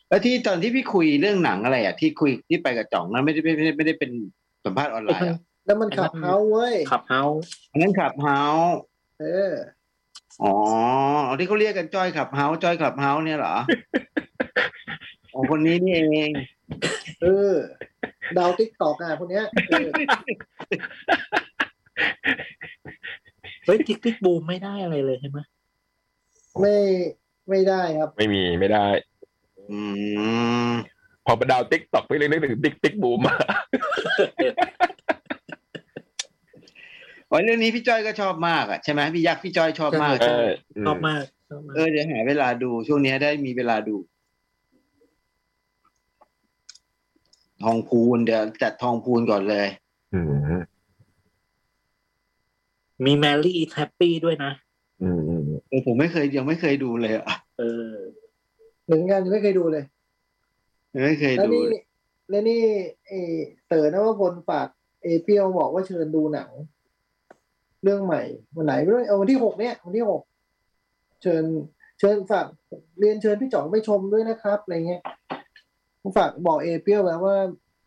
แล้วที่ตอนที่พี่คุยเรื่องหนังอะไรอ่ะที่คุยที่ไปกับจ่องนั้นไม่ได้ไม่ได้ไม่ได้เป็นสัมภาษณ์ออนไลน์เหรอ
แล้วมันขับเฮาเว้ย
ขับเฮา
อันนั้นขับเฮา
เออ
อ๋อเอาที่เขาเรียกกันจอยขับเฮาจอยขับเฮาเนี่ ยเหรอ ของคนนี้นี่เอง
เออ ดาวติ๊กตอกอ่ะคนเนี้ยเออ
เฮ้ยติ๊กติ๊กบูมไม่ได้อะไรเลยใช่ไหม
ไม่ไม่ได้ครับ
ไม่มีไม่ได้
อืม
พอบรรดาวติ๊กตอกไปเลยนึกถึงติ๊กติ๊กบูมมา
โอ้ยเรื่องนี้พี่จอยก็ชอบมากอ่ะใช่ไหมพี่ยักษ์พี่จอยชอบมาก
เออ
ชอบมากชอบมาก
เออเดี๋ยวหาเวลาดูช่วงนี้ได้มีเวลาดู ทองพูนเดี๋ยวจัดทองพูนก่อนเลย
อืม
มีแมรี่อีแฮปปี้ด้วยนะ
อืมอืม
เออผมไม่เคยยังไม่เคยดูเลยอ่ะ
เออ
เหมือนกันยังไม่เคยดูเลย
ยังไม่เคย
แล้ว
ดู
นี่
เลย
แล้วนี่เออเต๋อนวพลฝากเอเปียวบอกว่าเชิญดูหนัง เรื่องใหม่วันไหนไม่รู้เอาวันที่หกเนี่ยวันที่หกเชิญ เชิญฝากเรียนเชิญพี่จ๋องไปชมด้วยนะครับอะไรเงี้ยผมฝากบอกเอเปียวแล้วว่า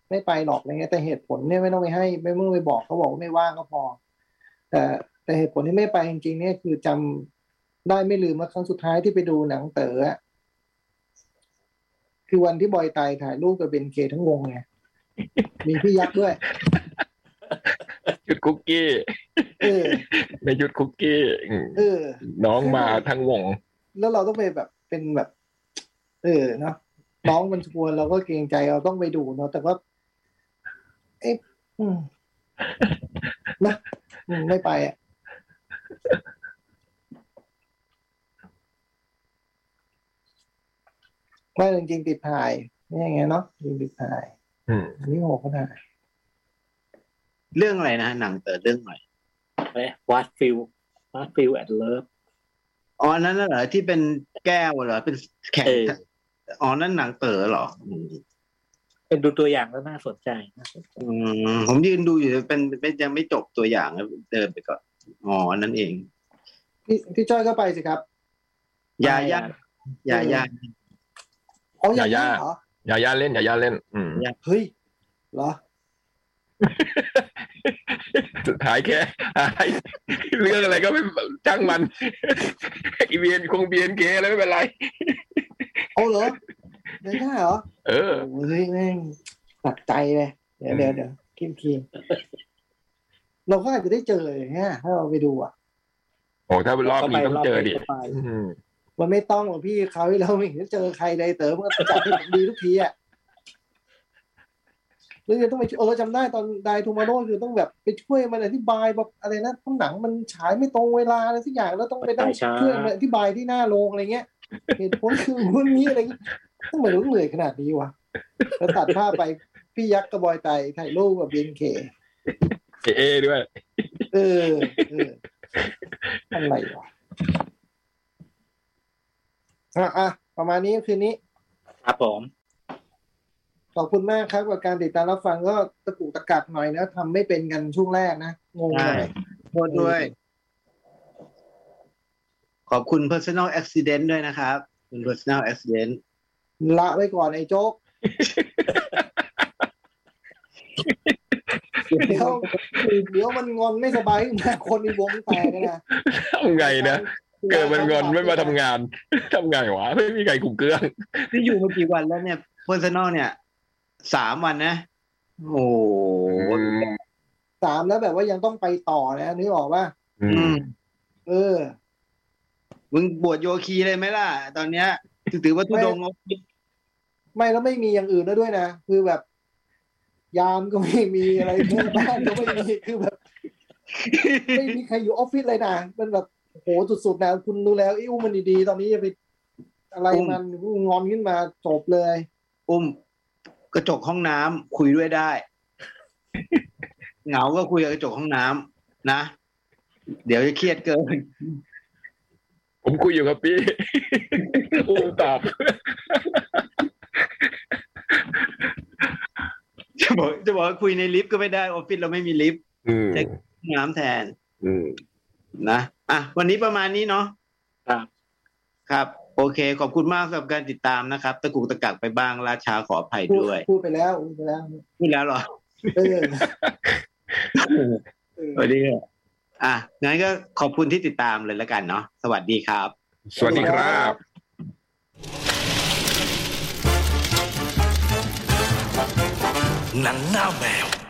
ไม่ไปหรอกอะไรเงี้ยแต่เหตุผลเนี่ยไม่ต้องไปให้ ไม่ต้องไปบอกเขาบอกว่าไม่ว่างก็พอ แต่แต่เหตุผลที่ไม่ไปจริงๆเนี่ยคือจำได้ไม่ลืมว่าครั้งสุดท้ายที่ไปดูหนังเต๋ออะ คือวันที่บอยตายถ่ายรูปกับเบนเคทั้งวงไง มีพี่ยักษ์ด้วย
ชุดคุกกี้
เออ
ในชุดคุกกี้อืม
เออ
น้องมาทั้งวง
แล้วเราต้องไปแบบเป็นแบบ เออเนาะน้องมันชวนเราก็เกรงใจเราต้องไปดูเนาะแต่ว่า เอ๊ะอืมนะอืมไม่ไปอ่ะ ไม่จริงๆติดถ่ายไม่อย่างเงี้ยเนาะจริงติดถ่าย
อืม
อันนี้โหกก็ถ่าย
เรื่องอะไรนะหนังเต๋อเรื่องใหม่
อะไรวัดฟิลวัดฟิลแอดเลิฟ
อ๋ออันนั้นน่ะเหรอที่เป็นแก้วเหรอเป็นแข่ง
เออ
อ๋อนั่นหนังเต๋อเหรออืม
เป็นดูตัวอย่างแล้วน่าสนใจนะ
อืมผมยืนดูอยู่เป็นเป็นยังไม่จบตัวอย่างนะเดินไปก่อนอ๋ออันนั่นเอง
พี่พี่จ้อยก็ไปสิครับ
ยาย่า
ไม่
ยา
อะ
ย่า
อ๋อ
า
ยา
ยย่า
ย่าเหรอ
ยาย่าเล่นยาย่าเล่น อืม
เฮ้ยเหรอ
สุดท้ายแค่ เรื่องอะไรก็ไม่จ้างมันอีเบียนคงเบียนเกอะไรไม่เป็นไร
เอาเหรอ ยาย่าเหรอ
เออ
โอ้ยเฮ้ยแม่งหนักใจเลย เดี๋ยวเดี๋ยวเดี๋ยวคิมคิมเราก็อาจจะได้เจออย่างเงี้ยถ้าเราไปดูอ่ะ
โอ้ถ้ารอบนี้ต้องเจอดิ
รบนี้ก็ไป
อืม
มันไม่ต้องหรอกพี่เขาวที่เราไม่เห็นจะเจอใครเลยเต๋อมันก็จัดให้ผมดีทุกทีอ่ะหรือจะต้องไปเออจำได้ตอนไดทูมาโร่คือต้องแบบไปช่วยมันอธิบายแบบอะไรนะต้องหนังมันฉายไม่ตรงเวลาอะไรสักอย่างแล้วต้องไปนั่งช่วยมันอธิบายที่หน้าโรงอะไรเงี้ยเหตุผลคือเรื่องนี้อะไรเงี้ยต้องเหมือนเหนื่อยขนาดนี้วะแล้วตัดภาพไปพี่ยักษ์กระบอยไตถ่ายรูปกับเบนเค
เอเอด้วย
เออเอออะไรวะอ่ะอ่ะประมาณนี้คืนนี้
ครับผม
ขอบคุณมากครับกับการติดตามรับฟังก็ตะกุกตะกักหน่อยนะทำไม่เป็นกันช่วงแรกนะงงห
ใช่
น่อย
โทษด้วย ขอบคุณ personal accident ด้วยนะครับคุณ personal accident
ละไว้ก่อนไอ้โจ๊กเดี๋ยวเดี๋ยวมันงอนไม่สบายขึ้นมาคนในวงแตกเลยนะ
ทำไงนะ เกิดมันงอนไม่มาทำงาน ทำไงวะ ไม่มีใครขุมเกลือง
นี่อยู่มากี่วันแล้วเนี่ย personal เนี่ยสามวันนะ โอ้โห
สามแล้วแบบว่ายังต้องไปต่อนะนึกออกว่า
อื
อื
ม
ม
เออ
มึงบวชโยคีเลยไหมล่ะ ตอนเนี้ยถือว่าทุดงค์
ไม่แล้วไม่มีอย่างอื่นแล้วด้วยนะคือแบบ ยามก็ไม่มีอะไรเพื่อนบ้านก็ไม่มีคือแบบ ไม่มีใครอยู่ออฟฟิศเลยนะมันแบบโอ้โหสุดๆนะคุณดูแล้วอิ้วมันดีๆ ตอนนี้จะไปอะไรมันงอนขึ้นมาจบเลย
อุ้ม กระจกห้องน้ำคุยด้วยได้ เหงาก็คุยกับกระจกห้องน้ำนะ เดี๋ยวจะเครียดเกิน
ผมคุยอยู่ครับพี่ อุ้มตอบ
จะบอกจะบอกว่าคุยในลิฟต์ก็ไม่ได้ออฟฟิศเราไม่มีลิฟต์
อืม
ห้องน้ำแทน
อืม
นะอ่ะวันนี้ประมาณนี้เนาะ
ครับ
ครับ โอเค ขอบคุณมากสำหรับการติดตามนะครับ ตะกุกตะกักไปบ้างราชาขออภัย
พูด
ด้วย
พูดไปแล้วพูดไปแล้ว
พูดแล้วเหรอ
เออ
สวัสดีครับ อ่ะงั้นก็ขอบคุณที่ติดตามเลยแล้วกันเนาะสวัสดีครับ
สวัสดีครับ
nắng ngao mèo